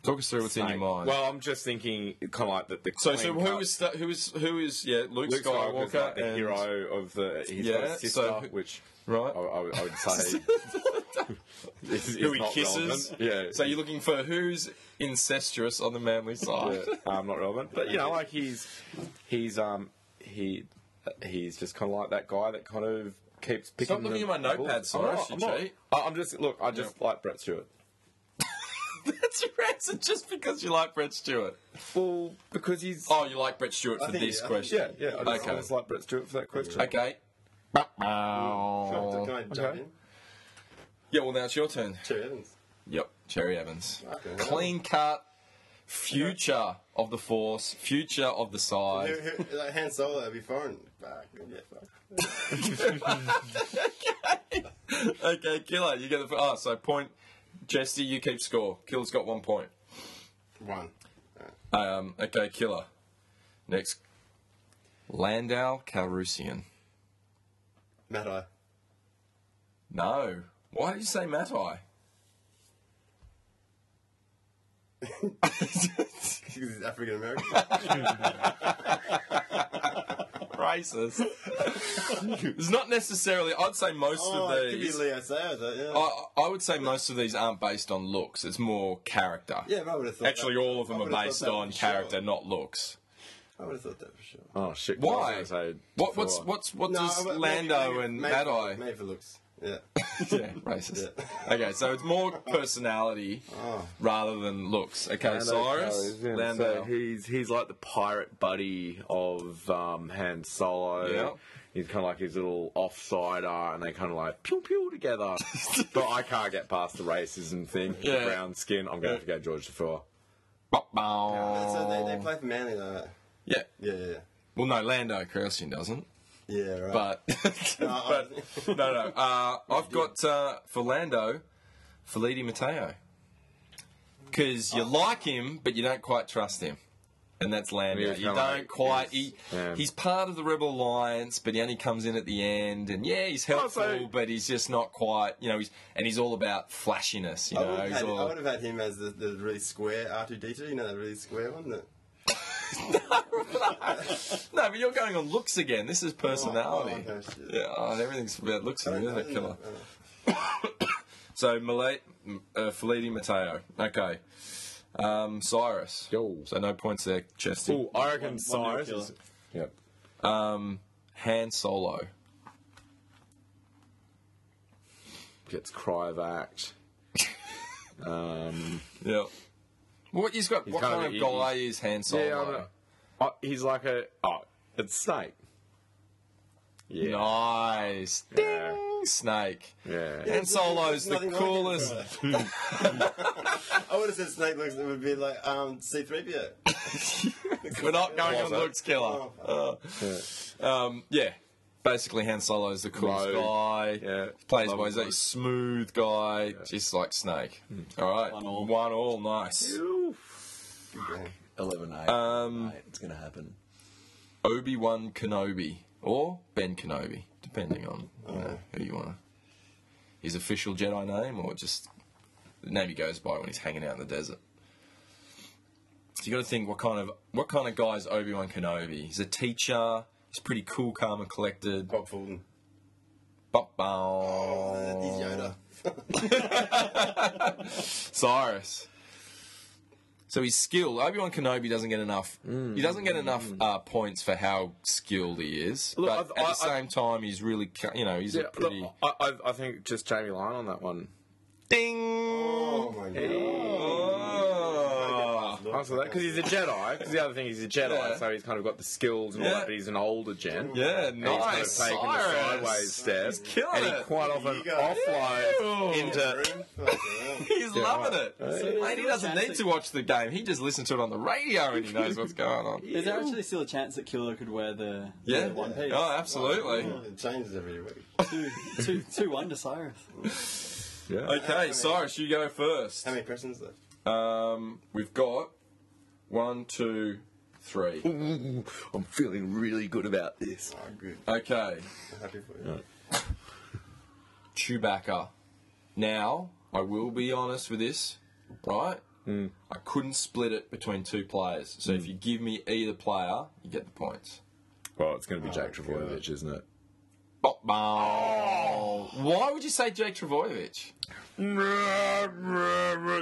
Speaker 2: Talk us through what's in your mind.
Speaker 3: Well, I'm just thinking kind of like the, the
Speaker 2: so so
Speaker 3: clean
Speaker 2: who
Speaker 3: cut-
Speaker 2: is sta- who is who is yeah Luke,
Speaker 3: Luke
Speaker 2: Skywalker,
Speaker 3: Skywalker's like the
Speaker 2: and-
Speaker 3: hero of the his
Speaker 2: Yeah,
Speaker 3: sister,
Speaker 2: so who-
Speaker 3: which
Speaker 2: right?
Speaker 3: I, I, would- I would say is, is
Speaker 2: who he
Speaker 3: not
Speaker 2: kisses?
Speaker 3: relevant. Yeah.
Speaker 2: So you're looking for who's incestuous on the manly side?
Speaker 3: yeah, um, not relevant. But you know, like he's he's um he he's just kind of like that guy that kind of keeps picking.
Speaker 2: Stop looking
Speaker 3: the-
Speaker 2: at my notepad,
Speaker 3: I'm
Speaker 2: Cyrus,
Speaker 3: not-
Speaker 2: you
Speaker 3: I'm not-
Speaker 2: cheat.
Speaker 3: I- I'm just look. I just like Brett Stewart.
Speaker 2: That's your answer, just because you like Brett Stewart.
Speaker 3: Well, because he's
Speaker 2: Oh, you like Brett Stewart for
Speaker 1: think-
Speaker 2: this
Speaker 1: I think-
Speaker 2: question?
Speaker 3: yeah yeah. I just,
Speaker 2: Okay.
Speaker 3: I just like Brett Stewart for that question.
Speaker 2: Okay.
Speaker 1: Can I, can I jump
Speaker 3: okay.
Speaker 1: in?
Speaker 2: Yeah, well, now it's your turn.
Speaker 1: Cherry Evans.
Speaker 2: Yep, Cherry Evans.
Speaker 1: Okay.
Speaker 2: Clean cut, future of the Force, future of the
Speaker 1: Who,
Speaker 2: side.
Speaker 1: who, like Han Solo, that'd be foreign. Fuck. Yeah, fuck.
Speaker 2: okay, Killer, you get the. Oh, so point. Jesse, you keep score. Killer's got one point.
Speaker 1: One.
Speaker 2: Um, okay, Killer. Next. Landau Calrissian.
Speaker 1: Mad Eye.
Speaker 2: No. Why did you say Matai?
Speaker 1: Because he's African American.
Speaker 2: Racist. it's not necessarily. I'd say most
Speaker 1: oh,
Speaker 2: of
Speaker 1: it
Speaker 2: these.
Speaker 1: could
Speaker 2: Oh.
Speaker 1: be Leo Sayers, uh, yeah.
Speaker 2: I, I would say most of these aren't based on looks. It's more character.
Speaker 1: yeah, but I would have thought.
Speaker 2: Actually,
Speaker 1: that.
Speaker 2: all of
Speaker 1: I
Speaker 2: them are
Speaker 1: would've thought
Speaker 2: based
Speaker 1: that
Speaker 2: on
Speaker 1: for sure.
Speaker 2: character, not looks.
Speaker 1: I would have thought that for sure.
Speaker 3: Oh shit!
Speaker 2: Why?
Speaker 3: was I gonna say
Speaker 2: What, what's
Speaker 3: before?
Speaker 2: what's what does
Speaker 1: but maybe-
Speaker 2: Lando
Speaker 1: maybe-
Speaker 2: and
Speaker 1: maybe
Speaker 2: Mad
Speaker 1: for-
Speaker 2: Eye?
Speaker 1: Maybe for looks. Yeah.
Speaker 2: Yeah, racist. Okay, so it's more personality rather than looks. Okay, Cyrus,
Speaker 3: Yeah,
Speaker 2: Lando.
Speaker 3: So he's he's like the pirate buddy of um, Han Solo.
Speaker 2: Yeah.
Speaker 3: He's kind of like his little offsider, and they kind of like pew pew together. but I can't get past the racism thing. the
Speaker 2: Yeah.
Speaker 3: brown skin. I'm going to have to go George Four.
Speaker 2: Bop, bow.
Speaker 1: So they, they play for Manly, though.
Speaker 2: yeah.
Speaker 1: Yeah, yeah, yeah.
Speaker 2: Well, no, Lando Krausian doesn't.
Speaker 1: Yeah, right.
Speaker 2: But, but no, no. Uh, I've got uh, for Lando, Felipe Mateo. Because
Speaker 1: Oh.
Speaker 2: you like him, but you don't quite trust him. And that's Lando.
Speaker 3: was
Speaker 2: You
Speaker 3: kinda
Speaker 2: don't
Speaker 3: like-
Speaker 2: quite.
Speaker 3: he's-
Speaker 2: He,
Speaker 3: yeah.
Speaker 2: He's part of the Rebel Alliance, but he only comes in at the end. And yeah, he's helpful,
Speaker 3: Also-
Speaker 2: but he's just not quite. You know, he's and he's all about flashiness. You
Speaker 1: I
Speaker 2: know,
Speaker 1: would, have
Speaker 2: he's
Speaker 1: had, I
Speaker 2: all,
Speaker 1: would have had him as the, the really square R2D2, you know, that really square one that.
Speaker 2: no, but you're going on looks again. This is personality.
Speaker 1: Oh, oh, okay, shit.
Speaker 2: yeah, oh, everything's about looks,
Speaker 1: I
Speaker 2: isn't
Speaker 1: don't know,
Speaker 2: it,
Speaker 1: you know,
Speaker 2: killer?
Speaker 1: uh,
Speaker 2: So Malay, m- uh, Felipe Mateo. Okay. Um, Cyrus.
Speaker 3: Yo.
Speaker 2: So no points there, Chesty.
Speaker 3: Oh, I reckon
Speaker 4: one nil
Speaker 3: Cyrus. Is,
Speaker 4: killer.
Speaker 3: yep.
Speaker 2: Han Solo.
Speaker 3: Gets cryovac.
Speaker 2: Yeah. What he's got? what
Speaker 3: kind
Speaker 2: kind of,
Speaker 3: of- he-
Speaker 2: guy is Han Solo?
Speaker 3: Yeah, I'm a- oh, he's like a oh, it's Snake. Yeah.
Speaker 2: Nice.
Speaker 3: Yeah.
Speaker 2: Ding, Snake.
Speaker 3: Yeah.
Speaker 2: Han Solo's
Speaker 1: There's
Speaker 2: the
Speaker 1: nothing like it.
Speaker 2: coolest.
Speaker 1: I would have said Snake looks, it would be like um, C3PO.
Speaker 2: We're not going on
Speaker 3: Closet.
Speaker 2: looks killer.
Speaker 3: Oh.
Speaker 2: Um, yeah. Basically, Han Solo's the coolest
Speaker 3: Rogue.
Speaker 2: guy.
Speaker 3: Yeah.
Speaker 2: Plays
Speaker 3: Love
Speaker 2: by he's
Speaker 3: him.
Speaker 2: a smooth guy, just like Snake.
Speaker 3: Hmm.
Speaker 2: All right.
Speaker 4: One all.
Speaker 2: One all. Nice.
Speaker 7: Eleven eight.
Speaker 2: Um,
Speaker 7: Eight. It's gonna happen.
Speaker 2: Obi Wan Kenobi or Ben Kenobi, depending on you know, who you want. to His official Jedi name or just the name he goes by when he's hanging out in the desert. So you got to think what kind of what kind of guy is Obi Wan Kenobi? He's a teacher. He's pretty cool, calm, and collected.
Speaker 1: Bob Fulton.
Speaker 2: Bop,
Speaker 1: Oh,
Speaker 2: bop.
Speaker 1: he's Yoda.
Speaker 2: Cyrus. So he's skilled. Obi Wan Kenobi doesn't get enough. He doesn't get enough uh, points for how skilled he is.
Speaker 3: Mm. Look,
Speaker 2: but
Speaker 3: I've-
Speaker 2: at the
Speaker 3: I- I-
Speaker 2: same time, he's really, ca- you know, he's
Speaker 3: Yeah,
Speaker 2: a pretty
Speaker 3: look, oh. I, I, I think just Jamie Lyon on that one.
Speaker 2: ding.
Speaker 1: Oh my god.
Speaker 2: Oh.
Speaker 1: Look
Speaker 3: Oh, so that because he's a Jedi. Because the other thing is he's a Jedi,
Speaker 2: Yeah.
Speaker 3: so he's kind of got the skills and all
Speaker 2: Yeah.
Speaker 3: that, but he's an older gen.
Speaker 2: Yeah,
Speaker 3: And he's kind of
Speaker 2: nice.
Speaker 3: taken the
Speaker 2: Cyrus.
Speaker 3: sideways step,
Speaker 2: He's killing
Speaker 3: and he
Speaker 2: it.
Speaker 3: quite often
Speaker 1: You go.
Speaker 3: offloads
Speaker 2: Ew.
Speaker 3: into
Speaker 2: He's loving
Speaker 3: right.
Speaker 2: it.
Speaker 4: there's
Speaker 2: Mate, he
Speaker 4: still a
Speaker 2: doesn't
Speaker 4: chance
Speaker 2: need
Speaker 4: that-
Speaker 2: to watch the game. He just listens to it on the radio and he knows what's going on.
Speaker 4: Is there actually still a chance that Killer could wear the,
Speaker 2: Yeah.
Speaker 4: the one piece?
Speaker 2: Oh, absolutely.
Speaker 1: It changes every week.
Speaker 4: Two, two, two one to Cyrus.
Speaker 2: Okay, Cyrus, you go first.
Speaker 1: How many questions left?
Speaker 2: Um, we've got one, two, three.
Speaker 3: I'm feeling really good about this.
Speaker 1: Oh, good.
Speaker 2: Okay,
Speaker 1: Happy for you.
Speaker 2: Chewbacca. Now, I will be honest with this, right?
Speaker 3: Hmm.
Speaker 2: I couldn't split it between two players. So if you give me either player, you get the points.
Speaker 3: Well, it's going to be Jack Travojevic, isn't it?
Speaker 2: Bop, bop. Why would you say Jake Travojevic?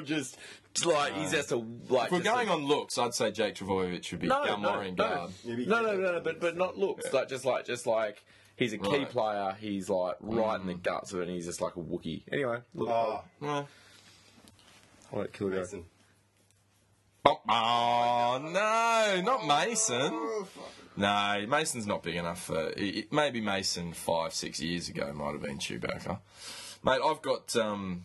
Speaker 3: Just, just like he's just a like.
Speaker 2: If we're
Speaker 3: just a-
Speaker 2: going on looks, I'd say Jake Travojevic would be
Speaker 3: no, no, no,
Speaker 2: Galmorian
Speaker 3: no,
Speaker 2: guard.
Speaker 1: Maybe-
Speaker 3: no, no, no, no, but but not looks. Like just like just like he's a key
Speaker 2: Right.
Speaker 3: player. He's like right in the guts of it, and he's just like a Wookie. Mm. Anyway, look,
Speaker 1: Oh,
Speaker 2: No.
Speaker 3: I'll let Killer go.
Speaker 1: Mason.
Speaker 2: Bop, Oh, no, not Mason. No, Mason's not big enough for. i- i- Maybe Mason five, six years ago might have been Chewbacca. Mate, I've got um,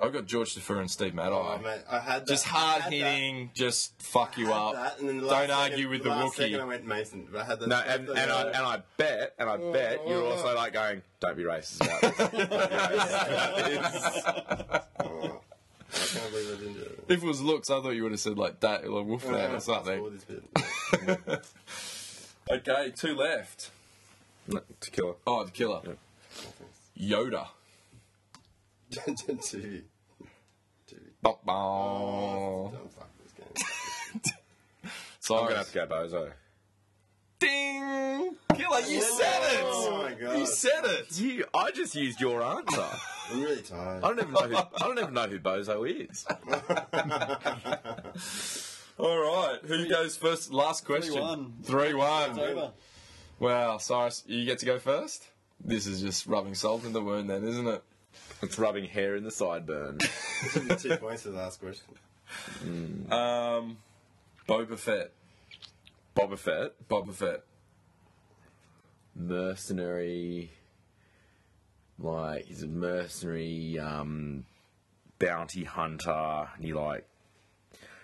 Speaker 2: I've got George DeFer and Steve Maddie.
Speaker 1: Oh, mate, I had that.
Speaker 2: just
Speaker 1: I
Speaker 2: hard
Speaker 1: had that.
Speaker 2: hitting, just fuck you
Speaker 1: I had
Speaker 2: up.
Speaker 1: that, and then the last
Speaker 2: Don't
Speaker 1: second-
Speaker 2: argue with the
Speaker 1: last
Speaker 2: Wookiee.
Speaker 1: Second I went Mason, but I had that.
Speaker 3: No, and, and I and I bet and I bet you're also like going, don't be racist about this.
Speaker 1: Oh, I can't believe I didn't do it.
Speaker 2: If it was looks, I thought you would have said like that or Wolfman or
Speaker 1: All
Speaker 2: something.
Speaker 1: this bit.
Speaker 2: Okay, two left.
Speaker 3: No, to kill her.
Speaker 2: Oh, the killer. Yoda.
Speaker 1: TV.
Speaker 2: Bop, bop.
Speaker 1: Don't fuck this game.
Speaker 3: I'm
Speaker 2: Sorry.
Speaker 3: gonna have to go bozo.
Speaker 2: Ding! Killer, you said it!
Speaker 1: Oh my god.
Speaker 2: You said it!
Speaker 3: You, I just used your answer. I
Speaker 1: I'm really tired.
Speaker 3: don't even know. Who, I don't even know who bozo is.
Speaker 2: All right, who goes first? Last question.
Speaker 4: 3-1.
Speaker 2: Three one.
Speaker 4: It's over.
Speaker 2: Wow, Cyrus, you get to go first. This is just rubbing salt in the wound, then, isn't it?
Speaker 3: It's rubbing hair in the sideburn.
Speaker 1: Two points for the last question.
Speaker 2: Um, Boba Fett.
Speaker 3: Boba Fett,
Speaker 2: Boba Fett.
Speaker 3: mercenary. Like he's a mercenary um, bounty hunter, and he like.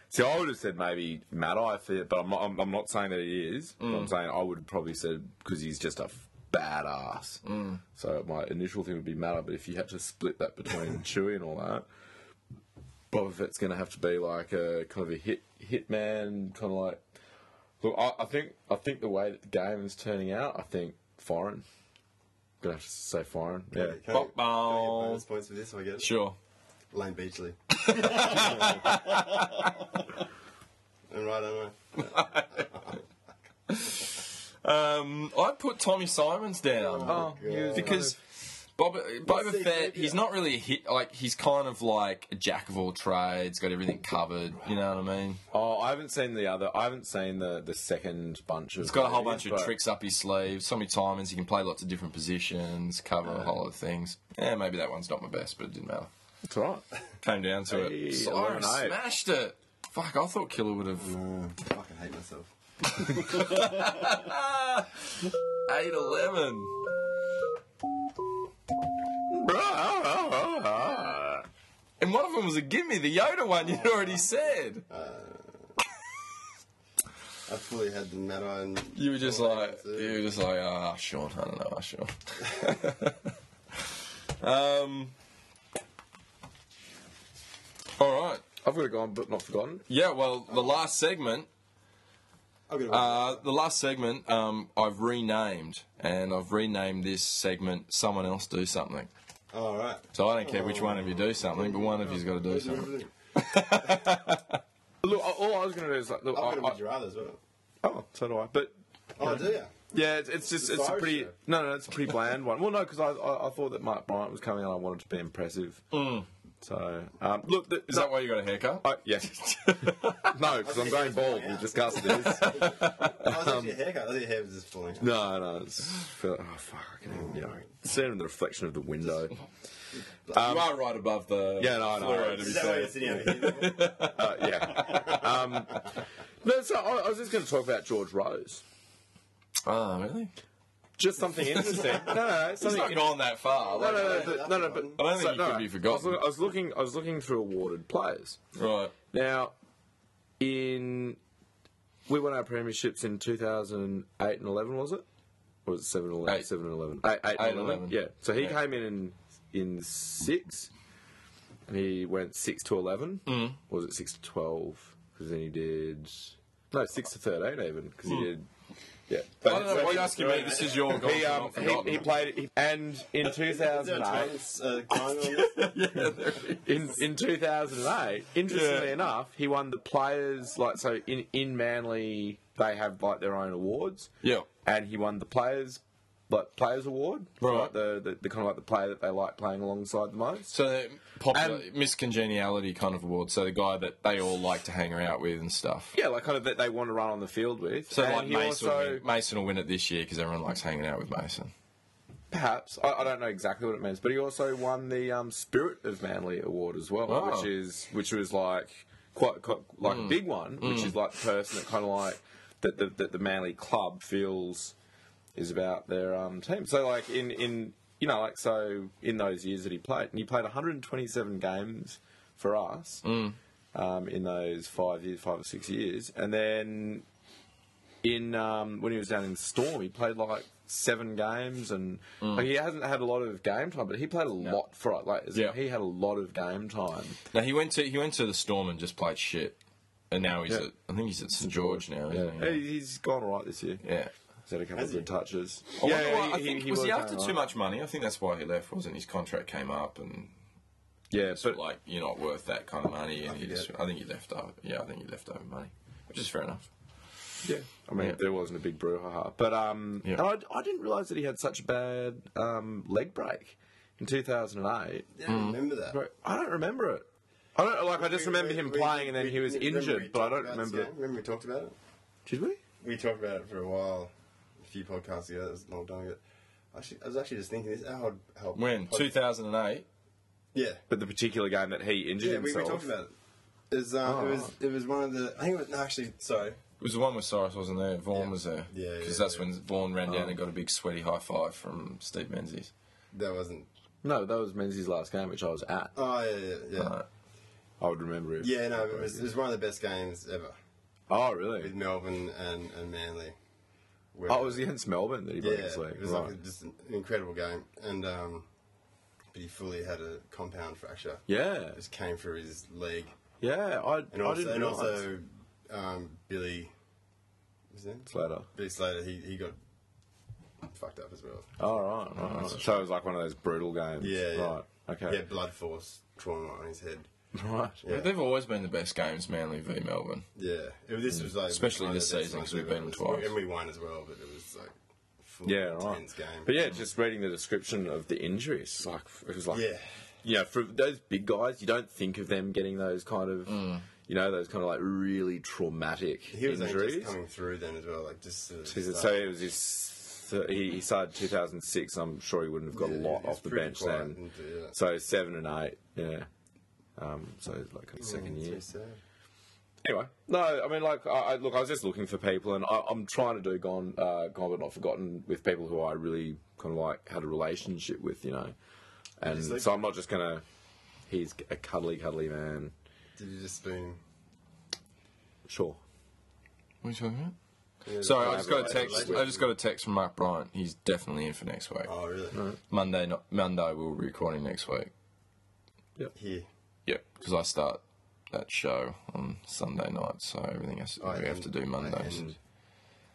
Speaker 3: See, I would have said maybe Mad Eye for it, but I'm not. I'm, I'm not saying that he is. but I'm saying I would have probably said because he's just a f- badass. So my initial thing would be Mad Eye, but if you had to split that between Chewie and all that, Boba Fett's going to have to be like a kind of a hit hitman, kind of like. Look, I, I think I think the way that the game is turning out, I think foreign. Gonna have to say foreign.
Speaker 1: Can I,
Speaker 3: Yeah.
Speaker 1: can I get
Speaker 2: Bop-bow.
Speaker 1: bonus points for this if I get it?
Speaker 2: Sure.
Speaker 1: Lane Beachley. I'm right, am I?
Speaker 2: Um, I put Tommy Simons down.
Speaker 1: Oh, God.
Speaker 2: because Boba, Boba
Speaker 1: Let's see,
Speaker 2: Fett,
Speaker 1: yeah.
Speaker 2: he's not really a hit. Like he's kind of like a jack of all trades, got everything covered. You know what I mean?
Speaker 3: Oh, I haven't seen the other. I haven't seen the the second bunch of.
Speaker 2: He's got a whole bunch of
Speaker 3: but-
Speaker 2: tricks up his sleeve. So many timings he can play lots of different positions, cover a whole lot of things. Yeah, maybe that one's not my best, but it didn't matter.
Speaker 3: That's right.
Speaker 2: Came down to
Speaker 3: Hey,
Speaker 2: it.
Speaker 3: eleven
Speaker 2: Cyrus
Speaker 3: eight.
Speaker 2: smashed it. Fuck, I thought Killer would have
Speaker 1: Oh, I fucking hate myself.
Speaker 2: eight eleven. And one of them was a gimme, the Yoda one
Speaker 3: Oh,
Speaker 2: you'd already said.
Speaker 1: I fully had the mad eye and
Speaker 2: You were just
Speaker 1: Oh,
Speaker 2: like,
Speaker 1: yeah.
Speaker 2: you were just like, ah, Sean, I don't know, ah, Sean. um, all right.
Speaker 3: I've got to go on, but not forgotten.
Speaker 2: Yeah, well, the last segment,
Speaker 1: I'll get
Speaker 2: uh, the last segment, um, I've renamed, and I've renamed this segment "Someone Else Do Something."
Speaker 1: All right.
Speaker 2: So I don't care which one of you do something, but one of you's got to do something.
Speaker 3: Look, I- all I was going to do is like, look,
Speaker 1: I'm
Speaker 3: I,
Speaker 1: gonna be
Speaker 3: I,
Speaker 1: Gerard as well.
Speaker 3: oh, so do I. But
Speaker 1: Oh, do you?
Speaker 3: yeah, it's, it's just
Speaker 1: a
Speaker 3: it's a
Speaker 1: side
Speaker 3: pretty
Speaker 1: show.
Speaker 3: no, no, it's a pretty bland one. Well, no, because I, I I thought that Mark Bryant was coming and I wanted to be impressive. So um, look, the,
Speaker 2: Mm. Is that why you got a haircut?
Speaker 3: I, yes. no, because I'm going bald. We discussed this.
Speaker 1: I was
Speaker 3: Um,
Speaker 1: actually a haircut. I think your hair was just falling. out.
Speaker 3: No, no. It's, oh, fuck. I can even, you know, see it in the reflection of the window.
Speaker 2: you are right above the
Speaker 3: Yeah, no, I know.
Speaker 2: fluoro, to be
Speaker 1: Is that why
Speaker 2: fair.
Speaker 1: you're sitting over here?
Speaker 3: Uh, yeah. Um, no, so I, I was just going to talk about George Rose.
Speaker 2: Oh, really?
Speaker 3: Just something interesting. No, no, no,
Speaker 2: It's
Speaker 3: something.
Speaker 2: not gone that far.
Speaker 3: No,
Speaker 2: like-
Speaker 3: no, no, but- no, no,
Speaker 2: I
Speaker 3: but
Speaker 2: don't think
Speaker 3: so,
Speaker 2: he
Speaker 3: no,
Speaker 2: could be forgotten.
Speaker 3: I was, I was looking. I was looking through awarded players.
Speaker 2: Right.
Speaker 3: Now, in we won our premierships in 2008 and 11, was it? Or was it 7 and 11?
Speaker 2: Eight.
Speaker 3: 7 and 11. 8, eight
Speaker 2: Eight
Speaker 3: and
Speaker 2: and
Speaker 3: 11.
Speaker 2: 11.
Speaker 3: Yeah. So he
Speaker 2: Yeah.
Speaker 3: came in in, in 6, and he went 6 to 11. Mm. Or was it 6 to 12? Because then he did. No, 6 to 13 even, because he did. Yeah.
Speaker 2: Hmm. I don't know why you're asking me. This is your goal.
Speaker 3: He, um, he, he played. He, and in
Speaker 1: Is there a
Speaker 3: 2008.
Speaker 1: Thomas, uh, Klein on this?
Speaker 3: in in 2008 interestingly enough he won the players like so in in manly they have like their own awards
Speaker 2: Yeah.
Speaker 3: and he won the players like players award
Speaker 2: Right.
Speaker 3: like, the, the, the kind of like the player that they like playing alongside the most
Speaker 2: So they're popular miscongeniality kind of award. So the guy that they all like to hang out with and stuff.
Speaker 3: yeah like kind of that they want to run on the field with
Speaker 2: So
Speaker 3: and
Speaker 2: like
Speaker 3: he
Speaker 2: Mason, will
Speaker 3: also
Speaker 2: win- Mason will win it this year because everyone likes hanging out with Mason.
Speaker 3: perhaps I, I don't know exactly what it means but he also won the um, spirit of manly award as well
Speaker 2: Wow.
Speaker 3: which is which was like quite, quite like a big one which is like the person that kind of like that the, that the manly club feels is about their um, team. So like in in you know like so in those years that he played, and he played 127 games for us um, in those five years, five or six years, and then in um, when he was down in Storm, he played like. Seven games, and
Speaker 2: Mm.
Speaker 3: like, he hasn't had a lot of game time, but he played a lot for it. Like, as in
Speaker 2: Yeah.
Speaker 3: he had a lot of game time.
Speaker 2: Now he went to he went to the Storm and just played shit, and now he's
Speaker 3: Yeah.
Speaker 2: at I think he's at St George now.
Speaker 3: Yeah.
Speaker 2: Isn't he?
Speaker 3: He- He's gone all right this year.
Speaker 2: yeah.
Speaker 3: He's had a couple of good touches.
Speaker 2: I wonder why- I think was he
Speaker 3: going
Speaker 2: after
Speaker 3: all
Speaker 2: too
Speaker 3: right.
Speaker 2: much money? I think that's why he left. Wasn't his contract came up and
Speaker 3: Yeah,
Speaker 2: sort
Speaker 3: but
Speaker 2: of like you're not worth that kind of money, and he just, I think you left over. Yeah, I think you left over money, which is fair enough.
Speaker 3: Yeah, I mean
Speaker 2: Yeah.
Speaker 3: there wasn't a big brouhaha, but um,
Speaker 2: Yeah.
Speaker 3: and I, I didn't realise that he had such a bad um, leg break in two thousand and eight.
Speaker 1: Yeah, I remember that.
Speaker 3: I don't remember it. I don't like. I just
Speaker 1: We-
Speaker 3: remember
Speaker 1: we-
Speaker 3: him
Speaker 1: we-
Speaker 3: playing, and then
Speaker 1: we-
Speaker 3: he was
Speaker 1: we- remember we
Speaker 3: injured, but I
Speaker 1: talked
Speaker 3: don't
Speaker 1: about this,
Speaker 3: remember.
Speaker 1: yeah? Remember we talked about it?
Speaker 3: Did we?
Speaker 1: We talked about it for a while, a few podcasts ago. That was long time ago. Actually, I was actually just thinking this. How, how
Speaker 2: When
Speaker 1: pod-
Speaker 2: 2008,
Speaker 1: Yeah,
Speaker 3: But the particular game that he injured
Speaker 1: yeah, we, we
Speaker 3: himself.
Speaker 1: talked about it. It was, um,
Speaker 3: Oh.
Speaker 1: it was it was one of the. I think it was no, actually. Sorry,
Speaker 2: it was the one where Cyrus wasn't there. Vaughan was there.
Speaker 1: Yeah, yeah, Um,
Speaker 2: because that's
Speaker 1: yeah.
Speaker 2: when Vaughan ran down and got a big sweaty high five from Steve Menzies.
Speaker 1: that wasn't.
Speaker 3: No, that was Menzies' last game, which I was at.
Speaker 1: Oh yeah, yeah, yeah.
Speaker 3: I would remember it.
Speaker 1: yeah, no, it was, it was one of the best games ever
Speaker 3: Oh
Speaker 1: with
Speaker 3: really?
Speaker 1: Melbourne and, and Manly. Where,
Speaker 3: Oh, it was against Melbourne that he
Speaker 1: yeah,
Speaker 3: broke his leg.
Speaker 1: it was
Speaker 3: right.
Speaker 1: like just an incredible game, and um, but he fully had a compound fracture.
Speaker 3: yeah,
Speaker 1: It just came through his leg.
Speaker 3: yeah. I,
Speaker 1: And
Speaker 3: I
Speaker 1: also,
Speaker 3: didn't
Speaker 1: and
Speaker 3: realise.
Speaker 1: also um, Billy. Was that?
Speaker 3: Slater.
Speaker 1: Billy Slater, he, he got fucked up as well.
Speaker 3: All Oh, right, right, right. So it was like one of those brutal games.
Speaker 1: Yeah, yeah.
Speaker 3: Right. Okay.
Speaker 1: He had blood force trauma on his head.
Speaker 3: Right.
Speaker 1: Yeah.
Speaker 2: They've always been the best games, Manly v Melbourne.
Speaker 1: Yeah. It was,
Speaker 3: Mm.
Speaker 1: this was like.
Speaker 2: Especially
Speaker 1: one of the
Speaker 2: this
Speaker 1: best
Speaker 2: season,
Speaker 1: ones
Speaker 2: 'cause we've
Speaker 1: we've
Speaker 2: beaten
Speaker 1: ever-
Speaker 2: them twice.
Speaker 1: And we won as well, but it was like. Full
Speaker 3: Yeah, right.
Speaker 1: intense game.
Speaker 3: But yeah, just reading the description of the injury, it's like it was like
Speaker 1: Yeah.
Speaker 3: you know, for those big guys, you don't think of them getting those kind of you know those kind of like really traumatic
Speaker 1: He was like,
Speaker 3: injuries.
Speaker 1: just coming through then as well, like just. Sort of
Speaker 3: So he said-
Speaker 1: stuff.
Speaker 3: so it was just so he, he started 2006. I'm sure he wouldn't have got
Speaker 1: Yeah,
Speaker 3: a
Speaker 1: he
Speaker 3: lot
Speaker 1: was
Speaker 3: off the
Speaker 1: pretty
Speaker 3: bench
Speaker 1: quiet
Speaker 3: then.
Speaker 1: and, yeah.
Speaker 3: So seven and eight, yeah. Um, so like a
Speaker 2: Mm,
Speaker 3: second
Speaker 1: Yeah,
Speaker 3: year.
Speaker 1: so sad.
Speaker 3: Anyway, no, I mean, like, I, I look, I was just looking for people, and I, I'm trying to do gone, uh, gone but not forgotten with people who I really kind of like had a relationship with, you know, and
Speaker 1: Obviously.
Speaker 3: so I'm not just gonna. He's a cuddly, cuddly man.
Speaker 1: Did you just spoon?
Speaker 3: Sure.
Speaker 2: What are you talking about?
Speaker 1: Yeah,
Speaker 2: Sorry, I
Speaker 1: like,
Speaker 2: just got a
Speaker 1: like,
Speaker 2: text.
Speaker 1: like-
Speaker 2: I just got a text from Mark Bryant. He's definitely in for next week.
Speaker 1: Oh, really?
Speaker 2: Monday, no, Monday we'll be recording next week.
Speaker 1: Here.
Speaker 2: Yep, because I start that show on Sunday night, so everything has,
Speaker 1: I
Speaker 2: we have to do
Speaker 1: end- I
Speaker 2: Mondays.
Speaker 1: end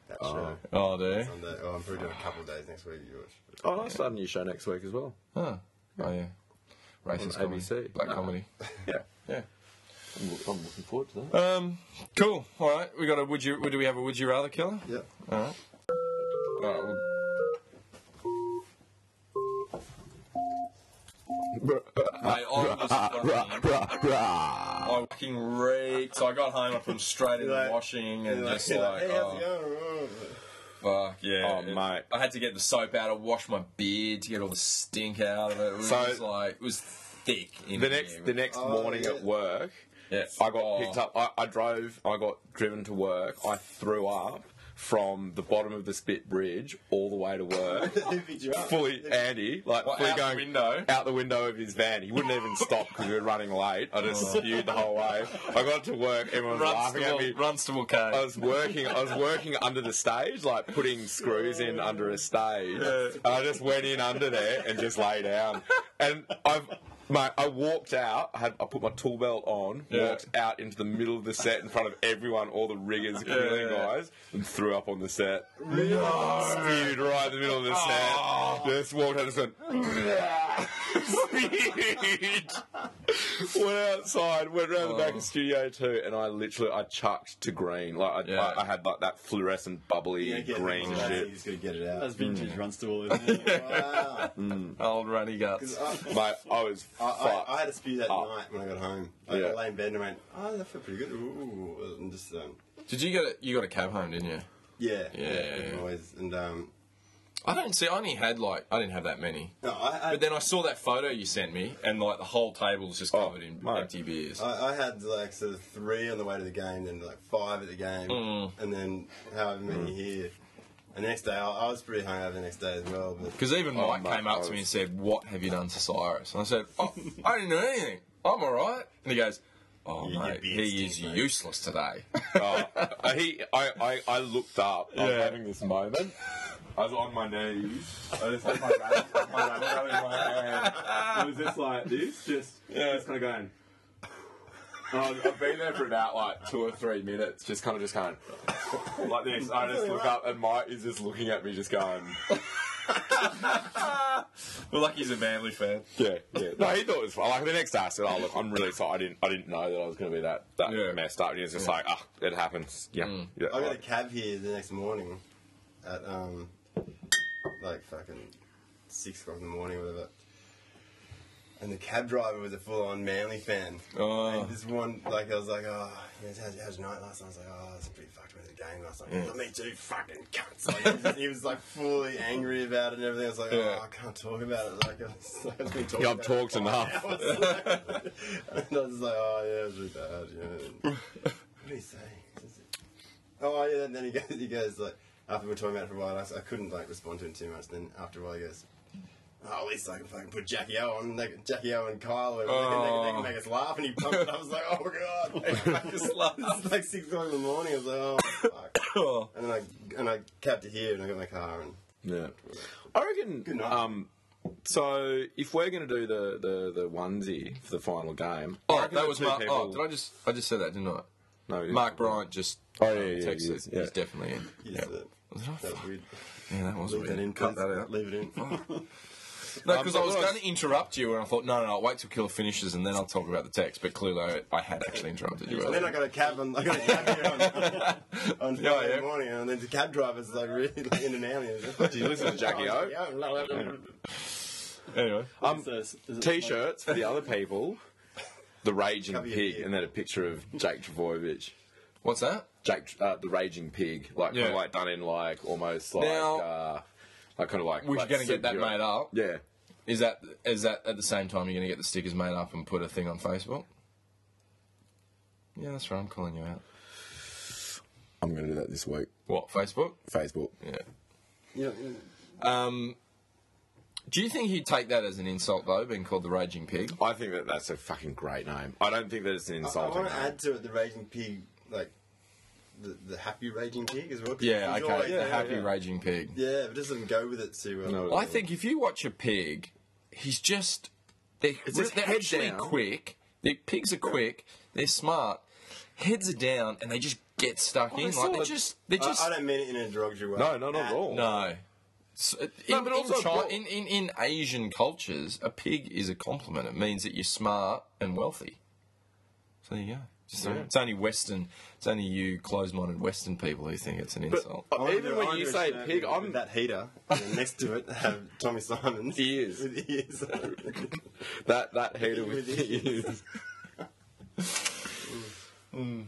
Speaker 1: That show.
Speaker 2: Oh, there.
Speaker 1: on that. Oh, I'm probably doing a couple of days next week, George.
Speaker 3: Oh, I start a new show next week as well.
Speaker 2: Oh, oh yeah. Racist
Speaker 3: On
Speaker 2: comedy,
Speaker 3: ABC.
Speaker 2: black
Speaker 3: No.
Speaker 2: comedy.
Speaker 3: Yeah,
Speaker 2: Yeah.
Speaker 3: I'm, I'm looking forward to that.
Speaker 2: Um. Cool. All right. We got a would you? Do we have a would you rather killer?
Speaker 1: Yep.
Speaker 2: All right. All right. Well, Mate, I was fucking, I fucking reeked. I got home, I put them straight in the
Speaker 1: Like-
Speaker 2: washing, and
Speaker 1: Like,
Speaker 2: just
Speaker 1: you're
Speaker 2: like,
Speaker 1: hey, how's
Speaker 2: oh.
Speaker 1: it going?
Speaker 2: Fuck yeah!
Speaker 3: Oh,
Speaker 2: It's-
Speaker 3: mate.
Speaker 2: I had to get the soap out. I washed my beard to get all the stink out of it. It was
Speaker 3: So-
Speaker 2: just like it was thick. In
Speaker 3: The
Speaker 2: here.
Speaker 3: next the next morning
Speaker 1: yeah.
Speaker 3: at work,
Speaker 2: Yeah.
Speaker 3: I got
Speaker 2: Oh.
Speaker 3: picked up. I, I drove. I got driven to work. I threw up from the bottom of the spit bridge all the way to work. fully Andy, like
Speaker 2: What,
Speaker 3: fully
Speaker 2: out the
Speaker 3: going
Speaker 2: window?
Speaker 3: out the window of his van. He wouldn't even stop because we were running late. I just
Speaker 2: Oh.
Speaker 3: spewed the whole way. I got to work. Everyone was laughing at me. Oh.
Speaker 2: Runstable, Runstable cave.
Speaker 3: I was working. I was working under the stage, like putting screws in under a stage. And I just went in under there and just lay down. And I've, my, I walked out. I had, I put my tool belt on.
Speaker 2: Yeah.
Speaker 3: Walked out into the middle of the set in front of everyone, all the riggers,
Speaker 2: Yeah.
Speaker 3: crew guys, and threw up on the set. Spewed right in the middle of the set.
Speaker 2: Ah.
Speaker 3: Just walked out and just went. spewed went outside, went around the
Speaker 2: Oh.
Speaker 3: back of Studio Two, and I literally I chucked to green. Like I,
Speaker 2: Yeah.
Speaker 3: I, I had like that fluorescent bubbly green
Speaker 1: You
Speaker 3: shit.
Speaker 1: just gotta get it out.
Speaker 4: That's
Speaker 2: Mm.
Speaker 4: vintage Runstable, isn't it?
Speaker 1: Wow.
Speaker 2: Old runny guts.
Speaker 1: 'Cause I,
Speaker 3: Mate, I was
Speaker 1: I, Ah, I,
Speaker 3: fucked.
Speaker 1: I had a spew that
Speaker 3: Oh.
Speaker 2: Ah.
Speaker 1: night when I got home. I
Speaker 3: Yeah.
Speaker 1: lay in bed and went, oh, that felt pretty good. Ooh, and just um,
Speaker 2: Did you get a, you got a cab home, didn't you?
Speaker 1: yeah,
Speaker 2: Yeah.
Speaker 1: always. And um,
Speaker 2: I don't see. I only had like I didn't have that many.
Speaker 1: no, I, I,
Speaker 2: But then I saw that photo you sent me, and like the whole table's just
Speaker 3: Oh,
Speaker 2: covered in
Speaker 3: mate.
Speaker 2: empty beers.
Speaker 1: I, I had like sort of three on the way to the game, then like five at the game, and then however many here. And the next day, I, I was pretty hungover the next day as well. But
Speaker 2: Because even
Speaker 3: Oh,
Speaker 2: Mike
Speaker 3: mate,
Speaker 2: came up
Speaker 3: I
Speaker 2: to me and
Speaker 3: was-
Speaker 2: said, "What have you done to Cyrus?" And I said, oh, "I didn't do anything. I'm all right." And he goes, "Oh
Speaker 1: You- you
Speaker 2: mate,
Speaker 1: beer
Speaker 2: he is
Speaker 1: stink, mate."
Speaker 2: useless today."
Speaker 3: Oh, I- he, I, I, I looked up. I was having this moment. I was on my knees. I just had my rabbit, my rabbit rabbit in my hand. I was just like this, just, just kind of going. And I've I've been there for about like two or three minutes, just kind of just going like this. I just look up, and Mike is just looking at me, just going,
Speaker 2: well, like he's a Manly fan.
Speaker 3: yeah, yeah. No, he thought it was fun. Like the next day, I said, "Oh look, I'm really sorry. I didn't, I didn't know that I was going to be that, that
Speaker 2: Yeah.
Speaker 3: messed up." And he was just like, "Ah, it happens." Yeah, yeah.
Speaker 1: I got a
Speaker 3: like-
Speaker 1: cab here the next morning at um like fucking six o'clock in the morning or whatever. And the cab driver was a full on manly fan.
Speaker 2: Oh.
Speaker 1: And this one like I was like, oh he goes, how's, how's your night last night? I was like, oh, I was pretty fucked with the game last night. He's like, Me too, fucking cunts. Like, he, was just- he was like fully angry about it and everything. I was like,
Speaker 2: Yeah.
Speaker 1: oh I can't talk about it. Like I've, I've been talking
Speaker 3: Yeah, I've
Speaker 1: about
Speaker 3: talked
Speaker 1: it. for
Speaker 3: enough.
Speaker 1: hours. and I was like, oh yeah, it was really bad, yeah. What did he say? Oh yeah, and then he goes, he goes like after we were talking about it for a while, I, s- I couldn't like respond to him too much. Then after a while, he goes, "Oh, at least I can fucking put Jackie O on, they, can- Jackie O and Kyle, and they, can, they can make us laugh." And he pumped it. I was like, "Oh god!"
Speaker 2: Just laugh.
Speaker 1: It's like six o'clock in the morning. I was like, "Oh fuck!"
Speaker 2: Oh.
Speaker 1: And then I and I capped it here, and I got my car, and
Speaker 3: Yeah. I reckon.
Speaker 1: night.
Speaker 3: Um, so if we're going to do the, the, the onesie for the final game, I
Speaker 2: Oh,
Speaker 3: reckon
Speaker 2: that
Speaker 3: the
Speaker 2: was
Speaker 3: two
Speaker 2: Mark.
Speaker 3: people-
Speaker 2: Oh, did I just? I just said that, didn't I?
Speaker 3: No, we didn't.
Speaker 2: Mark Bryant just. um,
Speaker 3: Oh, yeah, yeah, yeah,
Speaker 2: texted.
Speaker 3: he is, yeah.
Speaker 2: He's definitely in.
Speaker 1: he just, uh,
Speaker 2: Was it on?
Speaker 1: that was weird.
Speaker 2: Yeah, that was
Speaker 1: Leave
Speaker 2: weird.
Speaker 1: that in. please.
Speaker 2: Cut that out.
Speaker 1: Leave it in.
Speaker 2: No, because
Speaker 3: Um,
Speaker 2: I was
Speaker 3: but-
Speaker 2: going to interrupt you, and I thought, no, no, I'll wait till Killer finishes, and then I'll talk about the text. But clearly, I- I had actually interrupted you.
Speaker 1: And then I
Speaker 2: earlier.
Speaker 1: got a cab on, I got a cab here on, on Friday
Speaker 2: Yeah, yeah.
Speaker 1: morning, and then the cab driver's like really like, in an alien.
Speaker 3: Do you listen to Jackie O?
Speaker 2: Anyway,
Speaker 3: Um,
Speaker 4: Is there- is it-
Speaker 3: T-shirts for the other people. The Raging
Speaker 1: Cover your
Speaker 3: Pig,
Speaker 1: ear.
Speaker 3: and then a picture of Jake Travojevic.
Speaker 2: what's that?
Speaker 3: Jake, uh, the Raging Pig, like kind
Speaker 2: Yeah.
Speaker 3: of like done in like almost like,
Speaker 2: Now-
Speaker 3: uh, like kind of like.
Speaker 2: We're
Speaker 3: like
Speaker 2: going to get that
Speaker 3: Sergio-
Speaker 2: made up.
Speaker 3: Yeah.
Speaker 2: Is that is that at the same time you're going to get the stickers made up and put a thing on Facebook? Yeah, that's right. I'm calling you out.
Speaker 3: I'm going to do that this week.
Speaker 2: What Facebook?
Speaker 3: Facebook.
Speaker 2: Yeah.
Speaker 1: You know,
Speaker 2: Um, do you think he'd take that as an insult though, being called the raging pig?
Speaker 3: I think that that's a fucking great name. I don't think that it's an
Speaker 1: I, I
Speaker 3: insulting
Speaker 1: want
Speaker 3: name.
Speaker 1: to add to it the raging pig, like the, the happy raging pig as well. 'cause
Speaker 2: Yeah,
Speaker 1: he's
Speaker 2: okay.
Speaker 1: always-
Speaker 2: the happy raging pig.
Speaker 1: Yeah, but it doesn't go with it too well.
Speaker 3: No.
Speaker 2: I think if you watch a pig, he's just they're,
Speaker 3: his
Speaker 2: they're
Speaker 3: head
Speaker 2: actually
Speaker 3: down.
Speaker 2: quick. The pigs are quick. They're smart. Heads are down, and they just get stuck in.
Speaker 3: saw
Speaker 2: Like they're
Speaker 3: it.
Speaker 2: just they're
Speaker 1: I,
Speaker 2: just
Speaker 1: I don't mean it in a derogatory way.
Speaker 3: No, no, not at all.
Speaker 2: no. S- uh, In,
Speaker 3: No, but
Speaker 2: in Chi-
Speaker 3: also bro-
Speaker 2: in, in, in Asian cultures, a pig is a compliment. It means that you're smart and wealthy. So there you go. Just saying. It's only Western. It's only you close-minded Western people who think it's an insult.
Speaker 1: I wanna do-
Speaker 3: Even
Speaker 1: I
Speaker 3: when
Speaker 1: wanna
Speaker 3: you
Speaker 1: do a
Speaker 3: say
Speaker 1: shirt
Speaker 3: pig,
Speaker 1: with- with
Speaker 3: I'm
Speaker 1: that heater. And then next to it, have Tommy Simons
Speaker 3: Ears.
Speaker 1: with ears.
Speaker 3: that that hater with
Speaker 1: With
Speaker 3: ears. Mm.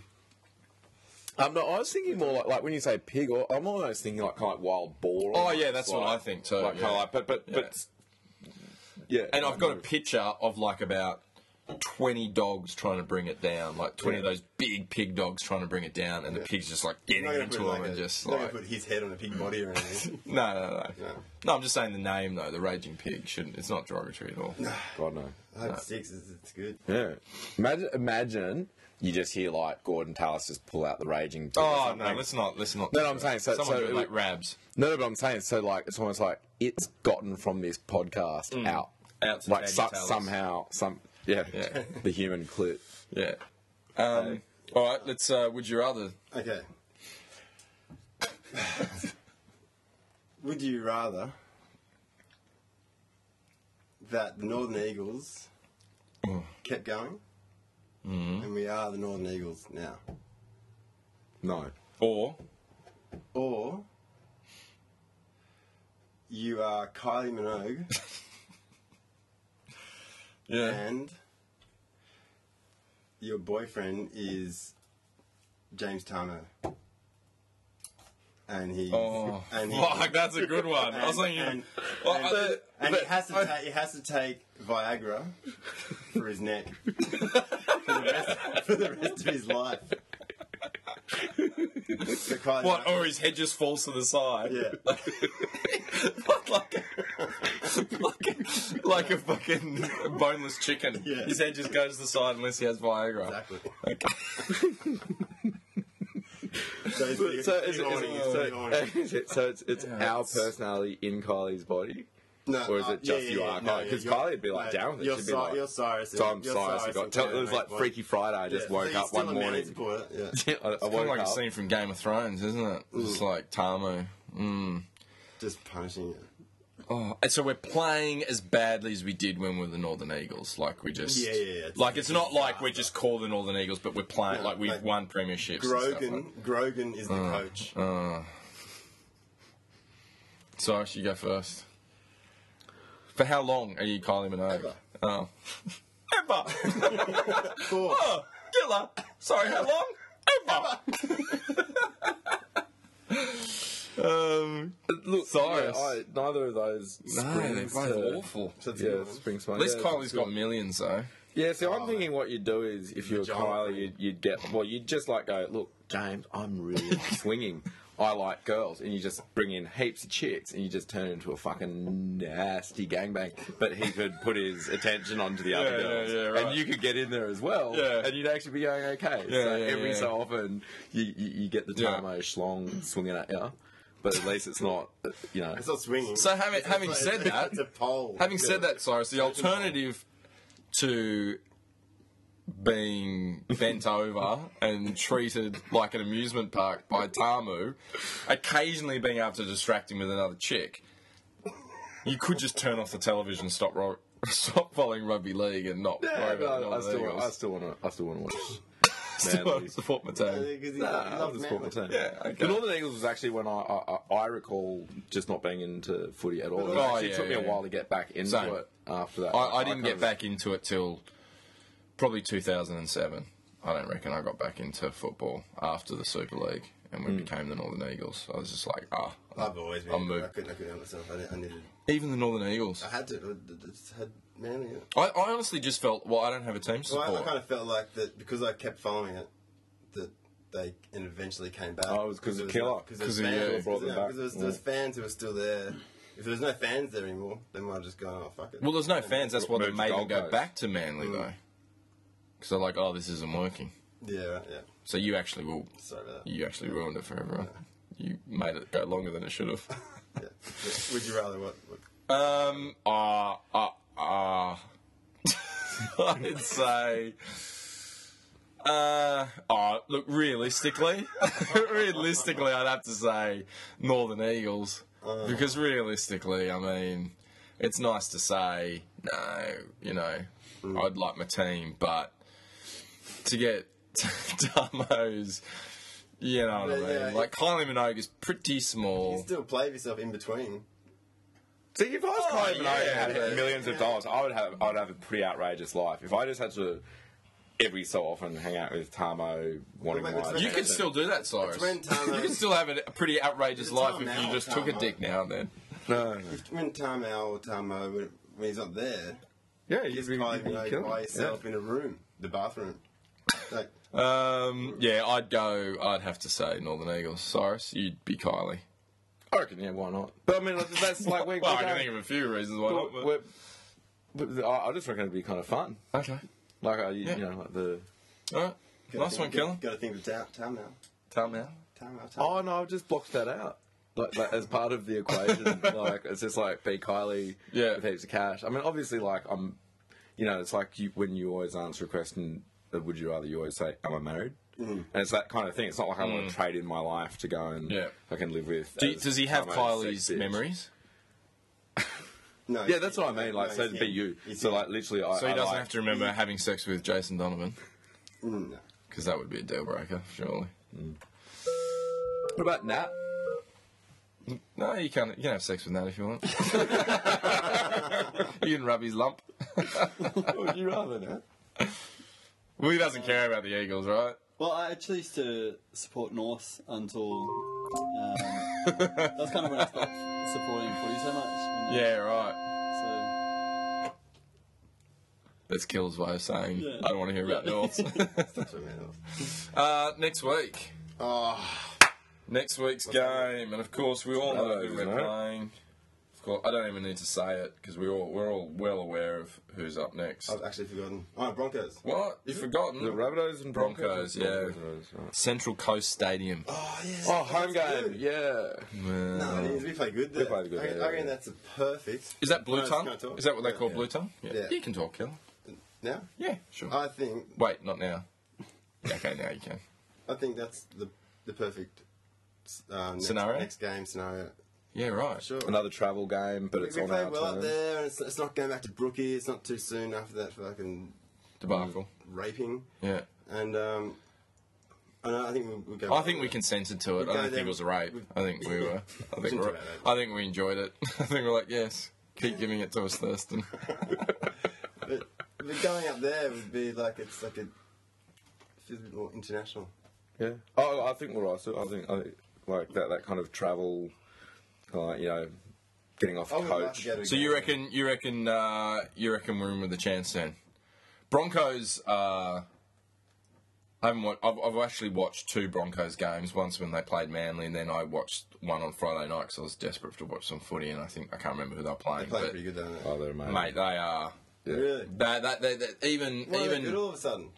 Speaker 3: Um, no, I was thinking more like, like when you say pig, or I'm almost thinking like kind of like wild boar.
Speaker 2: Oh,
Speaker 3: almost,
Speaker 2: yeah, that's what
Speaker 3: like-
Speaker 2: I think too,
Speaker 3: Like, Kind
Speaker 2: yeah.
Speaker 3: of like, but but
Speaker 2: Yeah.
Speaker 3: but yeah.
Speaker 2: And I've got a picture of like about 20 dogs trying to bring it down, like 20 of
Speaker 3: Yeah.
Speaker 2: those big pig dogs trying to bring it down, and the pig's just like
Speaker 1: I'm
Speaker 2: getting
Speaker 1: not gonna
Speaker 2: into
Speaker 1: put
Speaker 2: them
Speaker 1: like
Speaker 2: and
Speaker 1: a,
Speaker 2: just
Speaker 1: I'm not
Speaker 2: like.
Speaker 1: gonna put his head on a pig body or anything.
Speaker 2: No, no, no, no.
Speaker 1: No.
Speaker 2: No, I'm just saying the name though. The Raging Pig shouldn't. It's not derogatory at all.
Speaker 3: Oh, God no.
Speaker 1: I hope six is it's good.
Speaker 3: Yeah. Imagine, imagine you just hear like Gordon Tallis just pull out the raging. pig or
Speaker 2: Oh no,
Speaker 3: something.
Speaker 2: let's not. Let's not.
Speaker 3: No, no, I'm saying, so-
Speaker 2: someone
Speaker 3: so
Speaker 2: do it
Speaker 3: it
Speaker 2: like
Speaker 3: would-
Speaker 2: Rabs.
Speaker 3: No, no, but I'm saying so. Like it's almost like it's gotten from this podcast out,
Speaker 2: Mm. Out to
Speaker 3: like
Speaker 2: Taggy
Speaker 3: so,
Speaker 2: Tallis.
Speaker 3: somehow some yeah,
Speaker 2: Yeah.
Speaker 3: the human clit.
Speaker 2: Yeah. Um, all right. Let's. Uh, would you rather?
Speaker 1: Okay. Would you rather that the Northern Eagles
Speaker 2: Mm.
Speaker 1: kept going?
Speaker 2: Mm-hmm.
Speaker 1: And we are the Northern Eagles now.
Speaker 3: No.
Speaker 2: Or
Speaker 1: Or you are Kylie Minogue
Speaker 2: yeah.
Speaker 1: and your boyfriend is James Turner. And he
Speaker 2: Oh,
Speaker 1: and he
Speaker 2: fuck, that's a good one. I was
Speaker 1: And-
Speaker 2: thinking.
Speaker 1: and-
Speaker 2: Well,
Speaker 1: and,
Speaker 2: I-
Speaker 1: and
Speaker 2: but-
Speaker 1: he has to
Speaker 2: I-
Speaker 1: take he has to take Viagra for his neck for, the rest, for the rest of his life. So Kylie
Speaker 2: What?
Speaker 3: oh-
Speaker 1: Minogue-
Speaker 2: Or his head just falls to the side.
Speaker 1: yeah,
Speaker 2: What, like, like, like a fucking boneless chicken.
Speaker 1: Yeah.
Speaker 2: His head just goes to the side unless he has Viagra.
Speaker 1: exactly.
Speaker 2: Okay.
Speaker 1: So, it's,
Speaker 3: So, so eh,
Speaker 1: it's,
Speaker 3: it's, it's-
Speaker 1: horny,
Speaker 3: so-
Speaker 1: it's horny.
Speaker 3: so it's, it's our
Speaker 2: it's-
Speaker 3: personality in Kylie's body.
Speaker 1: No,
Speaker 3: or is
Speaker 1: uh,
Speaker 3: it just you are Kylie? 'Cause
Speaker 1: you're-
Speaker 3: Kylie'd be like down with it.
Speaker 1: You're,
Speaker 3: She'd be
Speaker 1: Si-
Speaker 3: like,
Speaker 1: you're Cyrus.
Speaker 3: So I'm
Speaker 1: you're
Speaker 3: sorry, I got.
Speaker 1: and
Speaker 3: Tell, it
Speaker 1: Taylor
Speaker 3: was like
Speaker 1: Makepeace.
Speaker 3: Freaky Friday. I just
Speaker 1: Yeah,
Speaker 3: woke
Speaker 1: so you're
Speaker 3: up one
Speaker 1: still a man
Speaker 3: morning.
Speaker 1: supporter, yeah.
Speaker 3: I, I
Speaker 2: It's kind
Speaker 3: woke
Speaker 2: of like
Speaker 3: up.
Speaker 2: a scene from Game of Thrones, isn't it? Just like Tamo. Mm.
Speaker 1: Just punishing it.
Speaker 2: Oh, and so we're playing as badly as we did when we were the Northern Eagles. Like we just,
Speaker 1: Yeah, yeah, yeah. It's-
Speaker 2: like it's not like we're just called the Northern Eagles, but we're playing
Speaker 1: No,
Speaker 2: like we've
Speaker 1: like,
Speaker 2: won premierships. and stuff like
Speaker 1: Grogan, Grogan is the coach.
Speaker 2: that. So I should go first. For how long are you Kylie Minogue?
Speaker 1: Ever.
Speaker 2: Oh, ever.
Speaker 1: Four.
Speaker 2: oh, killer. Sorry, how long? Ever. um,
Speaker 3: Look,
Speaker 2: Cyrus.
Speaker 3: yeah, I- neither of those.
Speaker 2: no, they're
Speaker 3: springs
Speaker 2: both
Speaker 3: to-
Speaker 2: awful.
Speaker 1: So it's a
Speaker 3: Yeah,
Speaker 1: good one.
Speaker 3: springs to
Speaker 2: At
Speaker 3: mind.
Speaker 2: least
Speaker 3: Yeah,
Speaker 2: Kylie's
Speaker 3: it's a good
Speaker 2: got millions though.
Speaker 3: Yeah, so I'm thinking what you'd do is if you were
Speaker 1: Vagina
Speaker 3: Kylie,
Speaker 1: thing.
Speaker 3: you'd, you'd get well, you'd just like go, look, James, I'm really swinging. I like girls, and you just bring in heaps of chicks, and you just turn into a fucking nasty gangbang. But he could put his attention onto the other
Speaker 2: Yeah, yeah,
Speaker 3: girls,
Speaker 2: yeah, right.
Speaker 3: and you could get in there as well,
Speaker 2: Yeah.
Speaker 3: and you'd actually be going okay.
Speaker 2: Yeah,
Speaker 3: so
Speaker 2: yeah,
Speaker 3: every
Speaker 2: yeah.
Speaker 3: so often, you, you, you get the
Speaker 2: Yeah.
Speaker 3: Tamo schlong swinging at you, but at least it's not, you know,
Speaker 1: It's not swinging.
Speaker 2: So having-
Speaker 1: It's-
Speaker 2: having
Speaker 1: it's-
Speaker 2: said
Speaker 1: it's-
Speaker 2: that-
Speaker 1: it's a pole.
Speaker 2: Having said
Speaker 1: Yeah.
Speaker 2: that, Cyrus, the alternative to being bent over and treated like an amusement park by Tamu, occasionally being able to distract him with another chick, you could just turn off the television, stop ro- stop following rugby league, and not
Speaker 3: yeah,
Speaker 2: worry
Speaker 3: but
Speaker 2: about the
Speaker 3: I, I
Speaker 2: Northern
Speaker 3: still, I
Speaker 2: Eagles.
Speaker 3: still want to, I still want to watch.
Speaker 2: Still
Speaker 3: Manly.
Speaker 2: support my team.
Speaker 1: 'Cause he- he
Speaker 3: Nah,
Speaker 1: loves
Speaker 3: I'm just
Speaker 1: men.
Speaker 3: caught my team.
Speaker 2: Yeah, okay.
Speaker 3: The Northern Eagles was actually when I, I I- I recall just not being into footy at all. It
Speaker 2: Oh,
Speaker 3: actually
Speaker 2: yeah,
Speaker 3: took me
Speaker 2: yeah.
Speaker 3: a while to get back into
Speaker 2: Same.
Speaker 3: it after that.
Speaker 2: I, I didn't
Speaker 3: kind
Speaker 2: get
Speaker 3: of-
Speaker 2: back into it till probably 2007. I don't reckon I got back into football after the Super League and we became the Northern Eagles. I was just like, ah.
Speaker 1: I've always been.
Speaker 2: I'm a-
Speaker 1: I couldn't. I couldn't help myself. I, didn't- I needed.
Speaker 2: Even the Northern Eagles.
Speaker 1: I had to. I just had manly. in it.
Speaker 2: I, I honestly just felt, well, I don't have a team
Speaker 1: Well,
Speaker 2: support.
Speaker 1: I, I kind of felt like that because I kept following it. That they and eventually came back.
Speaker 3: Oh, it was 'cause of
Speaker 1: there
Speaker 3: Killer.
Speaker 1: no- there was
Speaker 2: 'Cause of you.
Speaker 1: fans-
Speaker 2: Killer
Speaker 3: brought them
Speaker 1: yeah,
Speaker 3: back.
Speaker 1: 'cause there was, there was fans who were still there. If there was no fans there anymore, they might have just gone, oh, fuck it.
Speaker 2: well, there's no fans. That's why they
Speaker 3: Moved to
Speaker 2: made them
Speaker 3: Gold
Speaker 2: go
Speaker 3: Coast.
Speaker 2: back to Manly, though. Because they're like, oh, this isn't working.
Speaker 1: Yeah, right, yeah.
Speaker 2: So you actually will.
Speaker 1: Sorry about that.
Speaker 2: You actually ruined it for everyone. You made it go longer than it should have.
Speaker 1: Yeah. Yeah. Would you rather what? what
Speaker 2: Um, uh, uh, uh. I'd say. Uh, oh, look, realistically, realistically, I'd have to say Northern Eagles.
Speaker 1: Uh.
Speaker 2: Because realistically, I mean, it's nice to say, no, you know,
Speaker 1: Mm.
Speaker 2: I'd like my team, but to get Damo's, you know what I mean?
Speaker 1: But, yeah,
Speaker 2: like, Kylie Minogue is pretty small.
Speaker 1: you still play yourself in between.
Speaker 3: See, if I was
Speaker 2: Oh,
Speaker 3: Kylie Minogue and
Speaker 2: yeah.
Speaker 3: had millions of dollars, I would have I would have a pretty outrageous life. If I just had to every so often hang out with Tamo wanting
Speaker 1: Well, mate,
Speaker 3: rides.
Speaker 1: it's
Speaker 2: You
Speaker 1: Okay,
Speaker 2: could
Speaker 1: so-
Speaker 2: still do that, Cyrus.
Speaker 1: It's when Tamo-
Speaker 2: You could still have a pretty outrageous
Speaker 1: It's
Speaker 2: life
Speaker 1: time
Speaker 2: if
Speaker 1: now,
Speaker 2: you just took a
Speaker 1: Tamo.
Speaker 2: dick now and then.
Speaker 3: No.
Speaker 1: When Tom Al or Tamo, when, when he's not there,
Speaker 3: Yeah,
Speaker 1: he's
Speaker 3: you
Speaker 1: kind of like, by himself in a room, the bathroom. Like,
Speaker 2: Um, yeah, I'd go. I'd have to say Northern Eagles. Cyrus, you'd be Kylie.
Speaker 3: I reckon, yeah, why not? But I mean, like, that's like we.
Speaker 2: Well, I
Speaker 3: we're
Speaker 2: can
Speaker 3: going-
Speaker 2: think of a few reasons why not.
Speaker 3: we're, we're- I I just reckon it'd be kind of fun.
Speaker 2: but- Okay.
Speaker 3: Like, uh, you,
Speaker 2: Yeah.
Speaker 3: you know, like the.
Speaker 2: All right. Nice one, Kellen.
Speaker 1: Got to think of Ta- Tom Al.
Speaker 2: Tell me.
Speaker 1: Tom Al. Tom
Speaker 3: Oh
Speaker 1: Al.
Speaker 3: no, I've just blocked that out. Like, like as part of the equation, like it's just like be Kylie
Speaker 2: Yeah.
Speaker 3: with heaps of cash. I mean, obviously, like I'm, you know, it's like you when you always answer a question, uh, would you rather? You always say, "Am I married?"
Speaker 2: Mm-hmm.
Speaker 3: And it's that kind of thing. It's not like I want to trade in my life to go and
Speaker 2: Mm. Yeah.
Speaker 3: I can live with.
Speaker 2: Do,
Speaker 3: as
Speaker 2: does he have
Speaker 3: Tamo a
Speaker 2: Kylie's
Speaker 3: sex bitch.
Speaker 2: memories?
Speaker 1: No,
Speaker 3: Yeah, that's what I mean. Like, so it'd be you. So like, literally, I,
Speaker 2: So he
Speaker 3: I,
Speaker 2: doesn't
Speaker 3: like- Mm,
Speaker 2: have to remember having sex with Jason Donovan,
Speaker 1: No.
Speaker 2: because that would be a deal breaker, surely.
Speaker 3: What about Nat?
Speaker 2: No, you can. You can have sex with Nat if you want. you can rub his lump.
Speaker 3: would you rather Nat?
Speaker 2: Well, he doesn't care about the Eagles, right?
Speaker 4: Well, I actually used to support North until um, that's kind of when I stopped supporting footy so much. And,
Speaker 2: Yeah, right.
Speaker 4: So
Speaker 2: That's Kill's way of saying
Speaker 4: Yeah.
Speaker 2: I don't want to hear about Norths.
Speaker 1: That's what I mean.
Speaker 2: uh, next week,
Speaker 1: Oh,
Speaker 2: next week's game, and of course we all know who
Speaker 3: Rabbitohs,
Speaker 2: we're
Speaker 3: right?
Speaker 2: playing. Of course, I don't even need to say it because we all we're all well aware of who's up next.
Speaker 1: I've actually forgotten. Oh, Broncos.
Speaker 2: What you've forgotten?
Speaker 3: The Rabbitohs and
Speaker 2: Broncos,
Speaker 3: Broncos.
Speaker 2: yeah.
Speaker 3: Broncos, right.
Speaker 2: Central Coast Stadium. Uh,
Speaker 1: Oh, yes.
Speaker 3: Oh, home
Speaker 1: That's
Speaker 3: game. Yeah.
Speaker 1: No, it is. We play good there.
Speaker 3: We played good
Speaker 1: I, reckon-
Speaker 3: there,
Speaker 1: I reckon
Speaker 3: yeah.
Speaker 1: that's a perfect.
Speaker 2: Is that blue
Speaker 1: No, it's
Speaker 2: tongue?
Speaker 1: can't talk.
Speaker 2: Is that what they
Speaker 1: Yeah,
Speaker 2: call
Speaker 1: yeah.
Speaker 2: blue tongue?
Speaker 1: Yeah.
Speaker 2: You can talk, Kill.
Speaker 1: Now,
Speaker 2: Yeah, sure.
Speaker 1: I think
Speaker 2: Wait, not now. Yeah, okay, now you can.
Speaker 1: I think that's the the perfect uh, next,
Speaker 2: Scenario?
Speaker 1: next game scenario.
Speaker 2: Yeah, right.
Speaker 1: Sure.
Speaker 3: Another travel game, but
Speaker 1: we
Speaker 3: it's
Speaker 1: we
Speaker 3: on
Speaker 1: play
Speaker 3: our
Speaker 1: well
Speaker 3: terms.
Speaker 1: up there, and it's, it's not going back to Brookie. It's not too soon after that fucking
Speaker 2: Debacle.
Speaker 1: raping.
Speaker 2: Yeah.
Speaker 1: And um, I, know, I think we'll, we'll go.
Speaker 2: I think we consented to it. I
Speaker 1: go
Speaker 2: don't think
Speaker 1: there.
Speaker 2: it was a rape. I think we were. I think we
Speaker 1: Shouldn't
Speaker 2: are
Speaker 1: do that.
Speaker 2: I think we enjoyed it. I think we're like, yes, keep giving it to us, Thurston.
Speaker 1: But, but going up there would be like it's like a feels a bit more international.
Speaker 3: Yeah. Oh, I think we're right. So I think I, like that that kind of travel, like you know, getting off
Speaker 1: I would like to
Speaker 3: coach.
Speaker 1: go to a
Speaker 2: So
Speaker 1: game.
Speaker 2: you reckon? You reckon? Uh, you reckon we're in with a chance then? Broncos. Uh, I haven't. Wa- I've, I've actually watched two Broncos games. Once when they played Manly, and then I watched one on Friday night because I was desperate to watch some footy, and I think I can't remember who they were
Speaker 1: They
Speaker 2: playing.
Speaker 1: play
Speaker 2: but,
Speaker 1: pretty good down there.
Speaker 3: oh, they're amazing.
Speaker 2: Mate, they are.
Speaker 3: Yeah.
Speaker 1: Really?
Speaker 2: They, they, they, they, even
Speaker 1: Well,
Speaker 2: even
Speaker 1: good all of a sudden.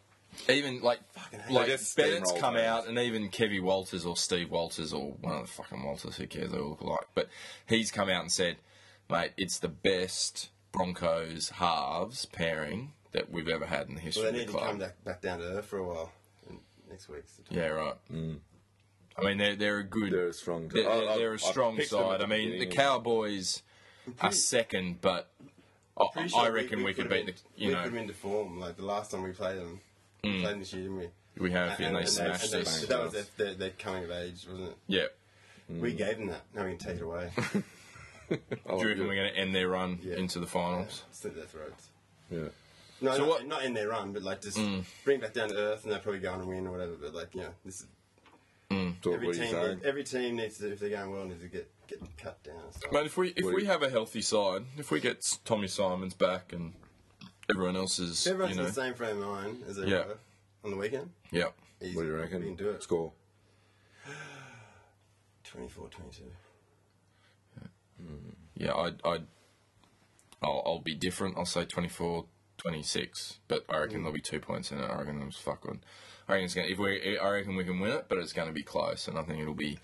Speaker 2: even like
Speaker 1: hell.
Speaker 2: like
Speaker 3: They just
Speaker 2: Bennett's
Speaker 3: steamrolled
Speaker 2: come
Speaker 3: those.
Speaker 2: out, and even Kevy Walters or Steve Walters or one of the fucking Walters, who cares? They all look alike. But he's come out and said, "Mate, it's the best Broncos halves pairing that we've ever had in the history
Speaker 1: Well,
Speaker 2: of
Speaker 1: they
Speaker 2: the
Speaker 1: need to come
Speaker 2: club."
Speaker 1: back, back down to earth for a while. And next week's. the-
Speaker 2: Yeah, right. I mean, they're they're a good,
Speaker 3: Mm. They're a strong.
Speaker 2: they're,
Speaker 3: I-
Speaker 2: they're,
Speaker 3: I-
Speaker 2: they're a
Speaker 3: I
Speaker 2: strong
Speaker 3: picked them at
Speaker 2: side. I mean, the
Speaker 3: beginning.
Speaker 2: Cowboys are second, but I,
Speaker 1: Pretty sure
Speaker 2: I reckon we, could
Speaker 1: put 'em
Speaker 2: beat the
Speaker 1: in-
Speaker 2: you
Speaker 1: we
Speaker 2: know
Speaker 1: put them into form. Like the last time we played them, we played this year, didn't we?
Speaker 2: we have and, they
Speaker 1: and
Speaker 2: smashed
Speaker 1: and
Speaker 2: us.
Speaker 1: But that was their, their, their coming of age, wasn't it?
Speaker 2: Yeah.
Speaker 1: We
Speaker 3: Mm.
Speaker 1: gave them that. Now we can take it away.
Speaker 3: Oh,
Speaker 2: Do you reckon
Speaker 3: yeah.
Speaker 2: we're going to end their run
Speaker 1: Yeah.
Speaker 2: into the finals?
Speaker 1: Slit their throats.
Speaker 3: Yeah.
Speaker 1: No, not,
Speaker 2: what-
Speaker 1: not in their run, but like just
Speaker 3: Mm.
Speaker 1: bring it back down to earth, and they'll probably go on and win or whatever. But like, you know, this is,
Speaker 3: So
Speaker 1: every
Speaker 3: what are you
Speaker 1: team,
Speaker 3: saying?
Speaker 1: every team needs to, if they're going well, needs to get get cut down. and stuff.
Speaker 2: Mate, if we if
Speaker 3: What do
Speaker 2: we
Speaker 3: you-
Speaker 2: have a healthy side, if we get S- Tommy Simons back and everyone else is,
Speaker 1: Everyone's
Speaker 2: you know,
Speaker 1: in the same frame of mind as they
Speaker 2: Yeah.
Speaker 1: were on the weekend.
Speaker 2: yeah,
Speaker 1: Easy.
Speaker 3: What do you reckon?
Speaker 1: We can do it.
Speaker 3: Score.
Speaker 1: 24 22.
Speaker 2: yeah, I I I'll, I'll be different. I'll say 24, 26, but I
Speaker 1: Mm.
Speaker 2: reckon there'll be two points in it. I reckon it's fucking. I reckon it's gonna. If we, I reckon we can win it, but it's going to be close, and I think it'll be.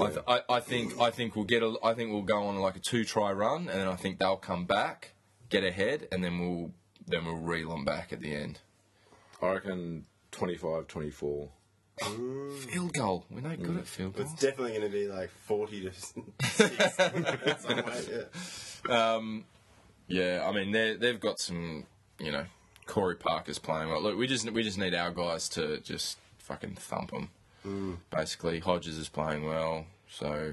Speaker 2: I, th- I, I think I think we'll get a I think we'll go on like a two try run and then I think they'll come back, get ahead, and then we'll then we'll reel them back at the end.
Speaker 3: I reckon 25, 24.
Speaker 2: Field goal. We're no good at field
Speaker 1: It's
Speaker 2: goals.
Speaker 1: definitely going to be like 40 to 6. some way, yeah.
Speaker 2: Yeah, I mean they they've got some, you know, Corey Parker's playing well. Look, we just we just need our guys to just fucking thump them.
Speaker 3: Mm.
Speaker 2: Basically, Hodges is playing well, so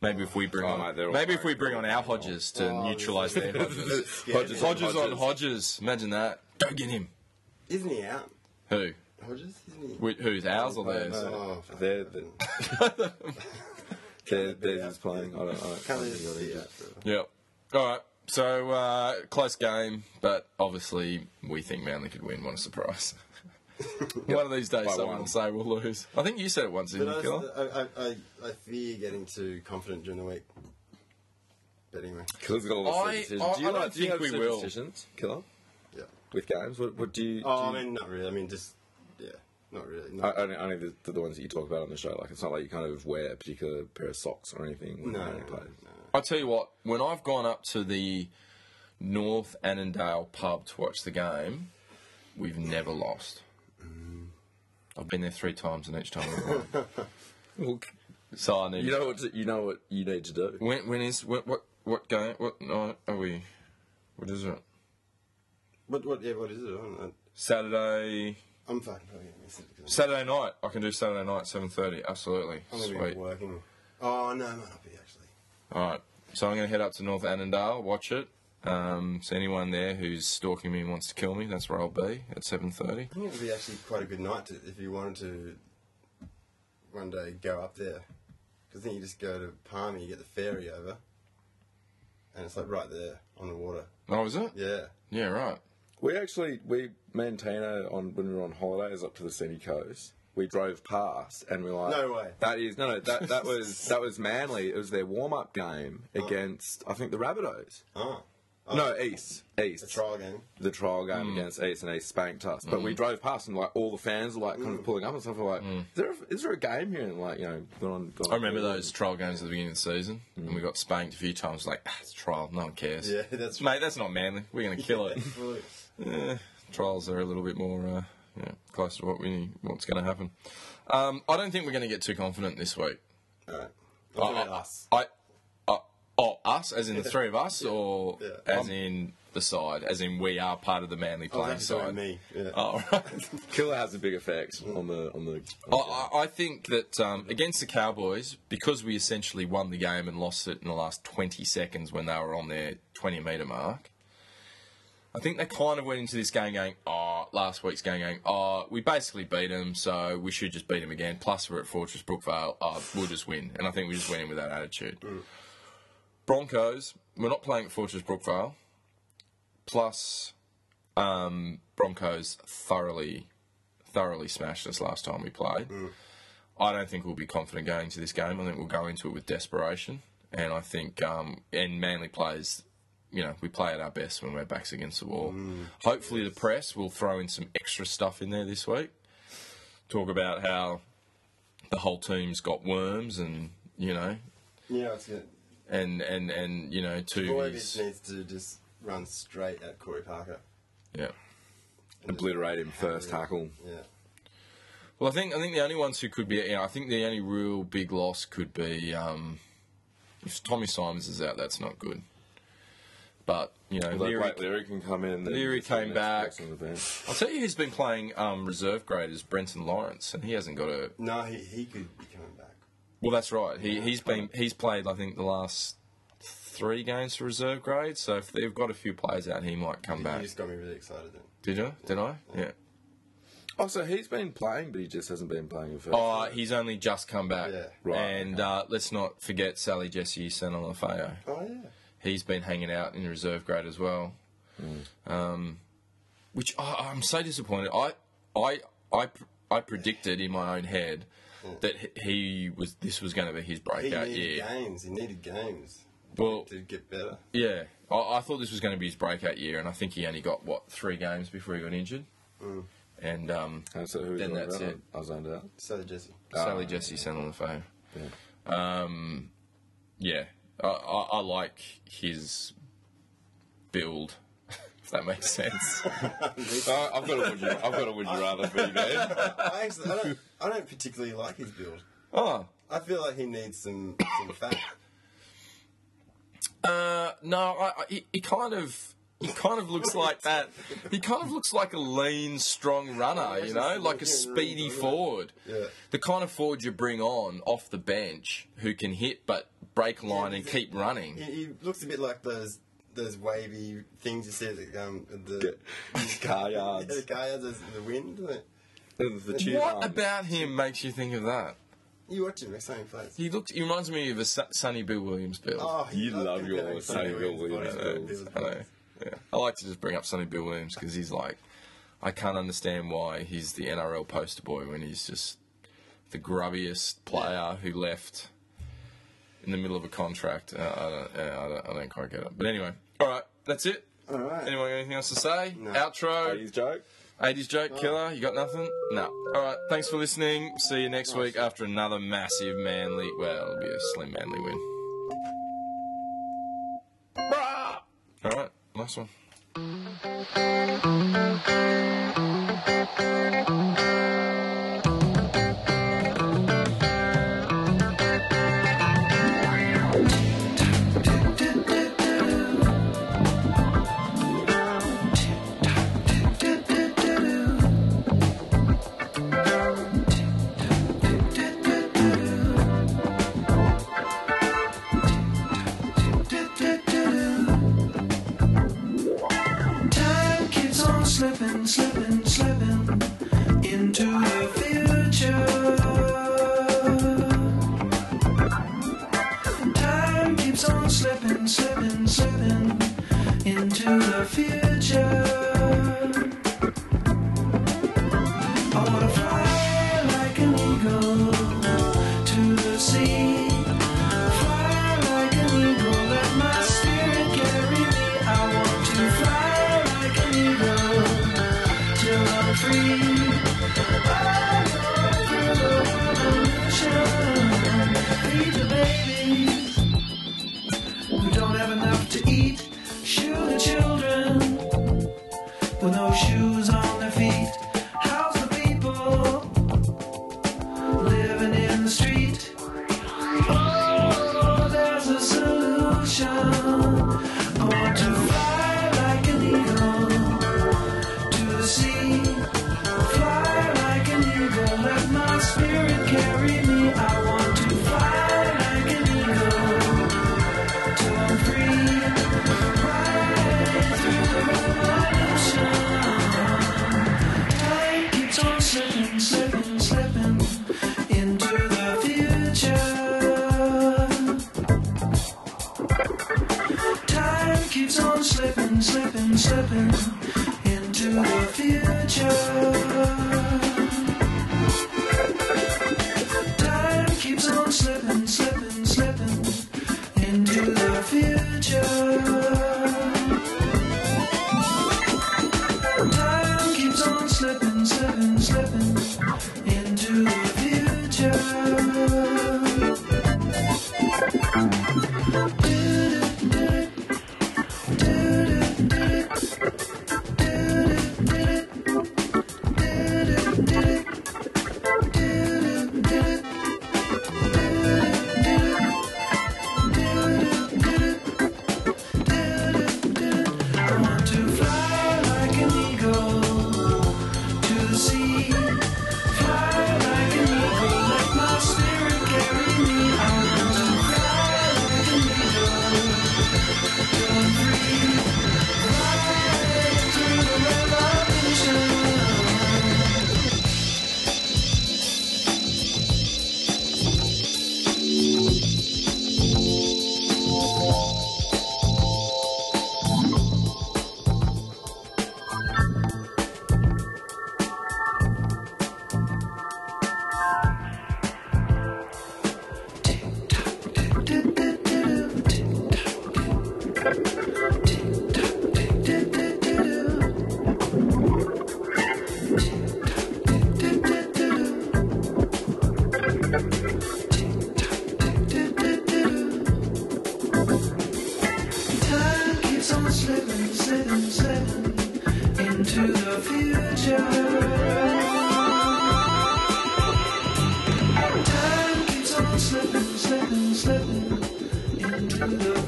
Speaker 2: maybe if we bring
Speaker 3: Oh,
Speaker 2: on
Speaker 3: mate, they're all Oh,
Speaker 2: maybe if we
Speaker 3: playing-
Speaker 2: bring on our Hodges to neutralise their Hodges.
Speaker 1: Yeah,
Speaker 2: Hodges on Hodges, imagine that. Go get him.
Speaker 1: Isn't he out?
Speaker 2: Who?
Speaker 1: Hodges? Isn't he?
Speaker 2: Wh- Who's ours or theirs?
Speaker 1: Oh, fuck.
Speaker 3: They're, they're, they're, they're just playing. I don't, I don't,
Speaker 1: Can't
Speaker 3: I
Speaker 1: they
Speaker 3: don't
Speaker 1: just
Speaker 3: think
Speaker 1: see
Speaker 3: I'll
Speaker 1: it?
Speaker 2: Yep. All right. So uh, close game, but obviously we think Manly could win. What a surprise! one of these days,
Speaker 3: By
Speaker 2: someone
Speaker 3: one.
Speaker 2: will say we'll lose. I think you said it once,
Speaker 1: But
Speaker 2: didn't
Speaker 1: I,
Speaker 2: you, Killer?
Speaker 1: was- I, I, I, I fear getting too confident during the week. But anyway,
Speaker 3: Killer's got a lot of
Speaker 2: I-
Speaker 3: superstitions.
Speaker 2: I-
Speaker 3: do you
Speaker 2: I don't
Speaker 3: like, do you
Speaker 2: think
Speaker 3: have
Speaker 2: we will.
Speaker 3: superstitions, Killer,
Speaker 1: yeah.
Speaker 3: with games? What, what do you?
Speaker 1: Oh,
Speaker 3: do
Speaker 1: I
Speaker 3: you
Speaker 1: mean, not really. I mean, just yeah, not really.
Speaker 3: I,
Speaker 1: Not,
Speaker 3: only, only the, the, the ones that you talk about on the show. Like it's not like you kind of wear a particular pair of socks or anything. When
Speaker 1: no,
Speaker 3: you
Speaker 1: no,
Speaker 3: play.
Speaker 1: no,
Speaker 2: I tell you what. When I've gone up to the North Annandale pub to watch the game, we've never lost. I've been there three times, and each time we've won.
Speaker 3: Well,
Speaker 2: so I need.
Speaker 3: you know what to, you know what you need to do.
Speaker 2: when when is what what what game? What night are we? What is it?
Speaker 1: What, what, yeah, what is it on?
Speaker 2: Saturday.
Speaker 1: I, I'm fucking probably gonna miss it because
Speaker 2: Saturday night. I can do Saturday night, seven thirty. Absolutely.
Speaker 1: I'm gonna
Speaker 2: Sweet.
Speaker 1: be working. Oh no, I might not be actually.
Speaker 2: All right. So I'm going to head up to North Annandale, watch it. Um, so anyone there who's stalking me and wants to kill me, that's where I'll be at seven thirty.
Speaker 1: I think it'd be actually quite a good night to, if you wanted to one day go up there. Because then you just go to Palmy, you get the ferry over, and it's like right there on the water.
Speaker 2: Oh, is it?
Speaker 1: Yeah.
Speaker 2: Yeah. Right.
Speaker 3: We actually we Mantino on when we were on holidays up to the sunny coast. We drove past and we were like,
Speaker 1: No way.
Speaker 3: That is no, no that that was that was Manly. It was their warm up game against I think the Rabbitohs.
Speaker 1: Oh.
Speaker 3: No, East East.
Speaker 1: The trial game.
Speaker 3: the trial game
Speaker 2: Mm.
Speaker 3: against East and East spanked us. But we drove past and like all the fans were like kind
Speaker 1: Mm.
Speaker 3: of pulling up and stuff. We're like, is, there a, is there a game here? And like you know, they're on. they're
Speaker 2: Mm.
Speaker 3: on-
Speaker 2: I remember those trial games at the beginning of the season, and we got spanked a few times. Like ah, it's trial, no one cares.
Speaker 1: Mm. Yeah, that's
Speaker 2: Mate, that's not manly. We're going to kill it.
Speaker 1: Absolutely.
Speaker 2: trials are a little bit more uh, you know, close to what we what's going to happen. Um, I don't think we're going to get too confident this week.
Speaker 1: All right. I'm talking about
Speaker 2: I-
Speaker 1: us.
Speaker 2: I, I, oh, us, as in the three of us, or
Speaker 1: Yeah. Um,
Speaker 2: as in the side, as in we are part of the Manly
Speaker 1: I was
Speaker 2: playing
Speaker 1: actually talking
Speaker 2: side.
Speaker 1: oh, me. Yeah.
Speaker 2: Oh, right.
Speaker 3: Killer has a big effect on the on the. on the game.
Speaker 2: I, I- I think that um, against the Cowboys, because we essentially won the game and lost it in the last 20 seconds when they were on their 20 metre mark, I think they kind of went into this game going, oh, last week's game going, oh, we basically beat them, so we should just beat them again. Plus, we're at Fortress Brookvale, oh, we'll just win. And I think we just went in with that attitude. Broncos, we're not playing at Fortress Brookvale. Plus, um, Broncos thoroughly thoroughly smashed us last time we played.
Speaker 1: Mm.
Speaker 2: I don't think we'll be confident going into this game. I think we'll go into it with desperation, and I think um, and Manly plays. You know, we play at our best when we're backs against the wall.
Speaker 1: Mm.
Speaker 2: Hopefully, the press will throw in some extra stuff in there this week. Talk about how the whole team's got worms, and you know,
Speaker 1: yeah, it's good.
Speaker 2: and and and you know,
Speaker 1: Boy,
Speaker 2: two.
Speaker 1: this needs to just run straight at Corey Parker.
Speaker 2: Yeah.
Speaker 3: obliterate him first tackle.
Speaker 1: Yeah.
Speaker 2: Well, I think I think the only ones who could be, you know, I think the only real big loss could be um, if Tommy Simons is out. That's not good. But you know,
Speaker 3: Leary,
Speaker 2: Leary,
Speaker 3: like, Leary can come in. then
Speaker 2: Leary
Speaker 3: just sit
Speaker 2: came
Speaker 3: next-
Speaker 2: back.
Speaker 3: next on the bench.
Speaker 2: I'll tell you who's been playing um, reserve grade is Brenton Lawrence, and he hasn't got a.
Speaker 1: No, he, he could be coming back.
Speaker 2: Well, that's right. He he's been he's played I think the last three games for reserve grade. So if they've got a few players out, he might come
Speaker 1: You
Speaker 2: back.
Speaker 1: just got me really excited then.
Speaker 2: Did you? Did I? Yeah.
Speaker 3: Oh, so he's been playing, but he just hasn't been playing at first.
Speaker 2: Oh, he's only just come back.
Speaker 1: Yeah.
Speaker 3: Right,
Speaker 2: And uh, let's not forget Sally Jesse Senalafeo.
Speaker 1: Oh, yeah.
Speaker 2: he's been hanging out in reserve grade as well. Um, which I, I'm so disappointed. I I I pr- I predicted in my own head that h- he was this was going to be his
Speaker 1: He
Speaker 2: breakout
Speaker 1: needed
Speaker 2: year.
Speaker 1: games. He needed games
Speaker 2: Well,
Speaker 1: to get better.
Speaker 2: yeah, I, I thought this was going to be his breakout year, and I think he only got what three games before he got injured. And um,
Speaker 3: And so who's
Speaker 2: Then
Speaker 3: on
Speaker 2: that's
Speaker 3: that?
Speaker 2: it.
Speaker 3: I was zoned out.
Speaker 1: So did Jesse.
Speaker 2: Sally Jesse sent on the phone.
Speaker 3: Yeah.
Speaker 2: Um, yeah, I, I, I like his build. If that makes sense.
Speaker 3: Oh, I've got a would you, I've got a would you rather for you, man.
Speaker 1: I actually, I don't, I don't particularly like his build.
Speaker 2: oh,
Speaker 1: I feel like he needs some, some fat.
Speaker 2: Uh, no, I, I, he, he kind of. He kind of looks like that. He kind of looks like a lean, strong runner, you know, like a speedy forward.
Speaker 1: Yeah.
Speaker 2: The kind of forward you bring on off the bench who can hit but break line and keep running.
Speaker 1: He, he looks a bit like those those wavy things you see at the, um, at the yeah,
Speaker 3: Car
Speaker 1: the
Speaker 3: yards.
Speaker 1: car yards, those- the wind. isn't it?
Speaker 3: the tube
Speaker 2: What
Speaker 3: arms.
Speaker 2: about him makes you think of that?
Speaker 1: You watch him, same place.
Speaker 2: He looks. He reminds me of a Su- Sonny Bill Williams build.
Speaker 1: Oh, Ah,
Speaker 3: You
Speaker 1: I
Speaker 3: love
Speaker 1: think
Speaker 3: your
Speaker 1: that makes
Speaker 3: Sonny
Speaker 1: sense.
Speaker 3: Bill Williams
Speaker 1: Yeah,
Speaker 3: films.
Speaker 1: Bill's
Speaker 2: I know. Yeah. I like to just bring up Sonny Bill Williams because he's like, I can't understand why he's the NRL poster boy when he's just the grubbiest player who left in the middle of a contract. Uh, I, don't, yeah, I, don't, I don't quite get it. But anyway, all right, that's it.
Speaker 1: All right.
Speaker 2: Anyone got anything else to say? Outro.
Speaker 3: Ladies joke.
Speaker 2: 80s joke killer. You got nothing? No. All right. Thanks for listening. See you next week after another massive manly. Well, it'll be a slim manly win. All right. Nice one.
Speaker 7: Time keeps on slipping, slipping, slipping into the future. Time keeps on slipping, slipping, slipping into the future. I wanna fly like an eagle to the sea. Fly like an eagle, let my spirit carry me. I want to fly like an eagle till I'm free. I walk through the world of motion, feed the babies who don't have enough to eat. Shoe the children with no shoes on their feet. How's the people living in the street? Oh, there's a solution. I want to fly like an eagle to the sea. Fly like an eagle, let my spirit carry me. I want to fly like an eagle till I'm free. Rise through the revolution. Time keeps on slipping, slipping, slipping into the future. Time keeps on slipping, slipping, slipping into the future. Time keeps on slipping, slipping, slipping into the future. Time keeps on slipping, slipping, slipping into the future. I want to fly like an eagle to the sea. Fly like an eagle, let my spirit carry me. I want to fly like an eagle, till I'm free. Rise through the revolution. Time keeps on slipping, slipping, slipping into the future. Time keeps on slipping, slipping, slipping into the